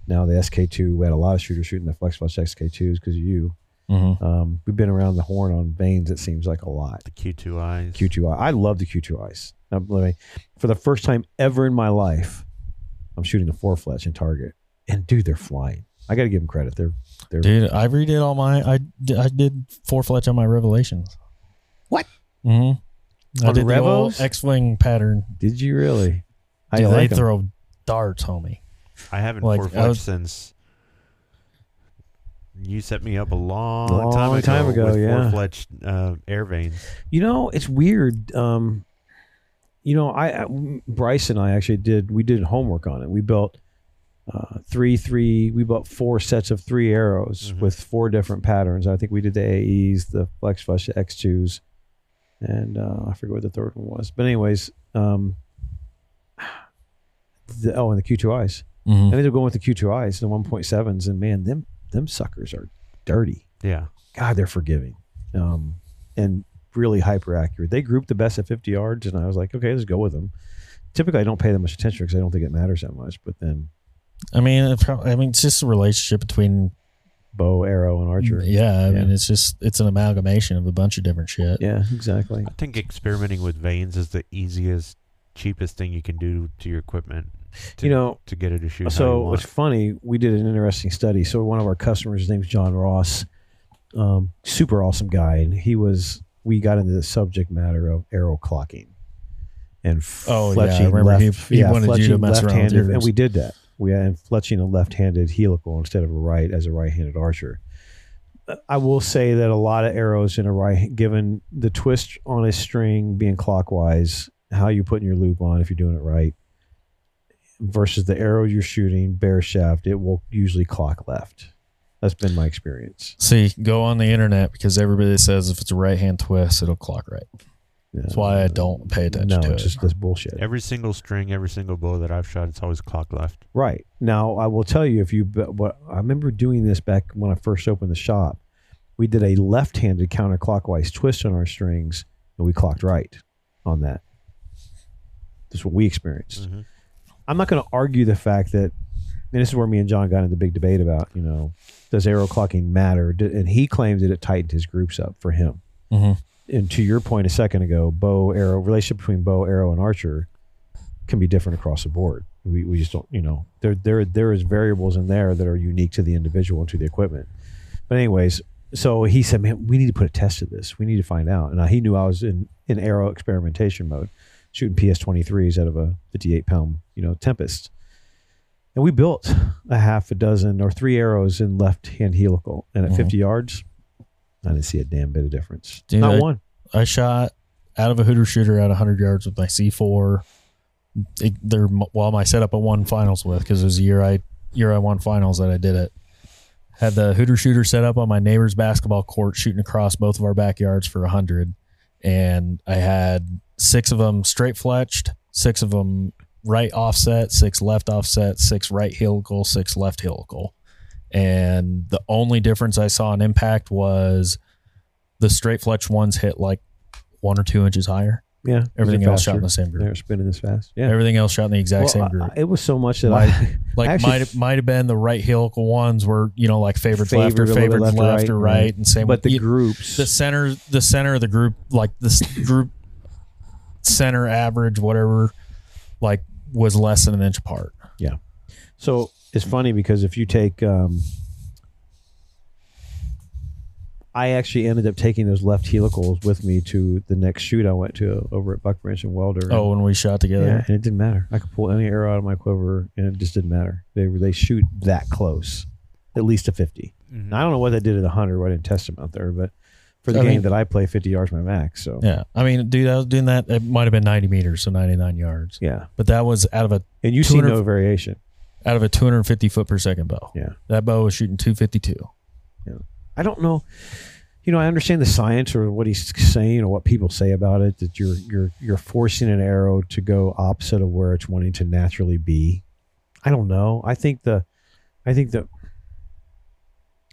Now the SK2. We had a lot of shooters shooting the FlexFlush SK2s because of you. Mhm. Um, we've been around the horn on veins. It seems like a lot. the Q two eyes. Q2i. I love the Q2 ice. Now, let me- For the first time ever in my life, I'm shooting the four fletch in target, and dude, they're flying. I got to give them credit. They're they're Dude, I redid all my. I d- I did four fletch on my Revelations. What? Mm-hmm. I On did the old Revos? X-wing pattern. did you really? I Dude, like they 'em. throw darts, homie. I haven't Like, four I fletched was- since you set me up a long, Long time ago, time ago, with yeah. four fletched uh, air veins. You know, it's weird. Um, you know, I I- Bryce and I actually did we did homework on it. We built uh, three three. We built four sets of three arrows Mhm. with four different patterns. I think we did the AEs, the Flex Flush, the X twos, and uh, I forget what the third one was. But anyways, um, the, oh, and the Q two I's. Mhm. I ended up going with the Q two I's, the one point sevens, and man, them them suckers are dirty. Yeah, God, they're forgiving um, and really hyper accurate. They grouped the best at 50 yards, and I was like, okay, let's go with them. Typically, I don't pay that much attention because I don't think it matters that much. But then I mean, it prob- I mean, it's just a relationship between. bow, arrow, and archer. Yeah, Mm, Yeah, I Yeah. mean, it's just it's an amalgamation of a bunch of different shit. exactly. I think experimenting with veins is the easiest, cheapest thing you can do to your equipment. To, You know, to get it to shoot. how you so want. it's funny. We did an interesting study. So one of our customers, his name's John Ross. um, super awesome guy, and he was. We got into the subject matter of arrow clocking, and Oh, yeah, I fletching remember left, he- he yeah, wanted you to fletching mess around with left-handed, and yours. we did that. We had fletching a left-handed helical instead of a right as a right-handed archer. Uh, I will say that a lot of arrows in a right, given the twist on a string being clockwise, how you're putting your loop on if you're doing it right, versus the arrow you're shooting bare shaft, it will usually clock left. That's been my experience. See, go on the internet because everybody says if it's a right hand twist, it'll clock right. That's why I don't pay attention Uh, No, to it. it's just this bullshit. Every single string, every single bow that I've shot, it's always clock left. Right now, I will tell you if you. But what I remember doing this back when I first opened the shop, we did a left-handed counterclockwise twist on our strings, and we clocked right on that. That's what we experienced. Mhm. I'm not going to argue the fact that, and this is where me and John got into the big debate about, you know, does arrow clocking matter? D- And he claims that it tightened his groups up for him. Mhm. And to your point a second ago, bow, arrow, relationship between bow, arrow, and archer can be different across the board. We, we just don't, you know, there, there, there is variables in there that are unique to the individual and to the equipment. But anyways, so he said, man, we need to put a test to this. We need to find out. And I, he knew I was in, in arrow experimentation mode, shooting PS23s out of a 58 pound, you know, Tempest. And we built a half a dozen or three arrows in left hand helical. And at Mhm. 50 yards, I didn't see a damn bit of difference. Dude, Not I- one. I shot out of a Hooter shooter at 100 yards with my C4. It, they're well, my setup I won finals with because it was the year I year I won finals that I did it. Had the Hooter shooter set up on my neighbor's basketball court, shooting across both of our backyards for 100, and I had six of them straight fletched, six of them right offset, six left offset, six right helical, six left helical. And the only difference I saw in impact was the straight fletch ones hit like one or two inches higher. Yeah. Everything They're else shot in the faster. same group. They're spinning this fast. Yeah. Everything else shot in the exact Well, same I- group. I- it was so much that My- I like actually- might might have been the right helical ones were you know like favored left Favored or a little favored left, left or right, or right. right, and same. but the you- groups the center the center of the group like this group center average whatever like was less than an inch apart. So it's funny because if you take, um, I actually ended up taking those left helicals with me to the next shoot I went to over at Buck Branch and Welder. Oh, when we shot yeah, together, and it didn't matter. I could pull any arrow out of my quiver, and it just didn't matter. They were they shoot that close, at least to 50 And I don't know what they did at hundred. I didn't test them out there, but for the I game mean- that I play, fifty yards my max. So yeah. I mean, dude, I was doing that. It might have been ninety meters, so ninety nine yards. yeah, But that was out of a and you see 200 no variation. out of a 250 foot per second bow. Yeah. That bow was shooting 252. I don't know. You know, I understand the science or what he's saying or what people say about it that you're you're you're forcing an arrow to go opposite of where it's wanting to naturally be. I don't know. I think the I think the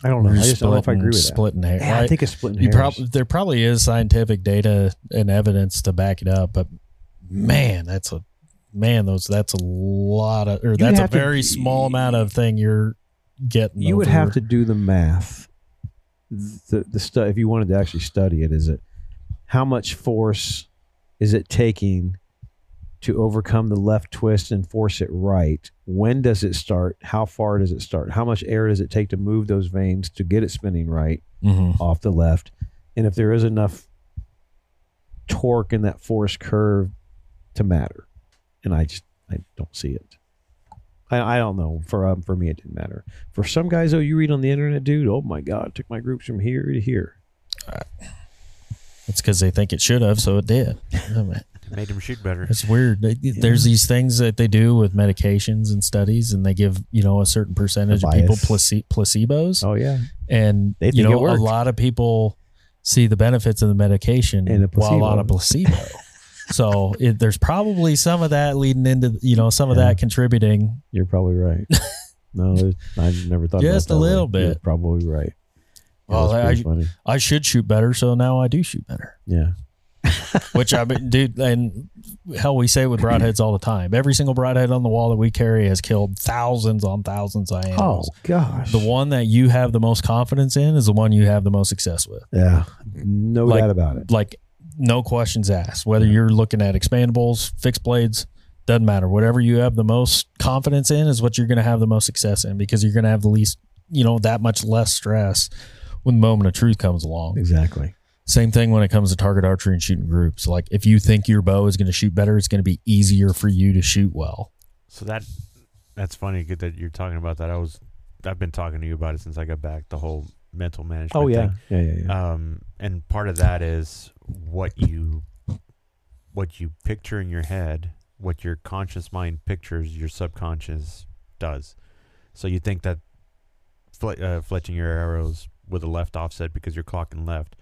I don't know. I You're just don't know if I agree with that. splitting hair. Yeah, I Right? think it's splitting you hairs. prob- there probably is scientific data and evidence to back it up, but man, that's a man those that's a lot of or that's a have to- very small amount of thing you're getting. you would over. have to do the math. The the stu- if you wanted to actually study it, is it how much force is it taking to overcome the left twist and force it right? When does it start? How far does it start? How much air does it take to move those veins to get it spinning right? Mhm. off the left. And if there is enough torque in that force curve to matter. And I just I don't see it. I, I don't know. For um, for me it didn't matter. For some guys though you read on the internet, dude, oh my god, it took my groups from here to here. It's because they think it should have, so it did. I mean, It made him shoot better. It's weird. They, There's these things that they do with medications and studies, and they give you know a certain percentage A of people bias. place- placebos. Oh yeah. and They you think it know a worked. lot of people see the benefits of the medication And the while on a placebo. so it, there's probably some of that leading into you know some of Yeah. that contributing. You're probably right. no, there's- I've never thought Just about a that way. little bit. You're probably right. Yeah, Well, that's I- pretty funny. I should shoot better, so now I do shoot better. Yeah. Which I mean, dude, and hell, we say it with broadheads all the time. Every single broadhead on the wall that we carry has killed thousands on thousands of Oh animals. gosh. The one that you have the most confidence in is the one you have the most success with. Yeah. No Like- doubt about it. like no questions asked. Whether you're looking at expandables, fixed blades, doesn't matter. Whatever you have the most confidence in is what you're going to have the most success in because you're going to have the least, you know, that much less stress when the moment of truth comes along. Exactly. Same thing when it comes to target archery and shooting groups. Like if you think your bow is going to shoot better, it's going to be easier for you to shoot well. So that that's funny good that you're talking about that. I was I've been talking to you about it since I got back. The whole mental management. Oh yeah. thing. Yeah yeah yeah. Um, and part of that is what you what you picture in your head, what your conscious mind pictures, your subconscious does. So you think that fle- uh, fletching your arrows with a left offset because you're clocking left,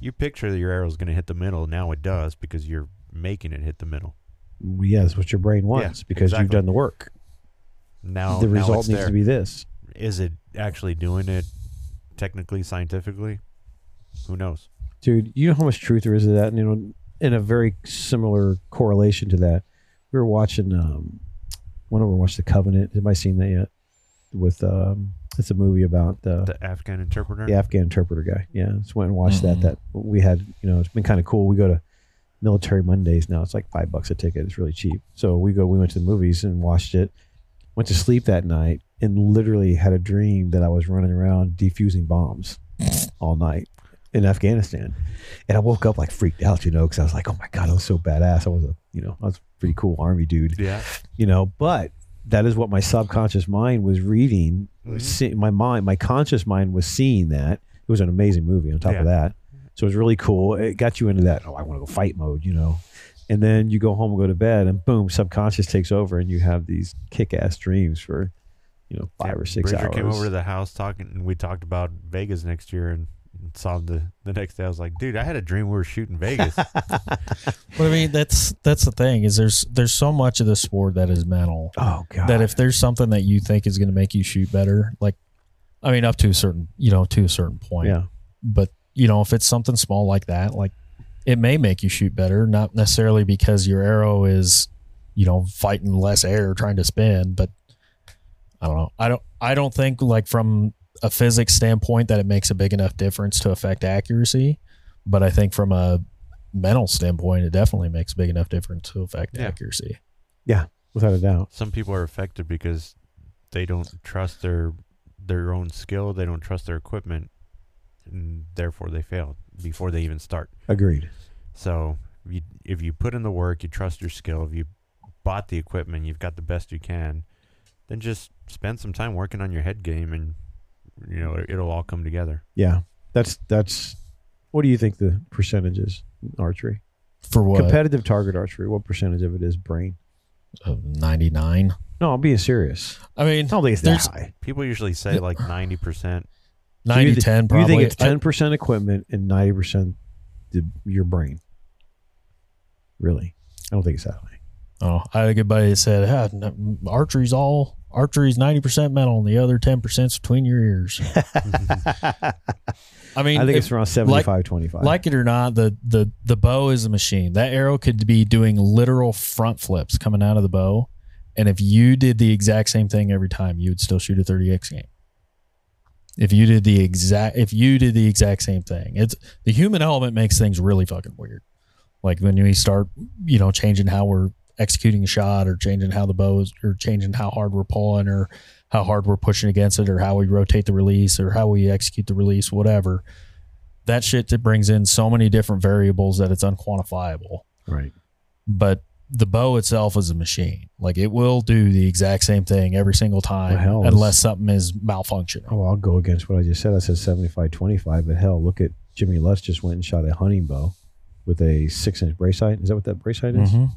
you picture that your arrow's going to hit the middle. Now it does because you're making it hit the middle. Well, yeah, that's what your brain wants because you've exactly. done the work. Now the now result it's needs there. to be this. Is it actually doing it technically, scientifically? Who knows? Dude, you know how much truth there is to that? And you know, in a very similar correlation to that, we were watching um one over watched The Covenant. Have I seen that yet? With um it's a movie about the, The Afghan interpreter. the Afghan interpreter guy. Yeah. Just went and watched that. Mhm. That we had, you know, it's been kind of cool. We go to military Mondays now. It's like five bucks a ticket. It's really cheap. So we go we went to the movies and watched it. Went to sleep that night and literally had a dream that I was running around defusing bombs all night in Afghanistan. And I woke up like freaked out, you know, because I was like, oh my God, I was so badass. I was a, you know, I was a pretty cool army dude, Yeah. you know, but that is what my subconscious mind was reading. Mm-hmm. was see- my mind, my conscious mind was seeing that. It was an amazing movie on top Yeah. of that. So it was really cool. It got you into that, oh, I want to go fight mode, you know. And then you go home and go to bed, and boom, subconscious takes over, and you have these kick ass dreams for, you know, five Yeah, or six Bridger hours. came over to the house talking, and we talked about Vegas next year, and and saw him the the next day. I was like, dude, I had a dream we were shooting Vegas. But I mean, that's that's the thing is there's there's so much of this sport that is mental. oh, God. that if there's something that you think is going to make you shoot better, like, I mean, up to a certain, you know, to a certain point. yeah. But you know, if it's something small like that, like, it may make you shoot better, not necessarily because your arrow is, you know, fighting less air trying to spin, but I don't know. I don't. I don't think like from a physics standpoint that it makes a big enough difference to affect accuracy, but I think from a mental standpoint, it definitely makes a big enough difference to affect Yeah. accuracy. Without a doubt. Some people are affected because they don't trust their their own skill, they don't trust their equipment, and therefore they fail before they even start. Agreed. So you, if you put in the work, you trust your skill, if you bought the equipment, you've got the best you can, then just spend some time working on your head game, and you know it, it'll all come together. Yeah. That's that's what do you think the percentage is in archery? For what Competitive target archery, what percentage of it is brain? uh, ninety nine. No, I'm being serious. I mean, I don't think it's There's- that high. People usually say like ninety percent. 90 you thi- 10 You probably. think it's I- ten percent equipment and ninety percent your brain. Really? I don't think it's that high. oh, I had a good buddy that said, "Ah, n- archery's all archery's 90% mental and the other 10%'s between your ears. I mean, I think if- it's around 75, 25. like it or not, the, the, the bow is a machine. That arrow could be doing literal front flips coming out of the bow. And if you did the exact same thing every time, you would still shoot a 30X game. If you did the exact, if you did the exact same thing, it's the human element makes things really fucking weird. Like when we start, you know, changing how we're executing a shot or changing how the bow is or changing how hard we're pulling or how hard we're pushing against it or how we rotate the release or how we execute the release, whatever. That shit that brings in so many different variables that it's unquantifiable. right. But the bow itself is a machine. Like it will do the exact same thing every single time Well, hell, it's- unless something is malfunctioning. Oh, I'll go against what I just said. I said 75, 25, but hell, look at Jimmy Lutz just went and shot a hunting bow with a six inch brace sight. Is that what that brace sight is? Mhm.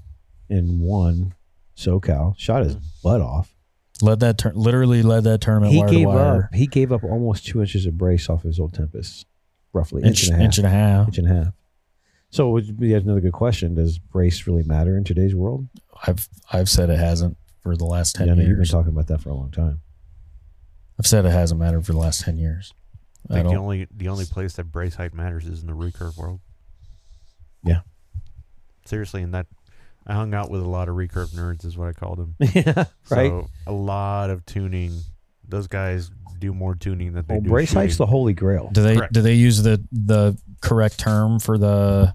and won SoCal, shot his butt off. Led that turn literally led that tournament He wire to gave wire. up. He gave up almost two inches of brace off his old Tempest, roughly inch, Inch, and a half. inch and a half. Inch and a half. So would be another good question. Does brace really matter in today's world? I've I've said it hasn't for the last ten Yeah, I know you've been years. talking about that for a long time. I've said it hasn't mattered for the last ten years. I I think the don't. only the only place that brace height matters is in the recurve world. Yeah. Seriously, and that I hung out with a lot of recurve nerds is what I called them. yeah, right. So a lot of tuning. Those guys do more tuning than they well, do. brace shooting. height's the holy grail. Do they Correct. do they use the the correct term for the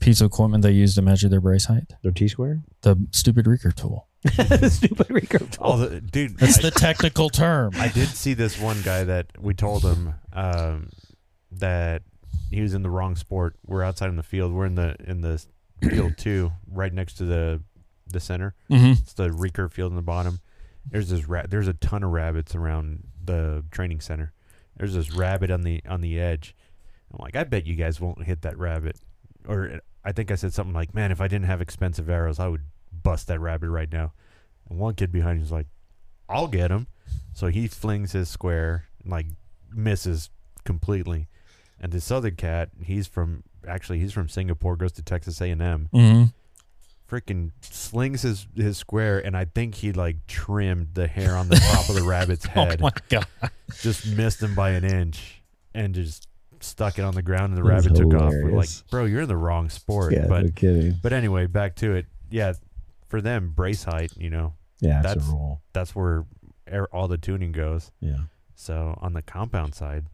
piece of equipment they use to measure their brace height? Their T square. The stupid Reeker tool. Stupid recurve. Oh, the, dude, That's I, the technical term. I did see this one guy that we told him um, that he was in the wrong sport. We're outside in the field. We're in the in the field too, right next to the the center. Mhm. It's the recurve field in the bottom. There's this rat. There's a ton of rabbits around the training center. There's this rabbit on the on the edge. I'm like, I bet you guys won't hit that rabbit. Or I think I said something like, "Man, if I didn't have expensive arrows, I would bust that rabbit right now." And one kid behind me was like, "I'll get him." So he flings his square, and, like misses completely. And this other cat, he's from actually he's from Singapore, goes to Texas A and M Mhm. freaking slings his, his square and I think he like trimmed the hair on the top of the rabbit's Oh head. my god! just missed him by an inch and just stuck it on the ground and the That's rabbit took off. We're like, hilarious. bro, you're in the wrong sport. Yeah, but no kidding. but anyway, back to it. Yeah, for them, brace height, you know, Yeah, that's, that's- a rule. that's where er- all the tuning goes. Yeah. So on the compound side,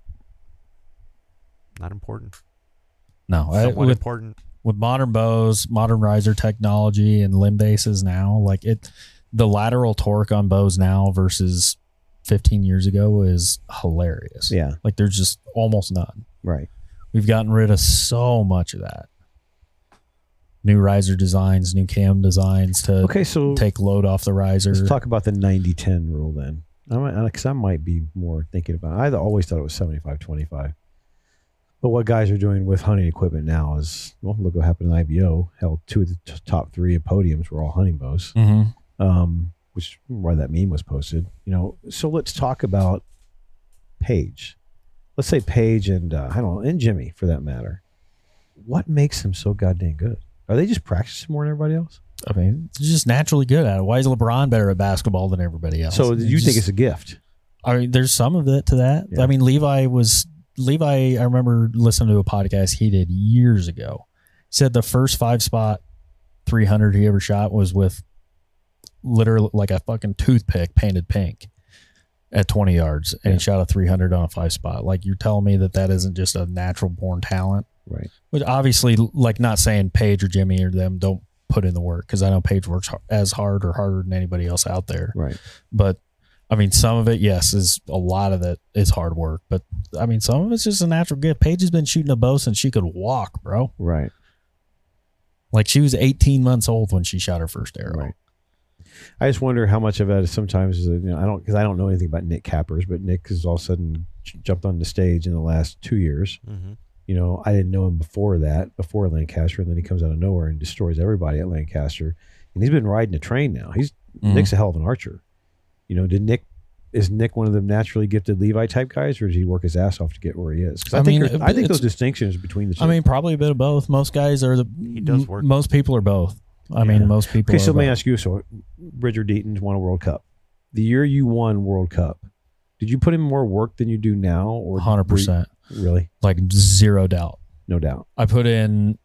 not important. No, I, Somewhat with important. with modern bows, modern riser technology, and limb bases now, like it, the lateral torque on bows now versus 15 years ago is hilarious. Yeah. Like there's just almost none. Right. We've gotten rid of so much of that. New riser designs, new cam designs to Okay, so take load off the riser. let's talk about the 90-10 rule then. Because I might be more thinking about. I always thought it was 75-25. But what guys are doing with hunting equipment now is well, look what happened in IBO. Hell, two of the t- top three podiums were all hunting bows. Mhm. um, which why that meme was posted. You know, so let's talk about Paige. Let's say Paige and uh, I don't know, and Jimmy for that matter. What makes them so goddamn good? Are they just practicing more than everybody else? I mean, it's just naturally good at it. Why is LeBron better at basketball than everybody else? So you think just- it's a gift? I mean, there's some of it to that. Yeah. I mean, Levi was Levi. I remember listening to a podcast he did years ago. He said the first five spot 300 he ever shot was with literally like a fucking toothpick painted pink at 20 yards, and Yeah. he shot a 300 on a five spot. Like you're telling me that that isn't just a natural born talent. Right. Which obviously, like, not saying Paige or Jimmy or them don't put in the work because I know Paige works har- as hard or harder than anybody else out there Right. but I mean, some of it, yes, is a lot of it is hard work, but I mean, some of it's just a natural gift. Paige has been shooting a bow since she could walk, bro. Right. Like she was 18 months old when she shot her first arrow. Right. I just wonder how much of that is sometimes is you know I don't because I don't know anything about Nick Cappers, but Nick has all of a sudden j- jumped on the stage in the last two years. Mm-hmm. you know, I didn't know him before that, before Lancaster, and then he comes out of nowhere and destroys everybody at Lancaster. And he's been riding a train now. He's Mm-hmm. Mhm. Nick's a hell of an archer. You know, did Nick is Nick one of the naturally gifted Levi type guys, or did he work his ass off to get where he is? 'Cause I, I think mean, there's- I think it's- those distinctions between the two. I mean, probably a bit of both. Most guys are the, He does work. most people are both. I Yeah. mean, most people okay, are so let me both. ask you: So, Bridger Deaton won a World Cup. The year you won World Cup, did you put in more work than you do now, or were you- 100%. Really, Like zero doubt. no doubt, I put in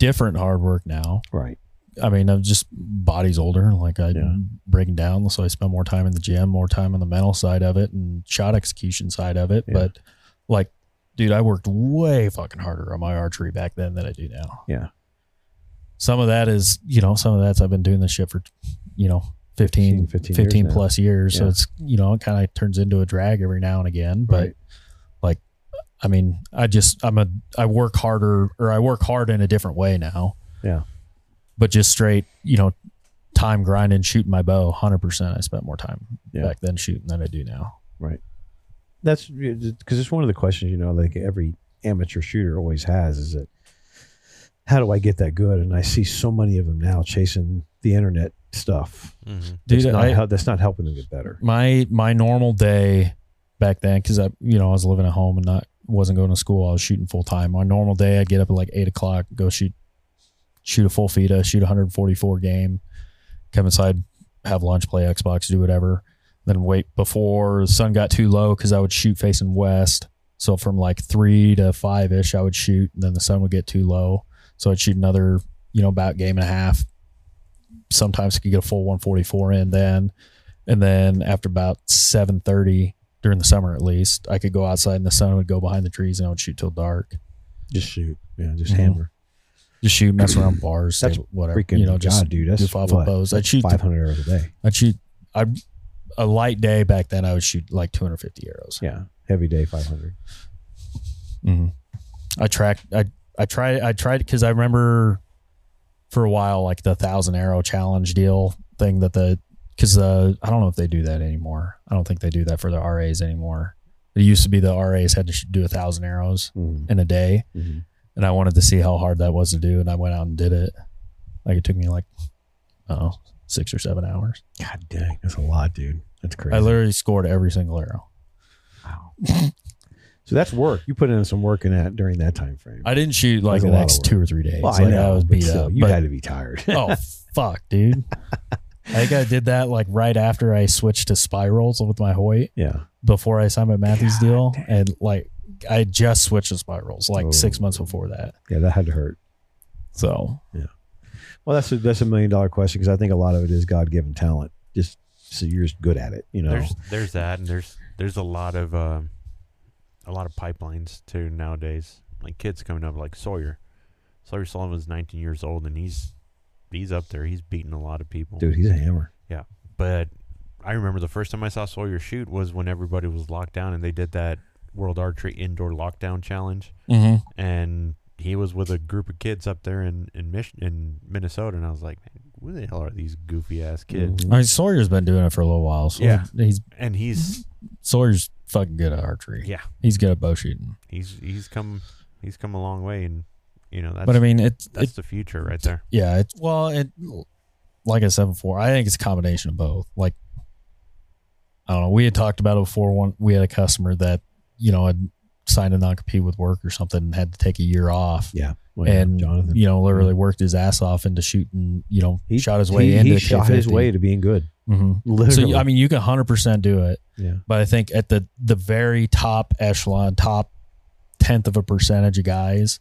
different hard work now. right? I mean, I'm just body's older. Like I'm Yeah. breaking down, so I spend more time in the gym, more time on the mental side of it, and shot execution side of it. Yeah. But like, dude, I worked way fucking harder on my archery back then than I do now. Yeah. Some of that is, you know, some of that's I've been doing this shit for, you know, 15, 15 15, years now. plus years. So Yeah. it's, you know, it kind of turns into a drag every now and again. But Right. like, I mean, I just, I'm a, I work harder or I work hard in a different way now but just straight, you know, time grinding, shooting my bow, hundred percent. I spent more time Yeah. back then shooting than I do now. that's because it's one of the questions you know like every amateur shooter always has is that how do i get that good and i see so many of them now chasing the internet stuff Mm-hmm. that's, Dude, not, I- hel- that's not helping them get better My my normal day back then, because I you know I was living at home and not wasn't going to school. I was shooting full time. My normal day, I'd get up at like eight o'clock, go shoot shoot a full FIDA, shoot a 144 game, come inside, have lunch, play Xbox, do whatever. Then wait before the sun got too low because I would shoot facing west. So from like three to five ish, I would shoot, and then the sun would get too low. So I'd shoot another, you know, about game and a half. Sometimes I could get a full 144 in then, and then after about 7:30 during the summer at least, I could go outside and the sun would go behind the trees and I would shoot till dark. just shoot yeah just Mhm. hammer just shoot, mess around bars, That's say whatever. Freaking you know, just God, dude, that's do five bows. I'd shoot five hundred arrows a day. I'd shoot. I a light day back then. I would shoot like 250 arrows. Yeah, every day five hundred. hmm Mm-hmm. I tracked. I I tried. I tried because I remember for a while like the thousand arrow challenge deal thing that the because uh, I don't know if they do that anymore. I don't think they do that for the RAs anymore. It used to be the RAs had to sh- do a thousand arrows Mm. in a day, Mhm. and I wanted to see how hard that was to do, and I went out and did it. Like it took me like oh six or seven hours. God dang, that's a lot, dude. That's crazy. I literally scored every single arrow. Wow. so that's work. You put in some work in that during that time frame. I didn't shoot like That's a the lot next of two or three days. well, like, I know, was but beat still, up. you but- had to be tired. oh fuck, dude. I think I did that like right after I switched to spirals with my Hoyt yeah. before I signed my Matthews God deal, damn. and like I just switched to spirals like Oh. six months before that. Yeah, that had to hurt. So Well, that's a, that's a million dollar question because I think a lot of it is God given talent. Just so you're just good at it, you know. There's there's that, and there's there's a lot of uh, a lot of pipelines too nowadays. Like kids coming up, like Sawyer. Sawyer Sullivan's 19 years old, and he's he's up there. He's beating a lot of people. Dude, he's a hammer. But I remember the first time I saw Sawyer shoot was when everybody was locked down, and they did that World Archery Indoor Lockdown Challenge, Mm-hmm. and he was with a group of kids up there in in, Mich- in Minnesota, and I was like, Man, who the hell are these goofy ass kids? Mhm. I mean Sawyer's been doing it for a little while. So Yeah. he's And he's Sawyer's fucking good at archery. yeah, he's good at bow shooting. he's he's come he's come a long way, and you know that's but I mean, it's that's it, the future right there. yeah. It, well, it like I said before, I think it's a combination of both. Like I don't know. We had talked about it before. One, we had a customer that you know had signed a non compete with work or something and had to take a year off, Yeah. Well, Oh, yeah, and Jonathan, Mm-hmm. you know literally worked his ass off into shooting. You know, He- shot his way he, into he shot his way to being good. hmm So Literally. you- I mean, you can hundred percent do it, yeah. but I think at the the very top echelon, top tenth of a percentage of guys,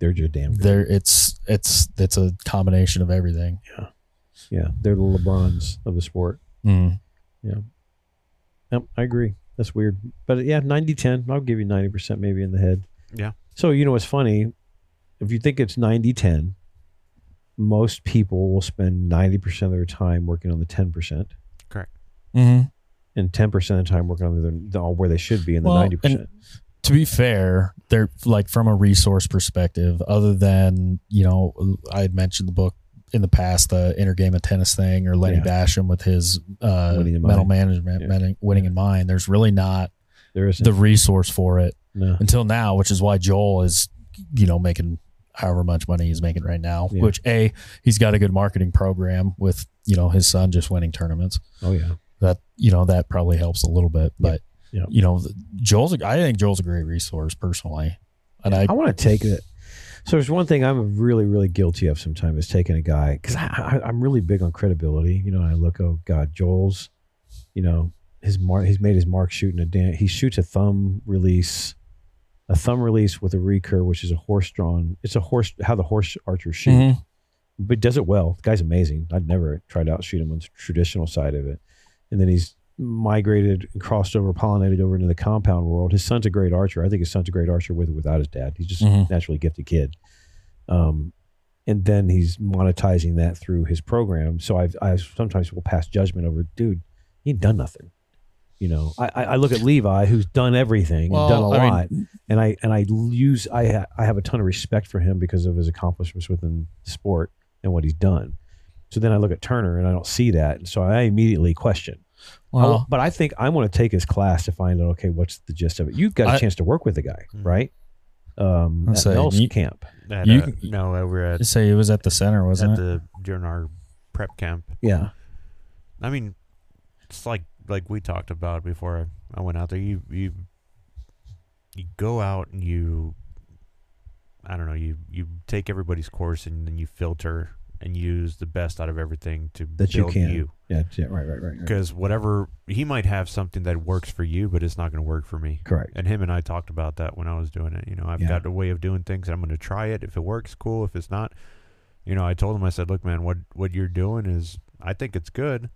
They're just damn good. there it's it's it's a combination of everything. yeah. They're the LeBrons of the sport. Mm. Yep, I agree. That's weird. But yeah, 90 10. I'll give you 90% maybe in the head. Yeah. So, you know, what's funny. If you think it's 90 10, most people will spend 90% of their time working on the 10%. Mm-hmm. and And ten percent of the time working on the, other- the where they should be in the Well, ninety percent. to be fair, they're like from a resource perspective, other than, you know, I had mentioned the book in the past, the inner game of tennis thing or Lenny Yeah. Basham with his uh, Winning in mental Mind. management, Yeah. men- winning in mind. There's really not There isn't. the resource for it no. until now, which is why Joel is, you know, making however much money he's making right now, Yeah. which A, he's got a good marketing program with, you know, his son just winning tournaments Oh yeah. that you know that probably helps a little bit but Yeah. you know the- joel's a, i think joel's a great resource personally and i I want to take it. So there's one thing I'm really, really guilty of sometimes is taking a guy because I, I, I'm really big on credibility. You know, I look, oh God, Joel's, you know, his mark, he's made his mark shooting a damn. He shoots a thumb release, a thumb release with a recurve, which is a horse drawn. It's a horse how the horse archers shoot, Mhm. but does it well. The guy's amazing. I'd never tried to outshoot him on the traditional side of it, and then he's migrated and crossed over, pollinated over into the compound world. His son's a great archer. I think his son's a great archer with or without his dad. He's just Mhm. naturally gifted kid. Um, and then he's monetizing that through his program. So I've, I sometimes will pass judgment over, dude, he ain't done nothing. You know, I, I I look at Levi, who's done everything Well, and done a I lot, and I and I use I ha, I have a ton of respect for him because of his accomplishments within the sport and what he's done. So then I look at Turner and I don't see that, and so I immediately question. Oh, well but I think I want to take his class to find out. Okay, what's the gist of it? You've got a I- chance to work with the guy, Mm. right? Um, I'd at say Mel's you- camp. That, You uh, can- no, uh, we're at, I'd say it was at the center wasn't at it the during our prep camp. Yeah, I mean, it's like like we talked about before I went out there. You you you go out and you I don't know you you take everybody's course and then you filter and use the best out of everything to That you build can. yeah, yeah, right, right, right. right. because whatever he might have something that works for you, but it's not going to work for me. Correct. And him and I talked about that when I was doing it. You know, I've Yeah. got a way of doing things. And I'm going to try it. If it works, cool. If it's not, you know, I told him, I said, look, man, what what you're doing is, I think it's good.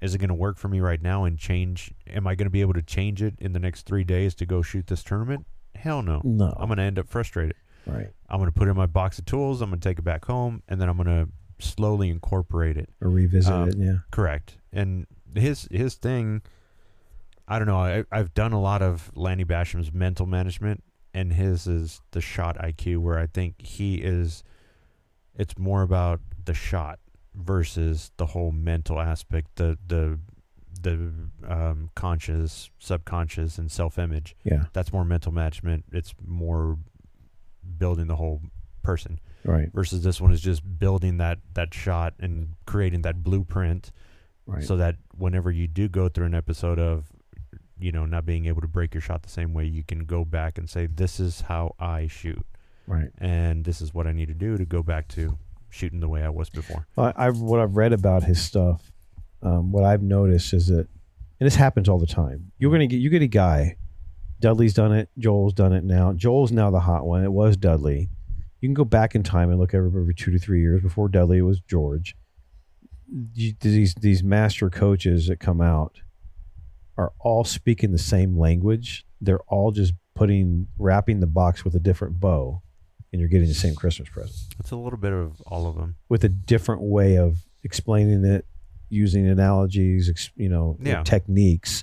Is it going to work for me right now and change? Am I going to be able to change it in the next three days to go shoot this tournament? Hell no. No, I'm going to end up frustrated. Right. I'm going to put it in my box of tools. I'm going to take it back home, and then I'm going to slowly incorporate it. Or revisit Um, it. Yeah. Correct. And his his thing, I don't know. I, I've done a lot of Lanny Basham's mental management, and his is the shot IQ, where I think he is. It's more about the shot versus the whole mental aspect, the the the um, conscious, subconscious, and self image Yeah. that's more mental management. It's more building the whole person Right. versus this one is just building that that shot and creating that blueprint Right. so that whenever you do go through an episode of you know not being able to break your shot the same way you can go back and say this is how I shoot right. and this is what I need to do to go back to shooting the way I was before. I, I've what I've read about his stuff. Um, what I've noticed is that, and this happens all the time. You're gonna get you get a guy. Dudley's done it. Joel's done it now. Joel's now the hot one. It was Dudley. You can go back in time and look every every two to three years before Dudley. It was George. You, these these master coaches that come out are all speaking the same language. They're all just putting wrapping the box with a different bow, and you're getting the same Christmas present It's a little bit of all of them. with a different way of explaining it, using analogies, ex- you know, Yeah. techniques.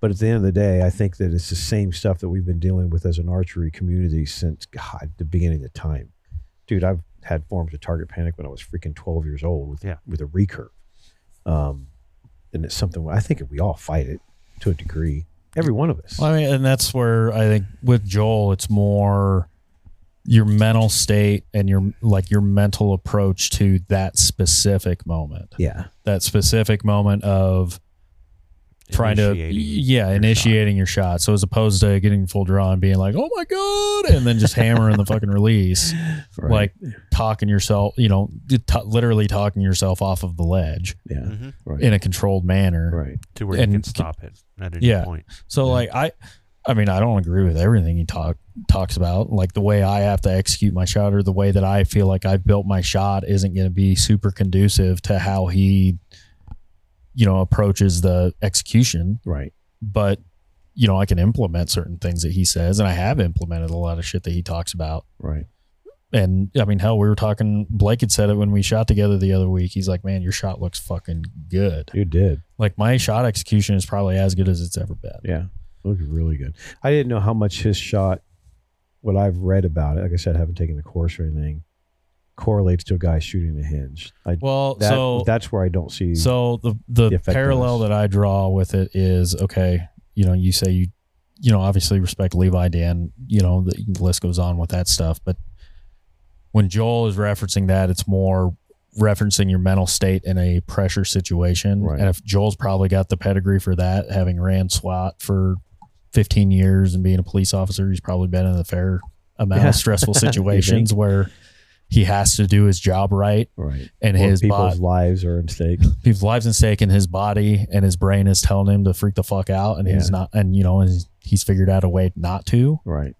But at the end of the day, I think that it's the same stuff that we've been dealing with as an archery community since God the beginning of time. Dude, I've had forms of target panic when I was freaking twelve years old with Yeah. with a recurve, um, and it's something I think we all fight it to a degree. Every one of us. Well, I mean, and that's where I think with Joel, it's more your mental state and your like your mental approach to that specific moment, Yeah, that specific moment of trying to Initiating. yeah initiating your shot. So as opposed to getting full draw and being like, oh my god, and then just hammering the fucking release, like talking yourself, you know, t- literally talking yourself off of the ledge yeah, Mhm. right, in a controlled manner. right, to where you And can c- stop it at any Yeah. point. So Yeah. like I I mean I don't agree with everything he talk talks about. Like the way I have to execute my shot or the way that I feel like I've built my shot isn't going to be super conducive to how he you know approaches the execution, right, but you know I can implement certain things that he says and I have implemented a lot of shit that he talks about. right, And I mean hell, we were talking Blake had said it when we shot together the other week. He's like, "Man, your shot looks fucking good." you did. Like my shot execution is probably as good as it's ever been. Yeah. Looked really good. I didn't know how much his shot, what I've read about it, like I said, I haven't taken the course or anything, correlates to a guy shooting a hinge. I, Well, that, so that's where I don't see. So the the the effectiveness. parallel that I draw with it is okay. You know, you say you, you know, obviously respect Levi Dan. You know, the, the list goes on with that stuff. But when Joel is referencing that, it's more referencing your mental state in a pressure situation. Right. And if Joel's probably got the pedigree for that, having ran SWAT for 15 years and being a police officer, he's probably been in a fair amount Yeah. of stressful situations think? where he has to do his job right right. and Or his people's bot, lives are at stake. people's lives in stake and his body and his brain is telling him to freak the fuck out and he's Yeah. not and you know and he's- he's figured out a way not to right.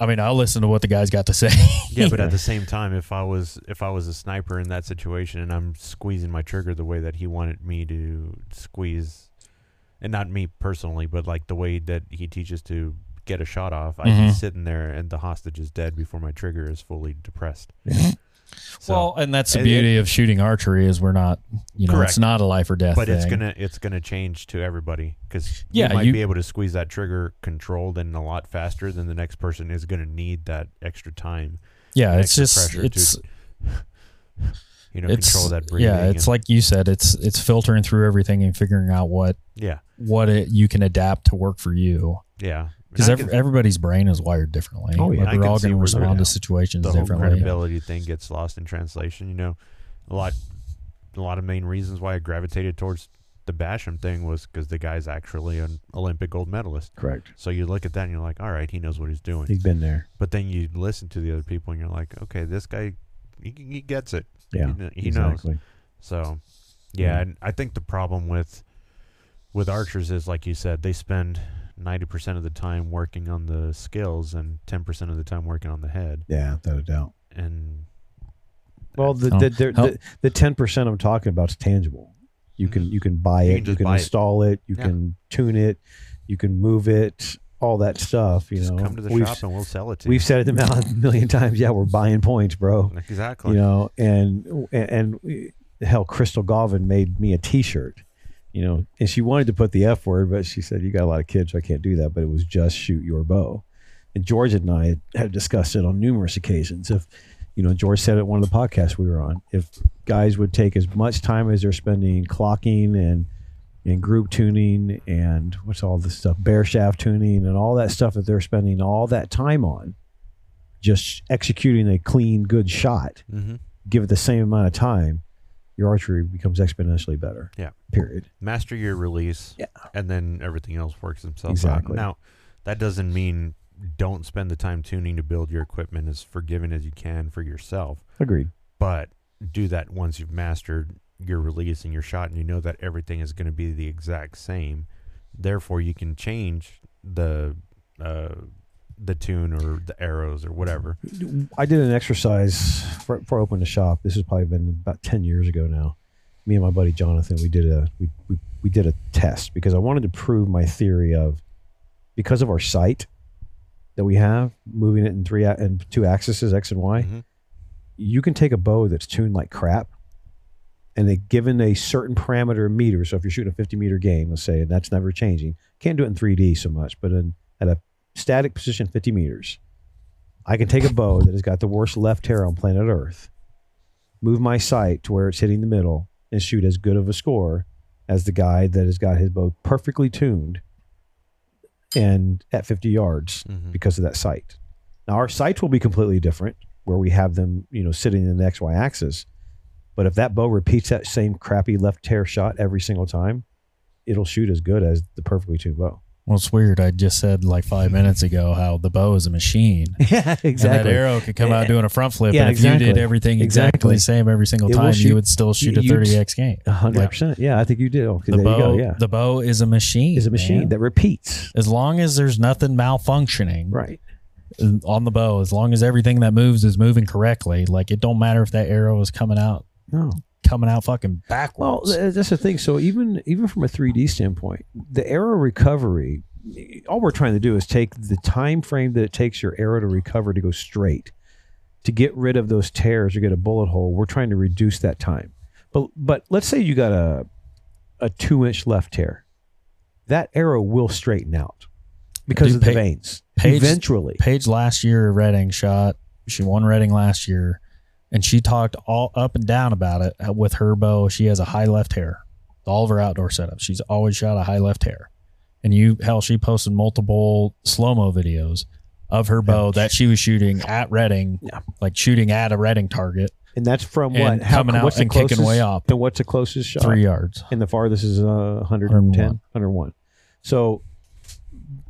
i mean i'll listen to what the guy's got to say Yeah, but Yeah. at the same time, if I was if I was a sniper in that situation and I'm squeezing my trigger the way that he wanted me to squeeze, and not me personally, but like the way that he teaches to get a shot off, I'd be Mhm. sitting there and the hostage is dead before my trigger is fully depressed. Yeah. So, Mm-hmm. well and that's the It- beauty of shooting archery is we're not you know Correct. it's not a life or death but it's thing. gonna it's gonna change to everybody because Yeah, you might you- be able to squeeze that trigger controlled and a lot faster than the next person is gonna need that extra time. yeah it's extra just pressure to it's You know, it's control that breathing. yeah it's and- like you said it's it's filtering through everything and figuring out what yeah, what it you can adapt to work for you yeah. And because I can- everybody's brain is wired differently Oh, yeah. Like, I we're can all see going to where they're respond to at. situations the whole differently credibility thing gets lost in translation. You know, a lot, a lot of main reasons why I gravitated towards the Basham thing was because the guy's actually an Olympic gold medalist. Correct. So you look at that and you're like, all right, he knows what he's doing. He's been there. But then you listen to the other people and you're like, okay, this guy, he, he gets it. Yeah. He kn- he, knows. exactly. So, yeah, Yeah. and I think the problem with with archers is like you said, they spend ninety percent of the time working on the skills and ten percent of the time working on the head. Yeah, without a doubt. And Well, the Oh. the the- Oh. the the ten percent I'm talking about is tangible. You can you can buy Mm-hmm. You it. can You can, just buy it. install it. you Yeah. can tune it. You can move it. all that stuff. You Just know, come to the we've, shop and we'll sell it to we've said it a million times. Yeah, we're buying points, bro. you. Exactly. You know, and and, and hell, Crystal Govin made me a T-shirt. You know, and she wanted to put the F word, but she said you got a lot of kids, so I can't do that. But it was just shoot your bow. And George and I had discussed it on numerous occasions. If you know, George said it one of the podcasts we were on. If guys would take as much time as they're spending clocking and and group tuning and what's all this stuff, bear shaft tuning and all that stuff that they're spending all that time on, just executing a clean, good shot, hmm give it the same amount of time, your archery becomes exponentially better. Yeah. Period. Master your release, Yeah. and then everything else works itself Exactly. out. Now, that doesn't mean don't spend the time tuning to build your equipment as forgiving as you can for yourself, Agreed. but do that once you've mastered your release and your shot, and you know that everything is going to be the exact same. Therefore, you can change the uh, the tune or the arrows or whatever. I did an exercise for, for open the shop. This has probably been about ten years ago now. Me and my buddy Jonathan, we did a we, we, we did a test because I wanted to prove my theory of because of our sight that we have moving it in three a- and two axes X and Y. Mhm. You can take a bow that's tuned like crap, and they given a certain parameter of meter. So if you're shooting a 50 meter game, let's say, and that's never changing. Can't do it in 3D so much, but in at a static position, 50 meters. I can take a bow that has got the worst left hair on planet Earth, move my sight to where it's hitting the middle, and shoot as good of a score as the guy that has got his bow perfectly tuned and at 50 yards Mhm. because of that sight. Now, our sights will be completely different where we have them, you know, sitting in the XY axis. But if that bow repeats that same crappy left hair shot every single time, it'll shoot as good as the perfectly tuned bow. Well, it's weird. I just said like five minutes ago how the bow is a machine. Yeah, And that arrow could come out doing a front flip. Yeah, and if you did exactly. everything exactly, Exactly. the same every single It will time, shoot- you would still shoot a you'd- 30x game. 100%. Yeah, I think you did. Okay, The there bow, you go. Yeah. the bow is a machine. is a machine man. that repeats. as long as there's nothing malfunctioning Right. on the bow, as long as everything that moves is moving correctly, like it don't matter if that arrow is coming out No. coming out fucking Well, backwards. th- that's the thing. So even even from a 3D standpoint, the arrow recovery, all we're trying to do is take the time frame that it takes your arrow to recover to go straight, to get rid of those tears or get a bullet hole. We're trying to reduce that time. But but let's say you got a a two inch left tear, that arrow will straighten out because Dude, of the Pa- veins Paige- eventually. Paige last year at Reading shot. She won Reading last year, and she talked all up and down about it uh, with her bow. She has a high left hair. All of her outdoor setups, she's always shot a high left hair. And you, hell, she posted multiple slow mo videos of her bow Ouch. that she was shooting at Reading, Yeah. like shooting at a Reading target, and that's from and what how, coming out what's the and kicking closest- way up. And what's the closest shot? three yards. and the farthest is uh, 110, 101. 101. So,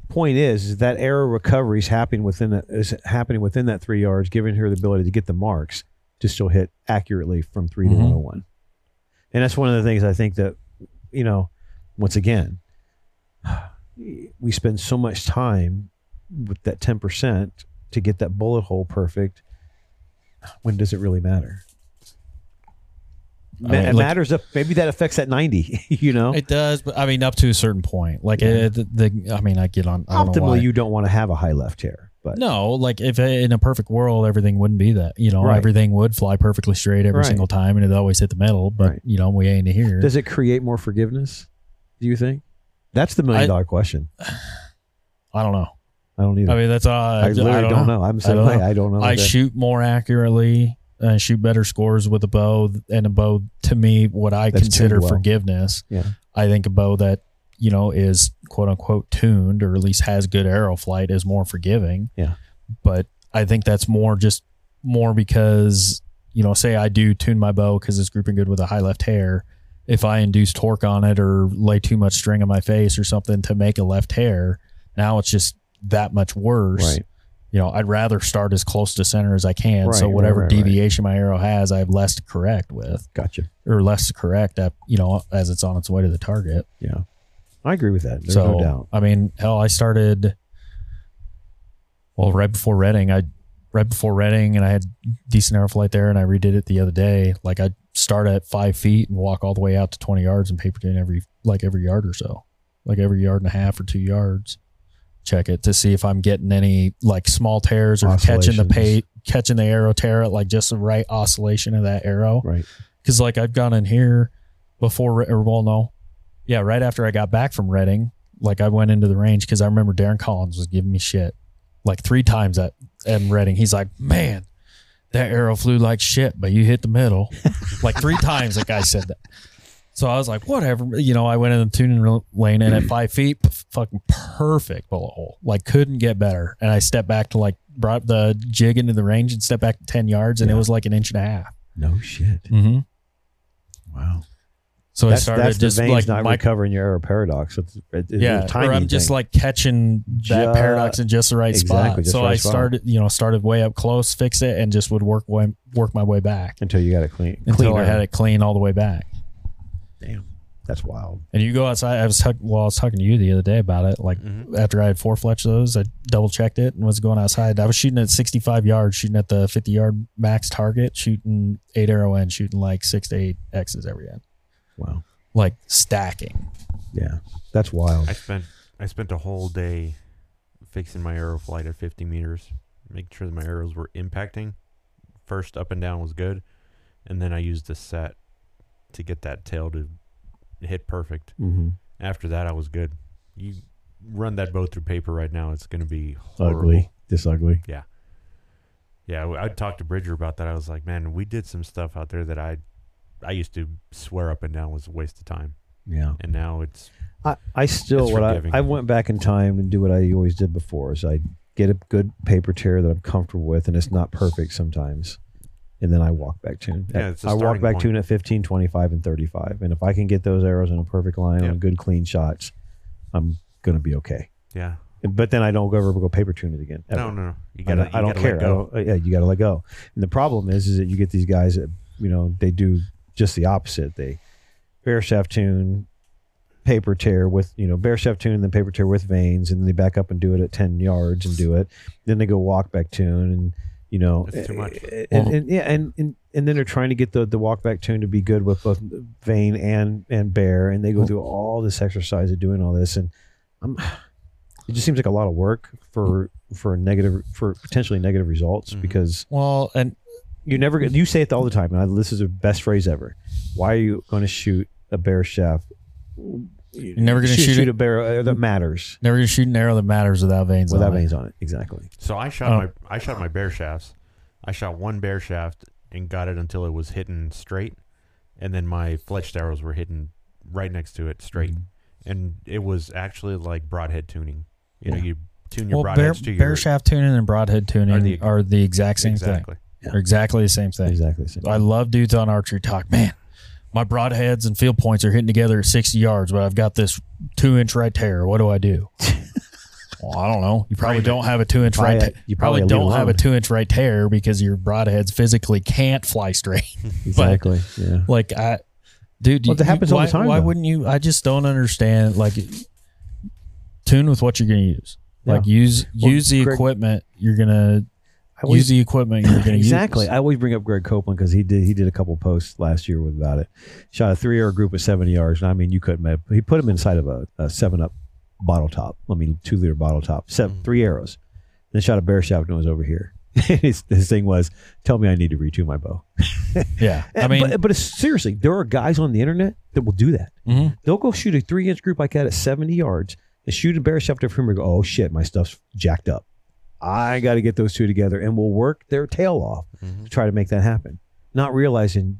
point is, is that arrow recovery is happening within that is happening within that three yards, giving her the ability to get the marks to still hit accurately from 3 Mhm. to 101. And that's one of the things I think that you know, once again, we spend so much time with that 10% to get that bullet hole perfect. When does it really matter? Ma- I mean, it look- matters if maybe that affects that 90, you know? It does, but I mean, up to a certain point. Like, it, the, I mean, I get on. I don't know why. Optimally, you don't want to have a high left hair, but No, like if uh, in a perfect world, everything wouldn't be that. You know, Right. everything would fly perfectly straight every Right. single time, and it always hit the metal. But Right. you know, we ain't here. does it create more forgiveness? Do you think? That's the million I- dollar question. I don't know. I don't either. I I, mean, that's all. I, I literally don't, know. I'm I saying don't like, know. I don't know. I that- shoot more accurately. I shoot better scores with a bow, and a bow to me, what I That's tuned consider well. forgiveness. Yeah. I think a bow that you know is quote unquote tuned, or at least has good arrow flight, is more forgiving. Yeah. but I think that's more just more because you know, say I do tune my bow because it's grouping good with a high left hair. If I induce torque on it or lay too much string on my face or something to make a left hair, now it's just that much worse right. you know, I'd rather start as close to center as I can. Right, so right, whatever right, right. deviation my arrow has, I have less to correct with, Gotcha. or less to correct at you know as it's on its way to the target. Yeah. I agree with that. There's so no doubt. I mean, hell, I started well right before Reading. I right before Reading, and I had decent arrow flight there, and I redid it the other day. Like I start at five feet and walk all the way out to twenty yards and paper tune every like every yard or so, like every yard and a half or two yards. check it to see if I'm getting any like small tears or catching the pay, Oscillations. catching the arrow tear at like just the right oscillation of that arrow. Right. Because like I've gone in here before, or well, no, yeah, right after I got back from Reading, like I went into the range because I remember Darren Collins was giving me shit like three times at in Reading. He's like, man. That arrow flew like shit, but you hit the middle. like three times, the guy said that. So I was like, whatever. You know, I went in the tuning lane and at five feet, p- fucking perfect bullet hole. Like, couldn't get better. And I stepped back to like, brought the jig into the range and stepped back 10 yards and it Yeah. was like an inch and a half. No shit. Mm-hmm. Wow. So I That's, started that's the just veins like, not mic- recovering your error paradox. It's, it- it's yeah, a tiny or I'm just thing. like catching that Ju- paradox in just the right exactly, spot. just So right I spot. started, you know, started way up close, fix it, and just would work way, work my way back until you got it clean. until I cleaner. had it clean all the way back. That's wild. And you go outside. I was tuck, well, I was talking to you the other day about it. Like Mm-hmm. Mhm. after I had four fletch of those, I double checked it and was going outside. I was shooting at 65 yards, shooting at the 50 yard max target, shooting eight arrow end, shooting like six to eight X's every end, Wow. like stacking. Yeah. That's wild. I spent I spent a whole day fixing my arrow flight at 50 meters, making sure that my arrows were impacting. First up and down was good, and then I used the set to get that tail to hit perfect. mm-hmm. After that, I was good. You run that bow through paper right now; it's going to be horrible. Ugly. This ugly. Yeah, I- I talked to Bridger about that. I was like, man, we did some stuff out there that I, I used to swear up and down was a waste of time, Yeah. and now it's I, I still It's what I, forgiving. I went back in time and do what I always did before is I get a good paper tear that I'm comfortable with and it's not perfect sometimes. And then I walk back tune. Yeah, it's a I walk starting back point. tune at 15, 25, and 35. And if I can get those arrows in a perfect line Yeah. on good clean shots, I'm going to be okay. yeah. But then I don't go ever go paper tune it again. ever. No, no, I you gotta. don't, I don't care. I don't, yeah, you got to let go. And the problem is, is that you get these guys that you know they do just the opposite. They bear shaft tune, paper tear with you know bear shaft tune, then paper tear with veins, and then they back up and do it at ten yards and do it. Then they go walk back tune, and you know eh, That's too much. And, and, and- yeah, and, and and then they're trying to get the the walk back tune to be good with both vein and and bear, and they go through all this exercise of doing all this, and I'm. It just seems like a lot of work for for negative for potentially negative results Mm-hmm. Mhm. because Well, and you never you say it all the time and I, this is the best phrase ever why are you going to shoot a bear shaft you're never gonna shoot it- a bear uh, that matters never gonna shoot an arrow that matters without veins. without on it. veins on it exactly So I shot Oh. Uh. my I shot my bear shafts. I shot one bear shaft and got it until it was hitting straight, and then my fletched arrows were hitting right next to it straight, Mm-hmm. and it was actually like broadhead tuning. You know, Yeah. you tune your Well, bear, broadheads to your bear shaft tuning and broadhead tuning Are are the- the, exact same exactly. thing. They're exactly the same thing. exactly the same. I love dudes on archery talk. Man, my broadheads and field points are hitting together at 60 yards, but I've got this two inch right tear. What do I do? well, I don't know. You probably Frame it. don't have a two inch Buy right. it. te- You you probably probably, leave don't it have a alone. two inch right tear because your broadheads physically can't fly straight. exactly yeah like I, dude, Well, that happens all the why, time, Why though. wouldn't you? I just don't understand. Like, tune with what you're going to use. Yeah. Like use Well, use the Greg- equipment you're gonna I always- use the equipment you're gonna exactly. use. I always bring up Greg Copeland because he did he did a couple posts last year with about it. Shot a three hour group of seventy yards, and I mean you couldn't. have- He put him inside of a, a seven up bottle top. I mean two liter bottle top. 7 Mm. Mhm. three arrows. Then shot a bear shaft and it was over here. his, his thing was, tell me I need to retune my bow. Yeah, I And- mean, Uh, but, but it's, seriously, there are guys on the internet that will do that. mhm. They'll go shoot a three inch group like that at seventy yards and shoot a bear shaft over here and go, oh shit, my stuff's jacked up. I got to get those two together, and we'll work their tail off Mm-hmm. to try to make that happen, not realizing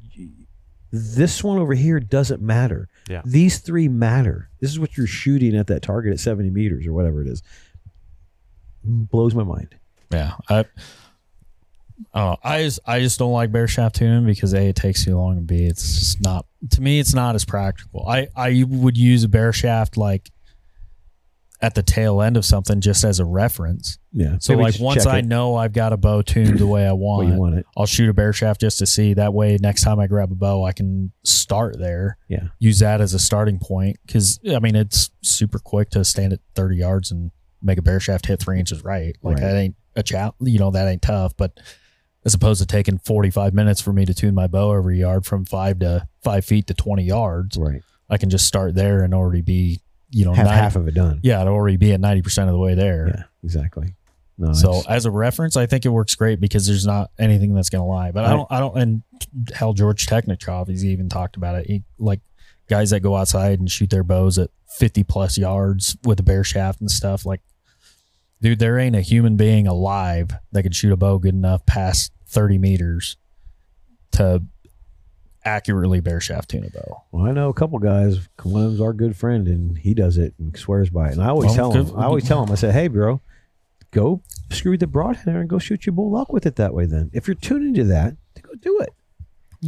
this one over here doesn't matter. Yeah. These three matter. This is what you're shooting at that target at 70 meters or whatever it is. Blows my mind. Yeah, I, I don't know. I just I just don't like bear shaft tuning because a it takes too long and b it's just not to me it's not as practical. I I would use a bear shaft like at the tail end of something just as a reference. Yeah. So Maybe like just once check I it know I've got a bow tuned the way I what want, you want it. I'll shoot a bear shaft just to see. That way, next time I grab a bow, I can start there. Yeah. Use that as a starting point because I mean it's super quick to stand at thirty yards and make a bear shaft hit three inches right. Like Right. that ain't a challenge. You know that ain't tough. But as opposed to taking forty five minutes for me to tune my bow every yard from five to five feet to twenty yards, Right. I can just start there and already be you know, have 90 half of it done. yeah, it'd already be at ninety percent of the way there. Yeah, exactly. No, So it's- as a reference, I think it works great because there's not anything that's going to lie. But I Right. don't, I don't, and hell, George Technichov, he's even talked about it. He, like guys that go outside and shoot their bows at 50 plus yards with a bare shaft and stuff. Like, dude, there ain't a human being alive that could shoot a bow good enough past 30 meters to accurately bare shaft tune a bow. well, I know a couple guys. Kalem's our good friend, and he does it and swears by it. And I always Well, tell him, good- I always tell him, I say, "Hey, bro, go screw the broadheader and go shoot your bull luck with it that way. Then, if you're tuning to that, then go do it.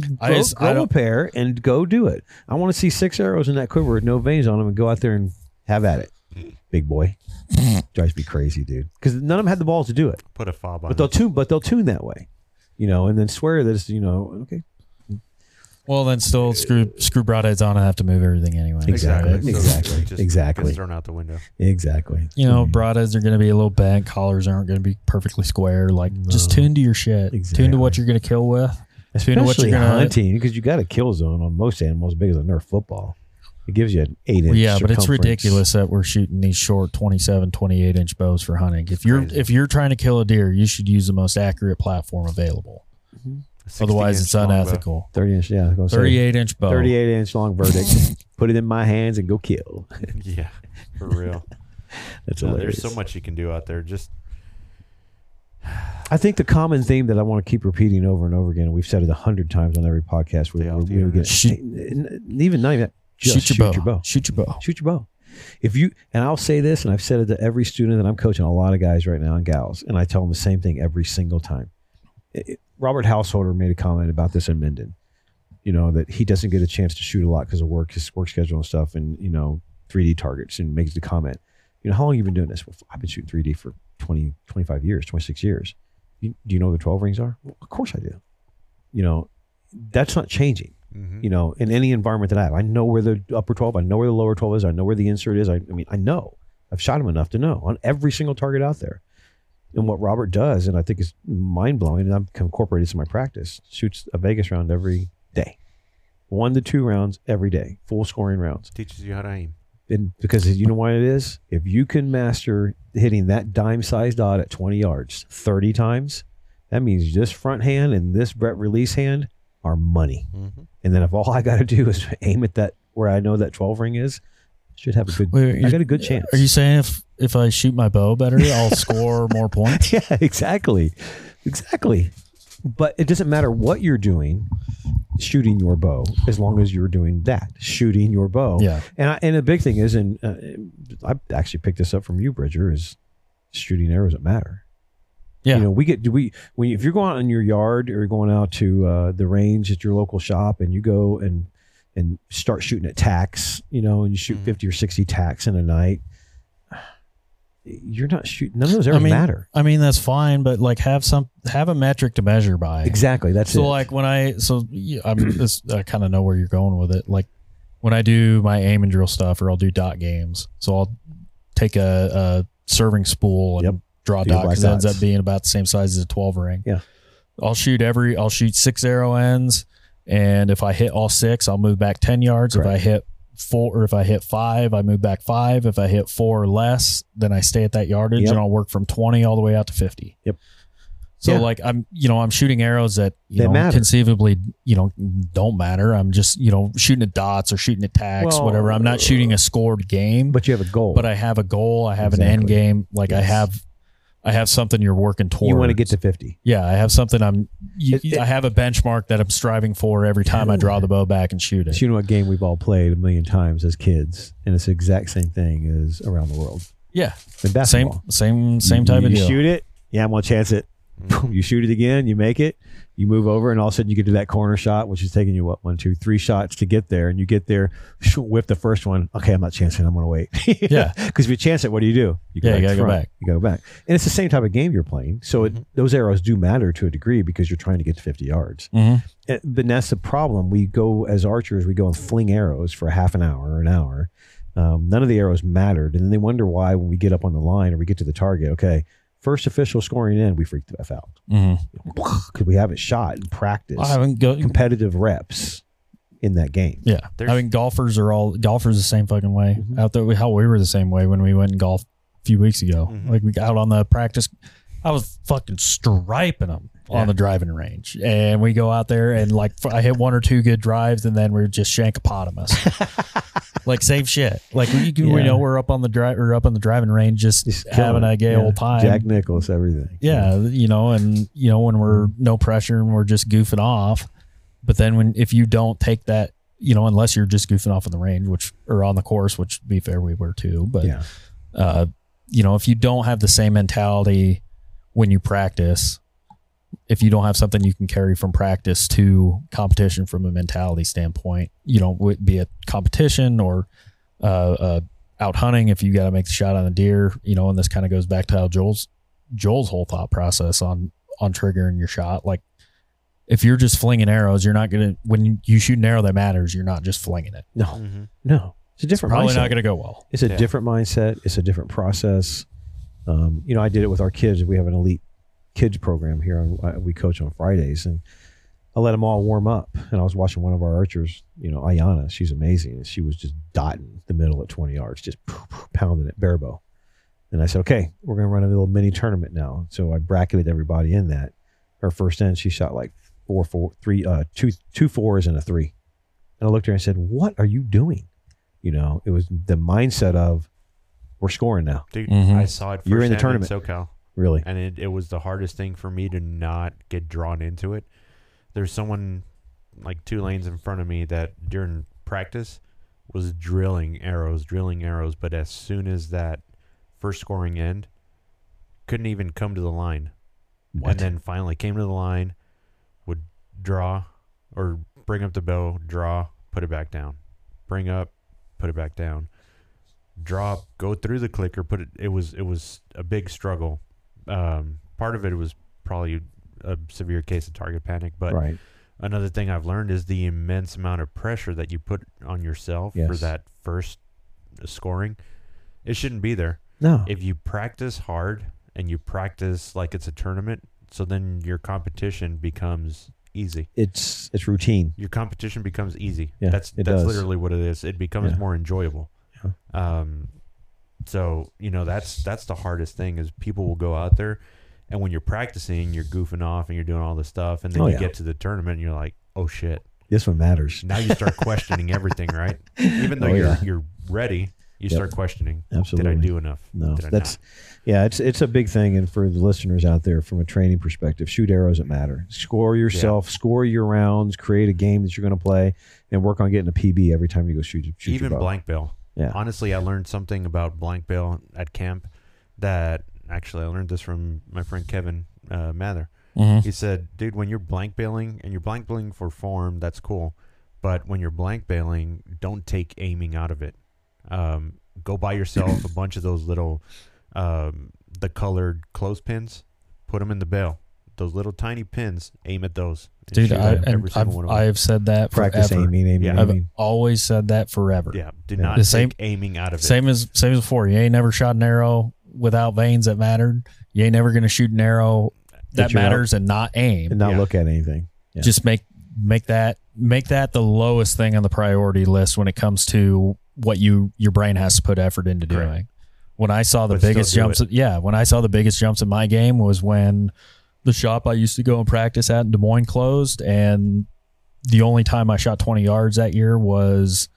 Go, I just, grow I a don't, pair and go do it. I want to see six arrows in that quiver with no veins on them, and go out there and have at it, big boy. Drives me crazy, dude. Because none of them had the balls to do it. Put a fob on. but they'll it. tune but they'll tune that way you know and then swear that it's you know okay well, then still screw, screw broadheads on and have to move everything anyway. Exactly. So Exactly. it just Exactly. Gets thrown out the window. exactly you know, broadheads are going to be a little bent. Collars aren't going to be perfectly square. Like, just No. tune to your shit. Tune Exactly. to what you're going to kill with. especially you know what you're gonna- hunting because you got a kill zone on most animals big as a nerf football it gives you an eight inch yeah, but it's circumference. ridiculous that we're shooting these short 27, 28 inch bows for hunting. If you're crazy. if you're trying to kill a deer, you should use the most accurate platform available. 60 Otherwise, inch it's longbow. unethical. 30 inch yeah I was gonna say, 38 inch bow. 38 inch long verdict put it in my hands and go kill uh, Yeah, for real. that's No, hilarious there's so much you can do out there. Just i think the common theme that i want to keep repeating over and over again and we've said it a hundred times on every podcast we, Stay off we, the we, we get, Shoot- even not even that, just shoot your bow. your bow Shoot your bow. shoot your bow. If you and I'll say this, and I've said it to every student that I'm coaching, a lot of guys right now and gals, and I tell them the same thing every single time. It- it- Robert Householder made a comment about this in Minden, you know, that he doesn't get a chance to shoot a lot because of work, his work schedule and stuff, and you know, 3D targets, and makes the comment, you know, how long you been doing this? Well, I've been shooting 3D for 20, 25 years, 26 years. You, do you know what the 12 rings are? Well, of course I do. You know, that's not changing mhm. you know, in any environment that I have. I know where the upper 12, I know where the lower 12 is, I know where the insert is. I, I mean, I know. I've shot him enough to know on every single target out there. And what Robert does, and I think is mind blowing, and I've incorporated this in my practice, shoots a Vegas round every day. One to two rounds every day, full scoring rounds. teaches you how to aim. And because you know why it is? If you can master hitting that dime sized dot at 20 yards 30 times, that means this front hand and this Brett release hand are money. And then if all I got to do is aim at that where I know that 12 ring is, should have a good. Wait, I you're- got a good chance. Are you saying if if I shoot my bow better, I'll score more points? yeah, exactly, exactly. But it doesn't matter what you're doing, shooting your bow, as long as you're doing that, shooting your bow. Yeah. And I, and the big thing is, and uh, I actually picked this up from you, Bridger, is shooting arrows that matter. Yeah. You know, we get do we when you, if you're going out in your yard or you're going out to uh, the range at your local shop and you go and and start shooting at tacks, you know, and you shoot Mm-hmm. Mhm. fifty or sixty tacks in a night. You're not shooting. None of those arrows mean, matter. I mean, that's fine, but like have some have a metric to measure by. Exactly. That's so it. like when I so yeah, I'm this I kind of know where you're going with it. Like when I do my aim and drill stuff, or I'll do dot games. So I'll take a, a serving spool and Yep. draw Do your dot black because it ends dots. up being about the same size as a twelve ring. Yeah. I'll shoot every I'll shoot six arrow ends, and if I hit all six, I'll move back ten yards. If I Correct. hit four or if I hit five, I move back five. If I hit four or less, then I stay at that yardage Yep. and I'll work from twenty all the way out to fifty. Yep. So Yeah. like I'm you know, I'm shooting arrows that you That know matter. conceivably, you know, don't matter. I'm just, you know, shooting at dots or shooting at tags, Well, whatever. I'm not shooting a scored game, but, but you have a goal. I have a goal, I have an end Exactly. game. Like I Yes. have I have something you're working towards. you want to get to fifty. Yeah, I have something I'm. You, It- it- I have a benchmark that I'm striving for every time I draw the bow back and shoot it. So you know what game we've all played a million times as kids, and it's the exact same thing as around the world. Yeah, In same, basketball, same, same type you, of deal. You shoot it, yeah, I'm gonna chance it. Boom, you shoot it again, you make it, you move over, and all of a sudden you get to that corner shot, which is taking you what one, two, three shots to get there, and you get there, shoot, whip the first one. Okay, I'm not chancing. I'm gonna wait. Yeah. because if you chance it, what do you do? You Yeah, you to gotta go front. back. Mm-hmm. You gotta go back, and it's the same type of game you're playing. So it, those arrows do matter to a degree because you're trying to get to 50 yards. Mhm. Uh, but that's the problem. We go as archers, we go and fling arrows for half an hour or an hour. Um, none of the arrows mattered, and then they wonder why when we get up on the line or we get to the target. Okay, first official scoring in, we freak the f out Mhm. because we haven't shot in practice, I haven't go. competitive reps. in that game. Yeah, I There's- mean, golfers are all golfers the same fucking way. Mhm. Out there, how we were the same way when we went and golfed a few weeks ago. Mm-hmm. Mhm. Like we got out on the practice, I was fucking striping them Yeah. on the driving range, and we go out there and like f- I hit one or two good drives, and then we're just shankopotamus. like same shit. Like we, can- we Yeah. know we're up on the drive or up on the driving range, just, Just having killing a it. gay Yeah. old time. Jack Nicholas, everything. Yeah, you know, and you know when we're no pressure and we're just goofing off. But then when if you don't take that, you know, unless you're just goofing off on the range, which or on the course, which to be fair we were too, but yeah. uh, you know, if you don't have the same mentality when you practice, if you don't have something you can carry from practice to competition from a mentality standpoint, you know, would be a competition or uh, uh, out hunting. If you got to make the shot on a deer, you know, and this kind of goes back to how Joel's Joel's whole thought process on on triggering your shot, like. If you're just flinging arrows, you're not gonna. When you shoot an arrow that matters, you're not just flinging it. No, Mhm. no, it's a different. Probably mindset. not gonna go well. It's a Yeah. different mindset. It's a different process. Um, you know, I did it with our kids. We have an elite kids program here. On, uh, we coach on Fridays, and I let them all warm up. And I was watching one of our archers. You know, Ayana. She's amazing. And she was just dotting the middle at 20 yards, just poof, poof, pounding it bare bow. And I said, okay, we're going to run a little mini tournament now. So I bracketed everybody in that. Her first end, she shot like four, four, three, uh, two, two fours and a three. And I looked at her and said, what are you doing? You know, it was the mindset of we're scoring now, Dude, Mhm. I saw it. Mm-hmm. You're in the firsthand SoCal. really. and it, it was the hardest thing for me to not get drawn into it. There's someone like two lanes in front of me that during practice was drilling arrows, drilling arrows, but as soon as that first scoring end, couldn't even come to the line. And then finally came to the line, would draw or bring up the bow, draw, put it back down. Bring up, put it back down. Draw, go through the clicker, put it it was it was a big struggle. Um, part of it was probably a severe case of target panic, but right. another thing I've learned is the immense amount of pressure that you put on yourself for Yes. that first scoring. It shouldn't be there No. if you practice hard and you practice like it's a tournament, so then your competition becomes easy. it's it's routine. Your competition becomes easy. Yeah, that's it that's does. literally what it is. It becomes Yeah. more enjoyable. Um, so you know that's that's the hardest thing is people will go out there, and when you're practicing, you're goofing off and you're doing all this stuff, and then Oh, you yeah. get to the tournament and you're like, oh shit. This one matters. Now you start questioning everything, right? Even though Oh, you're yeah. you're ready, you Yep. start questioning. Absolutely. Did I do enough? No, Did I that's yeah. It's it's a big thing, and for the listeners out there, from a training perspective, shoot arrows that matter. Score yourself, score your rounds, create a game that you're going to play, and work on getting a PB every time you go shoot. shoot even your bow. blank bail. Yeah. Honestly, I learned something about blank bail at camp that actually I learned this from my friend Kevin uh, Mather. Mm-hmm. He said, "Dude, when you're blank bailing and you're blank bailing for form, that's cool, but when you're blank bailing, don't take aiming out of it. Um, go buy yourself a bunch of those little, um, the colored clothespins, put them in the bail. Those little tiny pins, aim at those. and Dude, shoot I, at and I've, of 'em. I've said that practice forever. aiming, aiming, Yeah. I've aiming. always said that forever. yeah, do Yeah. not The take same- aiming out of it. Same as same as before. You ain't never shot an arrow without veins that mattered. You ain't never gonna shoot an arrow that, That you're out. matters and not aim. and not yeah. look at anything. yeah. Just make make that make that the lowest thing on the priority list when it comes to what you your brain has to put effort into Correct. doing. When I saw the But still biggest do jumps, yeah, when I saw the biggest jumps in my game was when the shop I used to go and practice at in Des Moines closed, and the only time I shot 20 yards that year was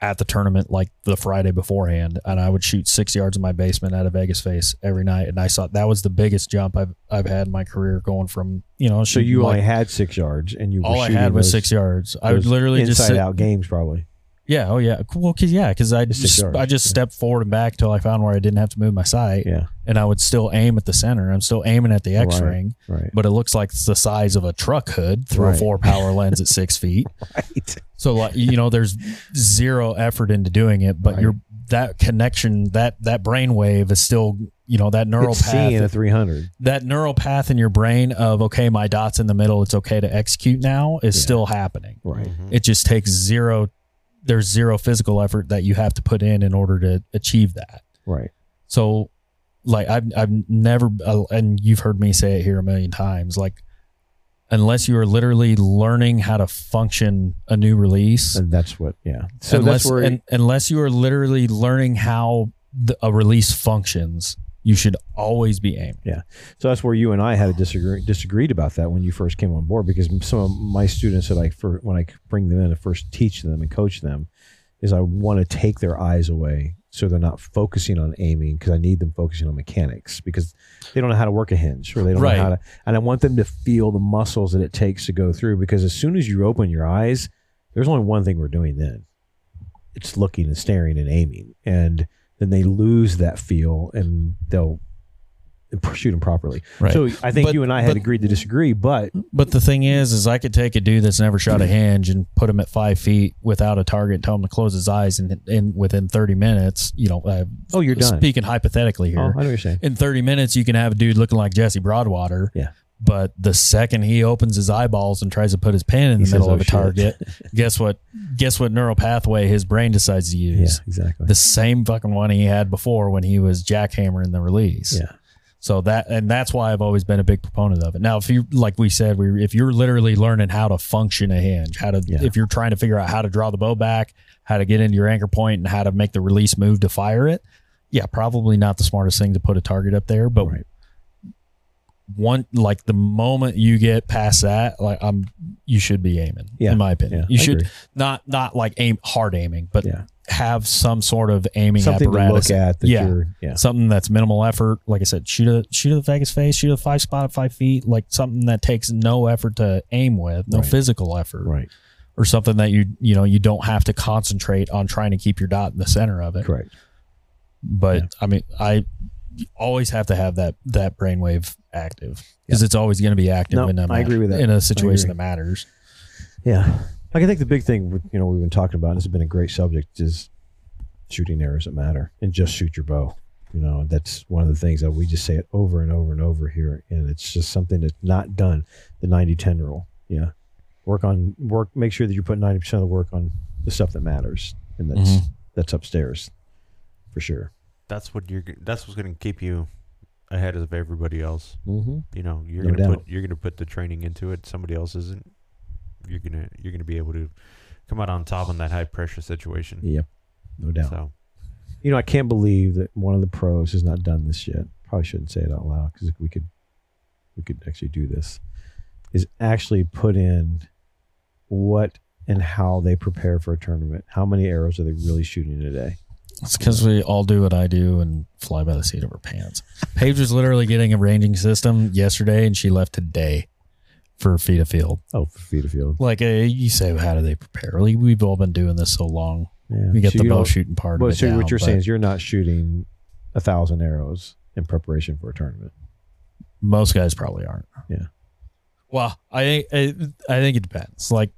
at the tournament, like the Friday beforehand, and I would shoot six yards in my basement out of Vegas face every night, and I saw that was the biggest jump I've I've had in my career, going from you know, So shooting, you like, only had six yards, and you were all I shooting had was those- six yards. I would those literally inside just sit, out games probably. yeah, oh yeah, well, cause yeah, because I Six just yards, I just yeah. stepped forward and back till I found where I didn't have to move my sight, Yeah, and I would still aim at the center. I'm still aiming at the Right. X ring, right. but it looks like it's the size of a truck hood through a Right. four power lens at six feet. Right. So like you know, there's zero effort into doing it, but Right. your that connection, that that brain wave is still you know that neural It's seeing a path, three hundred. that neural path in your brain of okay, my dot's in the middle, it's okay to execute now is Yeah. still happening. Right. Mhm. It just takes zero. There's zero physical effort that you have to put in in order to achieve that. Right. So, like I've I've never uh, and you've heard me say it here a million times. Like unless you are literally learning how to function a new release. And that's what, yeah. So unless, that's where un- unless you are literally learning how the, a release functions, you should always be aiming. So that's where you and I had a disagree, disagreed about that when you first came on board because some of my students that I for, when I bring them in to first teach them and coach them is I want to take their eyes away so they're not focusing on aiming because I need them focusing on mechanics because they don't know how to work a hinge or they don't Right. know how to and I want them to feel the muscles that it takes to go through because as soon as you open your eyes there's only one thing we're doing then it's looking and staring and aiming and then they lose that feel and they'll shoot them properly Right. so I think But- you and I had but- agreed to disagree, but But the thing is, is I could take a dude that's never shot a hinge and put him at five feet without a target, tell him to close his eyes, and, and within thirty minutes, you know, uh, oh, you're done. speaking hypothetically Oh, I here, know what you're saying. in thirty minutes you can have a dude looking like Jesse Broadwater. Yeah. But the second he opens his eyeballs and tries to put his pen in He the says, middle "Oh, of a shit." target, guess what? Guess what neural pathway his brain decides to Yeah, use? exactly. The same fucking one he had before when he was jackhammering the release. yeah, So that and that's why I've always been a big proponent of it. Now, if you like we said, we if you're literally learning how to function a hinge, how to Yeah. if you're trying to figure out how to draw the bow back, how to get into your anchor point, and how to make the release move to fire it, yeah, probably not the smartest thing to put a target up there. But Right. one like the moment you get past that, like I'm, you should be aiming. Yeah. in my opinion, yeah. you I should agree. not not like aim hard aiming, but Yeah. have some sort of aiming something to apparatus look at. That Yeah. you're, yeah, something that's minimal effort. Like I said, shoot a shoot at the Vegas face, shoot a five spot at five feet, like something that takes no effort to aim with, no Right. physical effort, right, or something that you you know you don't have to concentrate on trying to keep your dot in the center of it. correct. But Yeah. I mean, I you always have to have that that brainwave active because it's always going to be active. No, in a I agree with that. in a agree. situation that matters. Yeah, like I think the big thing with- you know we've been talking about. And this has been a great subject is shooting arrows that matter and just shoot your bow. You know, that's one of the things that we just say it over and over and over here, and it's just something that's not done. The 90-10 rule. Yeah, work on work. Make sure that you put ninety percent of the work on the stuff that matters, and that's that's upstairs for sure. That's what you're. g- That's what's going to keep you ahead of everybody else. Mm-hmm. You know, you're No going to doubt. put you're going to put the training into it. Somebody else isn't. You're gonna you're gonna be able to come out on top in that high pressure situation. Yep, no doubt. So You know, I can't believe that one of the pros has not done this yet. Probably shouldn't say it out loud because we could, we could actually do this. Is actually put in what and how they prepare for a tournament. How many arrows are they really shooting a day? It's because we all do what I do and fly by the seat of our pants. Paige was literally getting a ranging system yesterday, and she left today for feet of field. Oh, for feet of field. Like uh, you say, how do they prepare? Like, we've all been doing this so long. Yeah. We get So the you bow don't- shooting part. Well, of it so down, what you're but saying is you're not shooting a thousand arrows in preparation for a tournament. most guys probably aren't. Yeah. Well, I I, I think it depends. Like,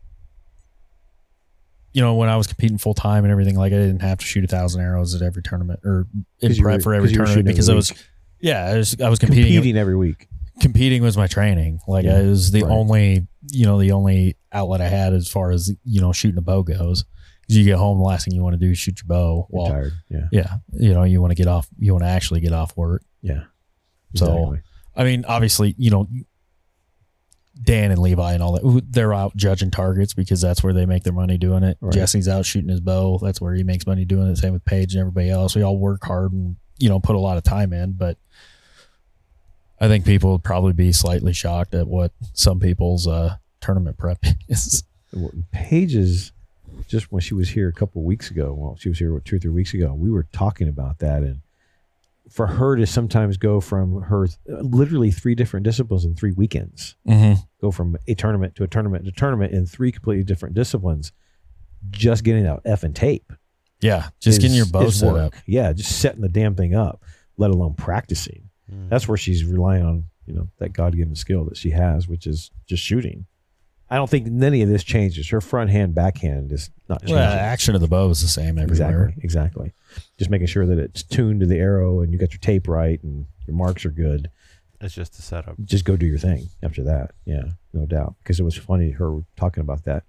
you know, when I was competing full time and everything, like I didn't have to shoot a thousand arrows at every tournament or in 'Cause you prep were- for every 'cause you were tournament shooting because I every was. Yeah, I was, I was Competing, competing every week. competing was my training. Like Yeah, it was the right. only, you know, the only outlet I had as far as you know shooting a bow goes. 'Cause you get home, the last thing you want to do is shoot your bow. You're Well, tired. Yeah. yeah, you know, you want to get off. You want to actually get off work. Yeah. So- I mean, obviously, you know, Dan and Levi and all that, they're out judging targets because that's where they make their money doing it. Right. Jesse's out shooting his bow. That's where he makes money doing it. Same with Paige and everybody else. We all work hard and, you know, put a lot of time in, but I think people would probably be slightly shocked at what some people's uh, tournament prep is. Well, Paige is just when she was here a couple weeks ago. Well, she was here what, two or three weeks ago. We were talking about that, and for her to sometimes go from her uh, literally three different disciplines in three weekends, Mm-hmm. go from a tournament to a tournament to tournament in three completely different disciplines, just getting out F and tape, Yeah. is- Just getting your bow is set work. up. Yeah, just setting the damn thing up, let alone practicing that's where she's relying on you know that god-given skill that she has which is just shooting i don't think any of this changes her front hand backhand is not changing Well, action of the bow is the same everywhere. exactly exactly just making sure that it's tuned to the arrow and you got your tape right and your marks are good it's just the setup. just go do your thing after that yeah no doubt because it was funny her talking about that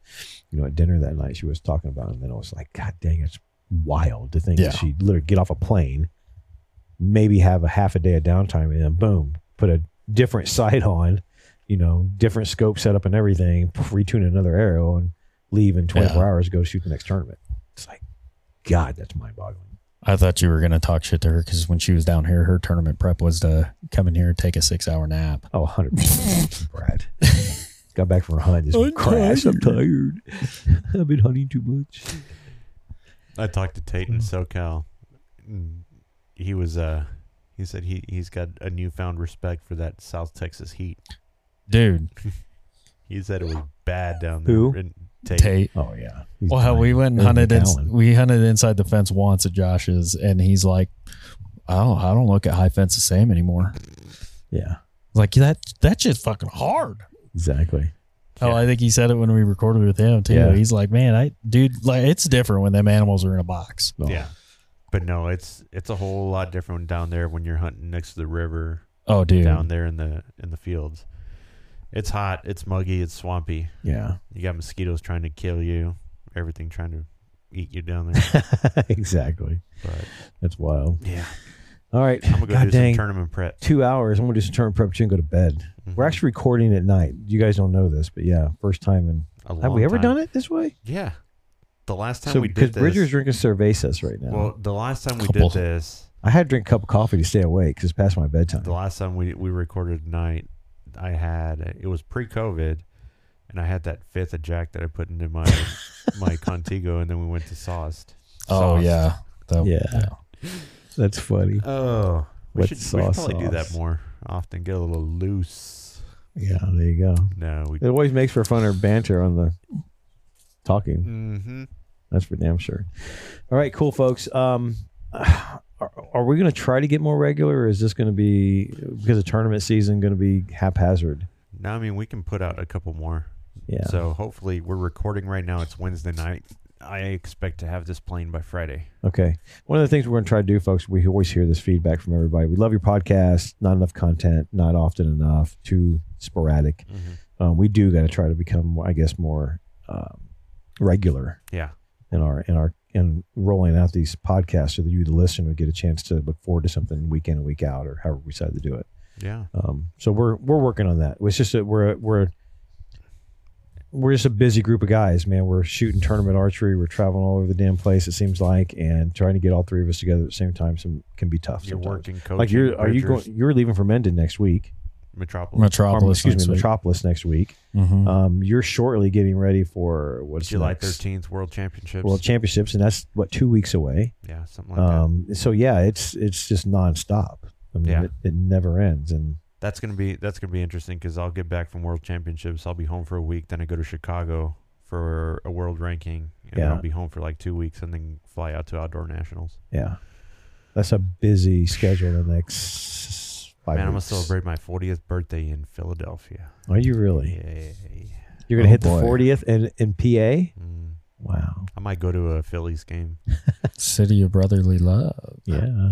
you know at dinner that night she was talking about it, and then i was like god dang it's wild to think Yeah. that she literally get off a plane maybe have a half a day of downtime and then boom put a different sight on you know, different scope setup and everything, poof, retune another arrow and leave in 24 Yeah. hours, go shoot the next tournament. It's like, God, that's mind boggling. I thought you were going to talk shit to her because when she was down here, her tournament prep was to come in here and take a six hour nap. Oh, 100%. Brad. Got back from a hunt. Just crashed. I'm tired. I've been hunting too much. I talked to Tate in SoCal. and He was uh he said he he's got a newfound respect for that South Texas heat. Dude, He said it was bad down there. Who? And Tate. Tate. Oh, yeah. He's Well, dying. we went and There's hunted. Nick In, Allen. we hunted inside the fence once at Josh's, and he's like, "I don't, I don't look at high fence the same anymore." Yeah, Like that, that shit's fucking hard. exactly. Oh, I think he said it when we recorded with him too. Yeah. He's like, "Man, I dude, like it's different when them animals are in a box." No. Yeah. But no, it's it's a whole lot different down there when you're hunting next to the river Oh, dude, down there in the in the fields. It's hot, it's muggy, it's swampy. Yeah. You got mosquitoes trying to kill you, everything trying to eat you down there. exactly. But That's wild. yeah, All right. I'm gonna go God do dang. some tournament prep. Mm-hmm. Two hours. I'm going to do some turn prep too and go to bed. We're actually recording at night. You guys don't know this, but yeah, first time. in have we ever done it this way? Yeah, the last time So we did because this. Bridger's drinking cervezas right now. well, the last time we Couple. did this, I had to drink a cup of coffee to stay awake because it's past my bedtime. the last time we we recorded tonight, I had it was pre-COVID, and I had that fifth of Jack that I put into my my Contigo, and then we went to Sauced. Oh Sauced. yeah, That- Yeah. That's funny. Oh, we With should, we should sauce probably do that sauce. more often. Get a little loose. Yeah, there you go. No, we. It always makes for fun or banter on the talking. Mm-hmm. That's for damn sure. All right, cool, folks. Um, are, are we going to try to get more regular, or is this going to be because of tournament season going to be haphazard? No, I mean we can put out a couple more. Yeah. So hopefully we're recording right now. It's Wednesday night. I expect to have this plane by Friday. Okay. One of the things we're going to try to do, folks, we always hear this feedback from everybody. We love your podcast. Not enough content. Not often enough. Too sporadic. Um, we do got to try to become, I guess, more um, regular Yeah. in our in our in rolling out these podcasts, so that you, the listener, would get a chance to look forward to something week in and week out, or however we decide to do it. Yeah. Um, so we're we're working on that. It's just that we're we're we're just a busy group of guys, man. We're shooting tournament archery. We're traveling all over the damn place. It seems like, and trying to get all three of us together at the same time some, can be tough. You're sometimes. working coach. Like you're are you going? You're leaving for Mendon next week. Metropolis. Or, Metropolis. excuse me, next week. Metropolis next week. Mhm. Um, you're shortly getting ready for what's July next? thirteenth, World Championships. World Championships, and that's what two weeks away. yeah, something like that. Um, so yeah, it's it's just nonstop. I mean, Yeah. it, it never ends, and That's gonna be that's gonna be interesting because I'll get back from World Championships. I'll be home for a week. Then I go to Chicago for a world ranking, and then Yeah. I'll be home for like two weeks, and then fly out to outdoor nationals. Yeah. That's a busy schedule the next five Man, I'm gonna weeks. celebrate my 40th birthday in Philadelphia. Are you really? Yay! You're going to Oh, hit boy. the 40th in, in PA? Mm. Wow. I might go to a Phillies game. City of Brotherly Love. Yeah.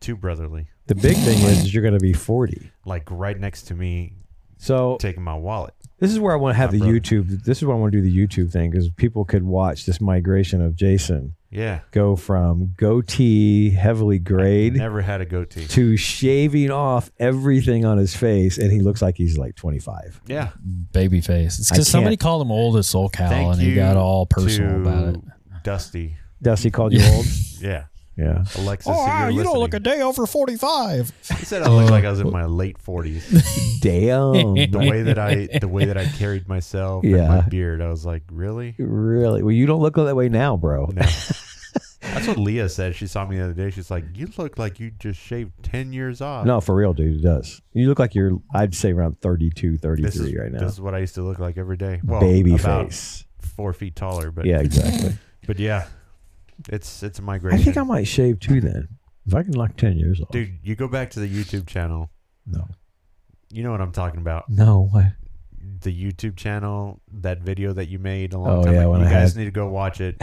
Too brotherly, The big thing is, is you're going to be 40. like right next to me, So taking my wallet. this is where I want to have the My brother. YouTube. This is where I want to do the YouTube thing because people could watch this migration of Jason Yeah, go from goatee, heavily grayed, never had a goatee. to shaving off everything on his face, and he looks like he's like 25. Yeah, baby face. It's I because somebody can't- called him old as Soul Cow, Thank and he you got all personal to about it. Dusty. Dusty called you old. Yeah, Yeah. Oh, Alexis. if you're listening- day over forty-five. He said I looked like I was in my late forties. Damn. The way that I, the way that I carried myself, and Yeah. my beard. I was like, really? Really? Well, you don't look that way now, bro. No. That's what Leah said. She saw me the other day. She's like, you look like you just shaved ten years off. No, for real, dude, it does. You look like you're, I'd say around 32, 33 This is, right now. This is what I used to look like every day. Well, Baby about face. four feet taller, but Yeah, exactly. But yeah, it's it's a I migration. think I might shave too then. If I can knock 10 years off. Dude, you go back to the YouTube channel. No. You know what I'm talking about. No. I, The YouTube channel, that video that you made a long Oh, time yeah, ago. when you I guys had- need to go watch it.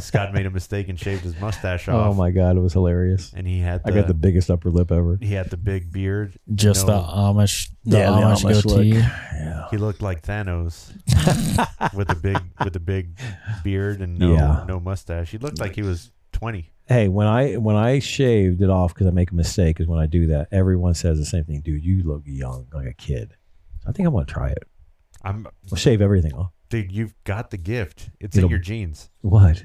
Scott made a mistake and shaved his mustache off. oh, my God. It was hilarious. And he had the, I got the biggest upper lip ever. he had the big beard. Just No. the Amish, the Yeah, the Amish, Amish look. goatee. Yeah. He looked like Thanos with the big with the big beard and no Yeah. no mustache. He looked like he was twenty. Hey, when I when I shaved it off because I make a mistake is when I do that. Everyone says the same thing, dude. You look young, like a kid. I I think I'm gonna try it. I'm I'll shave everything off. dude. You've got the gift. It's It'll- in your genes. What?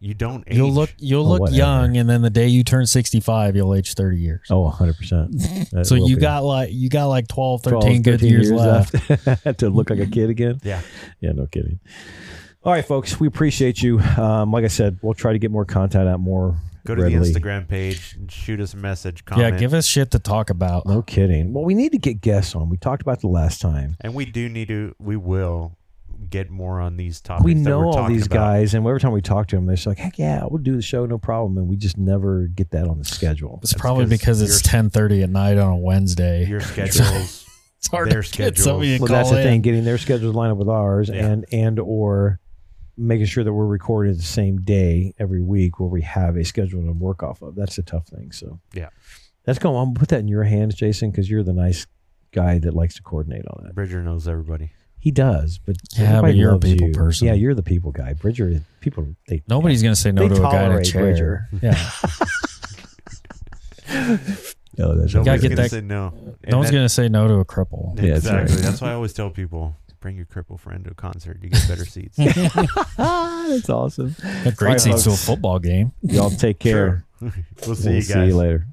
You don't age. You'll look you'll Or look whatever. young, and then the day you turn sixty five, you'll age thirty years. Oh, 100. percent so you got like you got like 12, 13 good years, left. left to look like a kid again. Yeah. Yeah, no kidding. All right, folks, we appreciate you. Um, like I said, we'll try to get more content out more. Go to readily. the Instagram page and shoot us a message. Comment. Yeah, give us shit to talk about. No kidding. Well, we need to get guests on. We talked about the last time. And we do need to. We will get more on these topics. we that know we're all talking these about. guys, and every time we talk to them, they're just like, "Heck yeah, we'll do the show, no problem." And we just never get that on the schedule. It's probably 'cause because it's you're- ten thirty at night on a Wednesday. Your schedules. it's hard their to get somebody to Well, call that's the in. thing: getting their schedules lined up with ours, Yeah. and and or making sure that we're recorded the same day every week, where we have a schedule to work off of. That's a tough thing. So Yeah. that's going. I'm gonna put that in your hands, Jason, because you're the nice guy that likes to coordinate all that. Bridger knows everybody. He does, but Yeah, but everybody you're a loves people you. person. Yeah, you're the people guy, Bridger. People they Nobody's gonna say no They to a guy in a tolerate chair. Bridger. Yeah, Oh, that's Nobody's get gonna that- say no. And no one's that- gonna say no to a cripple. Yeah, that's exactly. right. That's why I always tell people bring your cripple friend to a concert. You get better seats. ah, that's awesome. Got great Alright, seats to a folks. football game. Y'all take care. Sure. we'll see We'll you guys. later.